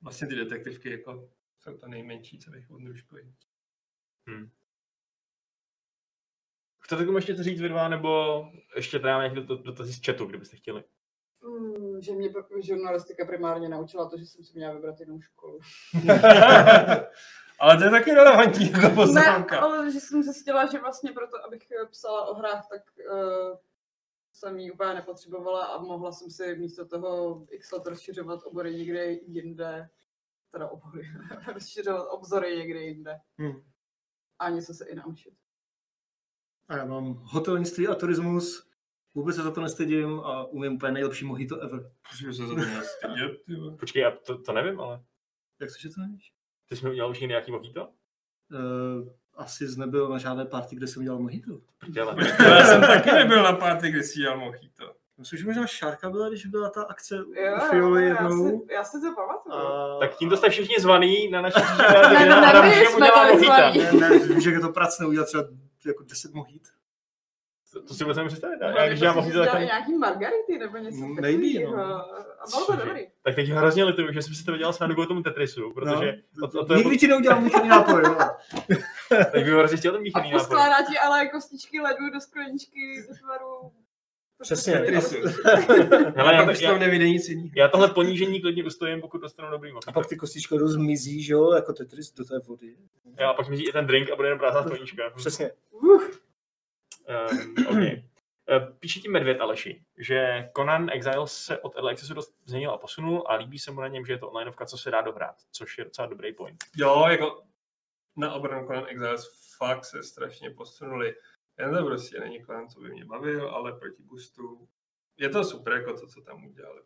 Speaker 3: Vlastně ty detektivky jako jsou to nejmenší, co bych Vondruškovi.
Speaker 1: Chcete k tomu ještě to říct vy dva, nebo ještě tady máme nějaké dot- dotazy z chatu, kdybyste chtěli.
Speaker 2: Mm, že mě pr- žurnalistika primárně naučila to, že jsem si měla vybrat jinou školu.
Speaker 3: Ale to je taky relevantní jako poznámka.
Speaker 2: Ne, ale že jsem zjistila, že vlastně proto, abych eh, psala o hrách, tak uh, jsem ji úplně nepotřebovala a mohla jsem si místo toho x let rozšiřovat obory někde jinde. Teda obory, rozšiřovat obzory někde jinde.
Speaker 3: Hmm.
Speaker 2: A něco se i naučit.
Speaker 4: A já mám hotelnictví a turismus, vůbec se za to nestydím a umím úplně nejlepší mojito ever.
Speaker 3: Proč by se za to měl stydět, ty vole?
Speaker 1: Počkej, já to, to nevím, ale
Speaker 4: Jak se že to nevíš?
Speaker 1: ty jsi mi udělal už někdy nějaký mojito?
Speaker 4: Uh, asi z nebyl na žádné party, kde jsem dělal mojito.
Speaker 1: Prdele.
Speaker 3: No, Já jsem taky nebyl na pátý, kde si dělal mochito.
Speaker 4: Myslím, že možná Šárka byla, když byla ta akce
Speaker 2: Jo,
Speaker 4: u Fioly
Speaker 2: já,
Speaker 4: jednou.
Speaker 2: si, já si to pamatuju.
Speaker 4: A-
Speaker 1: Tak tímto jste všichni zvaný na naši příští
Speaker 2: Ne,
Speaker 1: rádě
Speaker 2: no,
Speaker 1: a
Speaker 2: nebyli
Speaker 1: můžeme
Speaker 2: jsme
Speaker 1: udělat
Speaker 2: tady
Speaker 1: mojita.
Speaker 2: zvaní.
Speaker 4: Ne, ne, víš, jak je to pracné udělat třeba jako 10 mohít.
Speaker 1: To- To si vůbec nemůžu představit. ne?
Speaker 2: Oni
Speaker 1: Já, když
Speaker 2: prostě
Speaker 1: dělám mojito, tak,
Speaker 2: dělali nějaký margarity nebo něco
Speaker 4: No,
Speaker 2: takového.
Speaker 4: maybe,
Speaker 2: A bylo to
Speaker 1: Cože?
Speaker 2: dobrý.
Speaker 1: tak teď hrozně lituju, že jsem si to dělal s kvůli tomu Tetrisu, protože
Speaker 4: no,
Speaker 1: a- a
Speaker 4: to,
Speaker 1: to
Speaker 4: to
Speaker 1: je-
Speaker 4: nikdy ti neudělám míchaný nápoj. Jo.
Speaker 1: teď bych hrozně chtěl ten
Speaker 2: A
Speaker 1: míchaný nápoj.
Speaker 2: poskládá ti ale kostičky ledu do skleničky do tvaru.
Speaker 4: Přesně.
Speaker 3: Krysu.
Speaker 1: Hele,
Speaker 3: Pak
Speaker 1: já,
Speaker 3: už tam
Speaker 1: já,
Speaker 3: nevyjde nic jiného.
Speaker 1: já, tohle ponížení klidně ustojím, pokud dostanu dobrý mojito.
Speaker 4: A pak ty kostičky jdou zmizí, že jo, jako Tetris do té vody.
Speaker 1: Jo, a pak mi i ten drink a bude jenom prázdná sklenička.
Speaker 4: Přesně.
Speaker 1: Um, okay. Eh, Píše ti Medvěd Aleši, že Conan Exiles se od Early Accessu dost změnil a posunul a líbí se mu na něm, že je to onlineovka, co se dá dohrát, což je docela dobrý point.
Speaker 3: Jo, jako na obranu Conan Exiles fakt se strašně posunuli. Jen to prostě není Conan, co by mě bavil, ale proti gustu. Je to super, jako to, co tam udělali.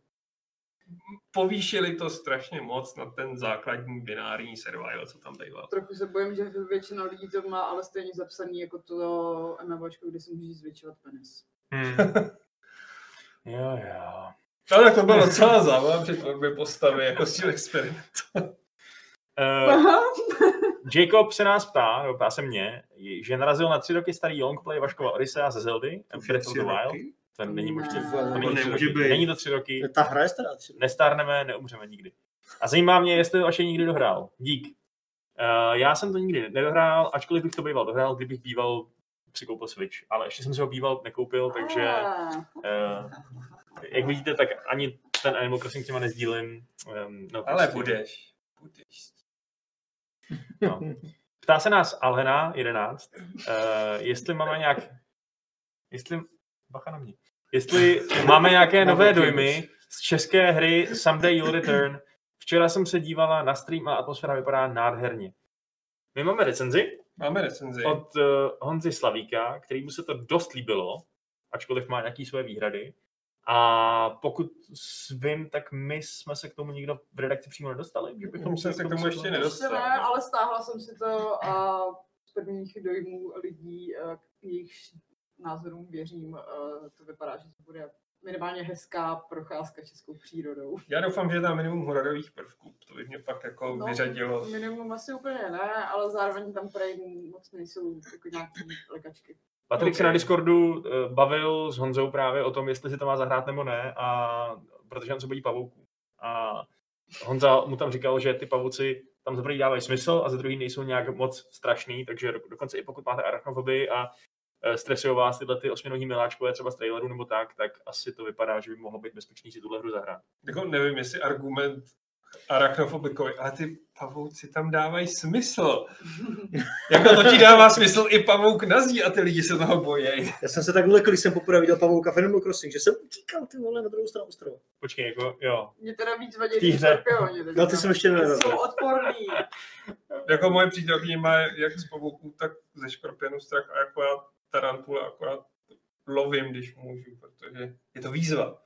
Speaker 3: Povýšili to strašně moc na ten základní binární survival, co tam býval.
Speaker 2: Trochu se bojím, že většina lidí to má ale stejně zapsaný jako to MMOčko, kde se můžeš zvětšovat penis.
Speaker 1: Hmm. jo, jo.
Speaker 3: Ale tak to bylo docela zábava při tvorbě postavy, jako s tím experiment.
Speaker 1: Uh,
Speaker 2: Ah,
Speaker 1: Jacob se nás ptá, jo, ptá se mě, že narazil na tři roky starý longplay Vaškova Odyssea ze Zeldy, Breath of the Wild. To není možný. To není, tři
Speaker 4: Nemůže
Speaker 1: roky.
Speaker 4: být.
Speaker 1: není to tři roky.
Speaker 4: Ta hra je stará. tři roky.
Speaker 1: nestárneme, neumřeme nikdy. A zajímá mě, jestli ho ještě nikdy dohrál. Dík. Uh, já jsem to nikdy nedohrál, ačkoliv bych to býval dohrál, kdybych býval přikoupil Switch, ale ještě jsem si ho býval nekoupil, takže uh, jak vidíte, tak ani ten Animal Crossing těma nezdílím. Um, no,
Speaker 3: Ale budeš. Budeš.
Speaker 1: Ptá se nás Eh, Alhena 11, uh, jestli máme nějak, jestli, bacha na mě, Jestli máme nějaké
Speaker 3: Na
Speaker 1: nové
Speaker 3: velký
Speaker 1: dojmy z české hry Someday You'll Return. Včera jsem se dívala na stream a atmosféra vypadá nádherně. My máme recenzi
Speaker 3: Máme recenzi.
Speaker 1: od uh, Honzy Slavíka, který mu se to dost líbilo, ačkoliv má nějaký své výhrady. A pokud s- vím, tak my jsme se k tomu nikdo v redakci přímo nedostali. že
Speaker 3: Bychom se k tomu ještě
Speaker 1: dostali.
Speaker 3: nedostali.
Speaker 2: Prostě ne, ale stáhla jsem si to a z prvních dojmů lidí, eh, k jejichž názorům věřím, eh, to vypadá, že to bude minimálně hezká procházka českou přírodou.
Speaker 3: Já doufám, že je tam minimum hororových prvků. To by mě pak jako
Speaker 2: No.
Speaker 3: vyřadilo.
Speaker 2: Minimum asi úplně ne, ale zároveň tam prej moc nejsou jako nějaký lekačky.
Speaker 1: Patrik se
Speaker 3: Ok.
Speaker 1: na Discordu eh, bavil s Honzou právě o tom, jestli si to má zahrát nebo ne, a protože on se bojí pavouků. A Honza mu tam říkal, že ty pavouci tam za prvý dávají smysl a za druhý nejsou nějak moc strašný, takže do- dokonce i pokud máte arachnofobii a eh, stresují vás tyhle ty osminohý miláčkové třeba z traileru nebo tak, tak asi to vypadá, že by mohlo být bezpečný si tuhle hru zahrát.
Speaker 3: Jako nevím, jestli argument arachnofobikový, ale ty pavouci tam dávají smysl. Jako to ti dává smysl i pavouk na zí a ty lidi se toho bojí.
Speaker 4: Já jsem se tak ulekl, když jsem poprvé viděl Pavouka v Animal Crossing, že jsem utíkal ty vole na druhou stranu ostrova.
Speaker 1: Počkej, jako jo.
Speaker 2: Mě teda víc
Speaker 1: V
Speaker 2: vadí,
Speaker 1: té
Speaker 2: když
Speaker 1: hře.
Speaker 2: škorpioni. teda.
Speaker 4: No ty jsem ještě nevedl.
Speaker 2: Jsou odporný.
Speaker 3: Jako moje přítelkyně má jak z pavouků, tak ze škorpionů strach a jako já tarantula akorát lovím, když můžu, protože je to výzva.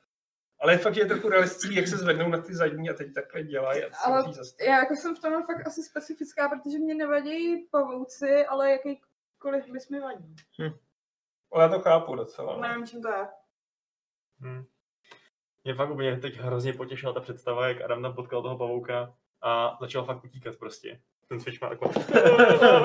Speaker 3: Ale fakt je trochu realistický, jak se zvednou na ty zadní a teď takhle dělají a to
Speaker 2: Ale-
Speaker 3: se musí zastavit.
Speaker 2: Já jako jsem v tomhle fakt asi specifická, protože mě nevadí pavouci, ale jakýkoliv bys mi vadí.
Speaker 3: Ale já to chápu docela. no.
Speaker 2: Nevím, čím to je.
Speaker 1: Hm. Mě fakt úplně teď hrozně potěšila ta představa, jak Adam tam potkal toho pavouka a začal fakt utíkat prostě. Ten switch má takhle.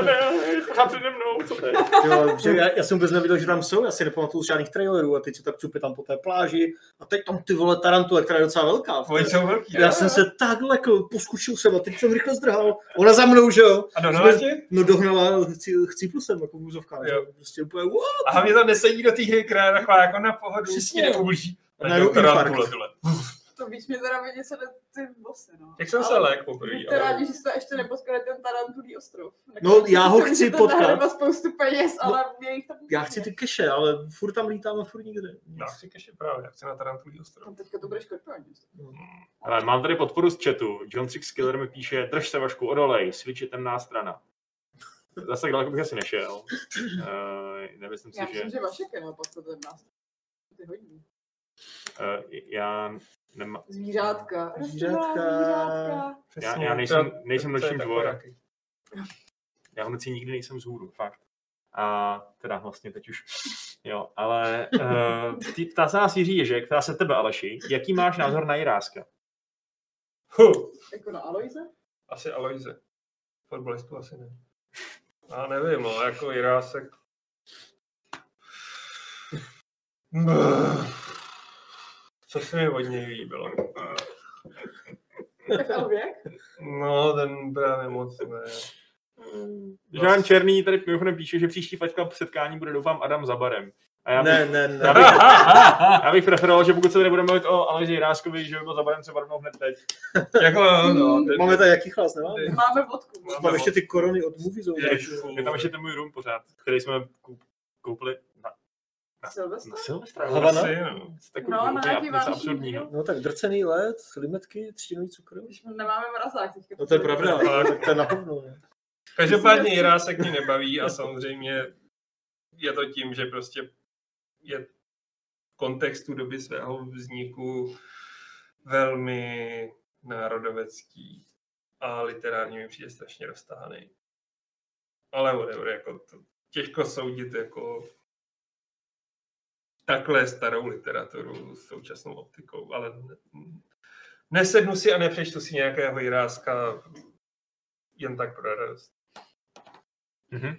Speaker 1: ne, pořád přede mnou, co to je?
Speaker 4: Jo, že já, já, jsem vůbec nevěděl, že tam jsou, já si nepamatuju z žádných trailerů a teď se tak cupe tam po té pláži a teď tam ty vole tarantule, která je docela velká. v té-
Speaker 3: Oni jsou velký.
Speaker 4: Já jsem se tak lekl, poskušil jsem a teď jsem rychle zdrhal. Ona za mnou, že jo?
Speaker 3: A dohnala tě?
Speaker 4: No dohnala, chci, chci plusem, jako v úzovkách, že jo? Prostě úplně, wow,
Speaker 3: A hlavně tam nesedí do té hry, která je taková jako na pohodu.
Speaker 4: Přesně.
Speaker 3: ti neublíží. Jako
Speaker 4: A
Speaker 3: A
Speaker 4: najednou
Speaker 3: najednou
Speaker 4: infarkt.
Speaker 3: tule.
Speaker 2: To víc mě teda vidí se ty bosy, no.
Speaker 3: Jak jsem se
Speaker 2: Ale
Speaker 3: lék
Speaker 2: buďte
Speaker 3: poprvé.
Speaker 2: rádi, že jste ještě nepotkali ten tarantulí ostrov. Na
Speaker 4: No,
Speaker 2: kterém
Speaker 4: já
Speaker 2: si
Speaker 4: ho
Speaker 2: myslím,
Speaker 4: chci
Speaker 2: že to nahrne
Speaker 4: potkat.
Speaker 2: na spoustu peněz,
Speaker 4: No,
Speaker 2: ale mě jich tam
Speaker 4: já chci ty keše, ale furt tam lítám a furt nikde.
Speaker 1: No.
Speaker 3: Já chci keše právě, já chci na Tarantulí ostrov.
Speaker 2: No, teďka to bude škorpion.
Speaker 1: Ale mám tady podporu z chatu. John Six Killer mi píše, drž se Vašku, odolej, switch je temná strana. Zase tak daleko bych asi nešel. Uh, nemyslím si,
Speaker 2: Já
Speaker 1: že...
Speaker 2: myslím, že Vašek je naopak to ten nás. Ty hodí.
Speaker 1: Uh, já, nema,
Speaker 2: Zvířátka. Rostomilá
Speaker 4: Zvířátka.
Speaker 2: zvířátka.
Speaker 1: já, já nejsem, nejsem nočním dvor. Já v noci nikdy nejsem vzhůru, fakt. A teda vlastně teď už. Jo, ale uh, ty, ptá se nás Jiří Ježek, ptá se tebe Aleši, jaký máš názor na Jiráska?
Speaker 3: Huh,
Speaker 2: Jako na Aloise?
Speaker 3: asi Aloise. Fotbalistu asi ne. Já nevím, no, jako Jirásek. Co se mi od něj líbilo?
Speaker 2: FL věk?
Speaker 3: No, ten právě moc ne.
Speaker 1: Žán Černý tady mimochodem píše, že příští Fight Club setkání bude doufám Adam za barem. A já bych,
Speaker 4: Ne, ne, ne.
Speaker 1: já bych, já bych preferoval, že pokud se tady budeme mluvit o Aleži Jiráskovi, že by byl za barem třeba rovnou hned teď.
Speaker 3: Jako, no, ten,
Speaker 4: Hmm, Máme tady jaký chlás, nemáme?
Speaker 3: ten-
Speaker 2: Máme vodku. no.
Speaker 3: Máme
Speaker 4: Mám ještě ty korony od movie zone.
Speaker 3: Ježišu.
Speaker 1: Je tam ještě ten můj room pořád, který jsme koup- koupili na, na
Speaker 2: Silvestra?
Speaker 1: Silvestra.
Speaker 4: Havana?
Speaker 3: Asi, no.
Speaker 1: Takový,
Speaker 2: No, na nějaký
Speaker 1: něco
Speaker 2: vánoční
Speaker 1: absurdního.
Speaker 2: díl.
Speaker 4: No tak drcený led, limetky, třtinový cukr.
Speaker 2: Když nemáme mrazák teďka.
Speaker 4: No to je pravda,
Speaker 3: To je
Speaker 4: tak to je na hovno. ne?
Speaker 3: Každopádně Jirásek mě nebaví a samozřejmě je to tím, že prostě je v kontextu doby svého vzniku velmi národovecký a literárně mi přijde strašně roztáhaný. Ale whatever, jako to, těžko soudit jako takhle starou literaturu s současnou optikou, ale ne- nesednu si a nepřečtu si nějakého Jiráska jen tak pro radost.
Speaker 1: Mhm.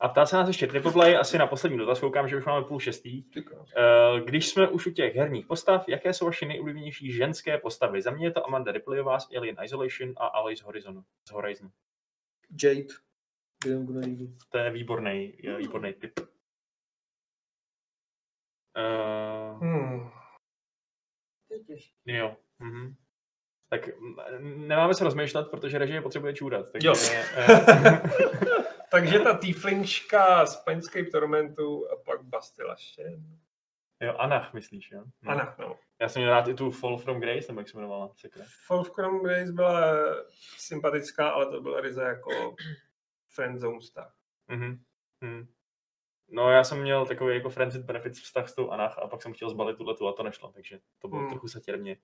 Speaker 1: A ptá se nás ještě Triple asi na poslední dotaz, koukám, že už máme půl šestý.
Speaker 3: Čekám.
Speaker 1: Eh, Když jsme už u těch herních postav, jaké jsou vaše nejoblíbenější ženské postavy? Za mě je to Amanda Ripleyová z Alien Isolation a Alice Horizon, z Horizon.
Speaker 4: Jade. Beyond Good and Evil.
Speaker 1: To je výborný,
Speaker 3: Hmm.
Speaker 1: je výborný typ. Uh,
Speaker 3: Hmm.
Speaker 1: jo. mhm. Tak mm, nemáme se rozmýšlet, protože režie potřebuje čůrat. Takže,
Speaker 3: Jo.
Speaker 1: eh, Hmm.
Speaker 3: Takže ta týflinčka z Planescape Tormentu a pak Bastila Shen.
Speaker 1: Jo, Anach, myslíš, jo? No.
Speaker 3: Ano, no.
Speaker 1: Já jsem měl rád i tu Fall from Grace, nebo jak se jmenovala, sakra.
Speaker 3: Falcon Grace byla sympatická, ale to byla ryze jako friendzone vztah.
Speaker 1: Mhm. Mhm. No já jsem měl takový jako friends with benefits vztah s tou Anach a pak jsem chtěl zbalit tuhle a to nešlo, takže to bylo
Speaker 3: Hmm.
Speaker 1: trochu satěrně.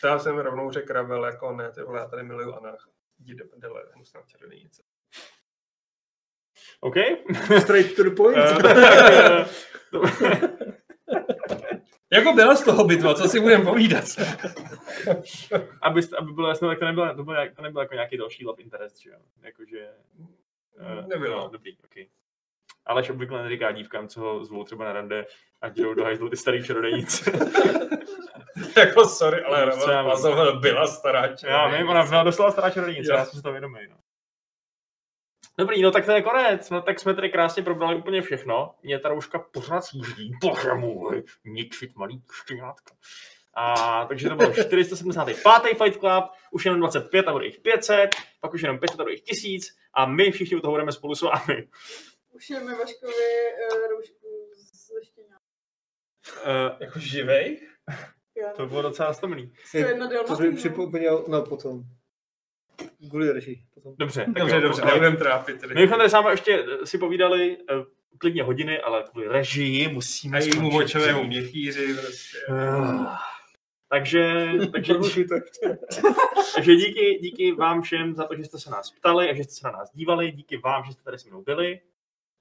Speaker 3: To já jsem rovnou řekl Ravel, jako ne, ty vole, já tady miluju Anach. Jdi do prdele, hnusná čarodějnice.
Speaker 1: OK?
Speaker 4: Straight to the point.
Speaker 1: Eh, tak, eh, to-
Speaker 3: Jako byla z toho bitva, co si budeme povídat?
Speaker 1: aby, aby bylo jasno, tak to nebylo, to bylo, jak- to nebylo jako nějaký další love interest, že jo? Jakože... eh,
Speaker 3: Mm, Nebylo.
Speaker 1: No, dobrý, OK. Aleš obvykle neříká dívkám, co ho zvou třeba na rande, a jdou do hajzlu ty starý čarodejnice.
Speaker 3: jako sorry, ale
Speaker 1: Co já
Speaker 3: Ravel
Speaker 1: vím.
Speaker 3: Pazovel byla stará
Speaker 1: Já vím, ona byla docela stará čarodějnice,
Speaker 3: Jo.
Speaker 1: já jsem si to vědomý. No. Dobrý, no tak to je konec. No tak jsme tady krásně probrali úplně všechno. Mě ta rouška pořád služí. Bože můj, ničit malý štěňátka. A, takže to bylo 475. Fight Club, už jenom 25 a bude jich 500, pak už jenom 500 a bude jich 1000 a my všichni u toho budeme spolu s vámi.
Speaker 2: Už je mi Vaškovi eh, roušku z leštěňa.
Speaker 1: Uh,
Speaker 3: Jako živej?
Speaker 1: to bylo docela stomný.
Speaker 2: To je jedna
Speaker 4: To
Speaker 2: dalmatina.
Speaker 4: mi připomněl, no potom. Kvůli režii. Potom.
Speaker 1: Dobře, tak
Speaker 3: Dobře,
Speaker 1: jo,
Speaker 3: dobře,
Speaker 1: pozdravím.
Speaker 3: nebudem Jako trápit
Speaker 1: My
Speaker 3: tedy.
Speaker 1: bychom tady sám ještě eh, si povídali eh, klidně hodiny, ale kvůli režii musíme
Speaker 3: A jejímu
Speaker 1: skončit
Speaker 3: močovému měchýři prostě.
Speaker 1: Eh, Takže, takže,
Speaker 4: Probuši to ještě.
Speaker 1: takže díky, díky vám všem za to, že jste se nás ptali a že jste se na nás dívali. Díky vám, že jste tady s mnou byli. Je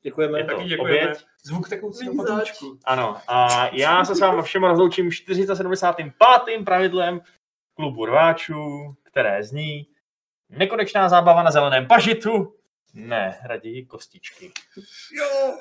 Speaker 4: Děkujeme.
Speaker 1: to
Speaker 3: Taky děkujeme.
Speaker 1: oběť.
Speaker 3: Zvuk tekoucího
Speaker 2: Není zač.
Speaker 3: potůčku.
Speaker 1: Ano. A já se s vámi všem rozloučím 475. pravidlem klubu rváčů, které zní nekonečná zábava na zeleném pažitu. Ne, raději kostičky.
Speaker 3: Jo!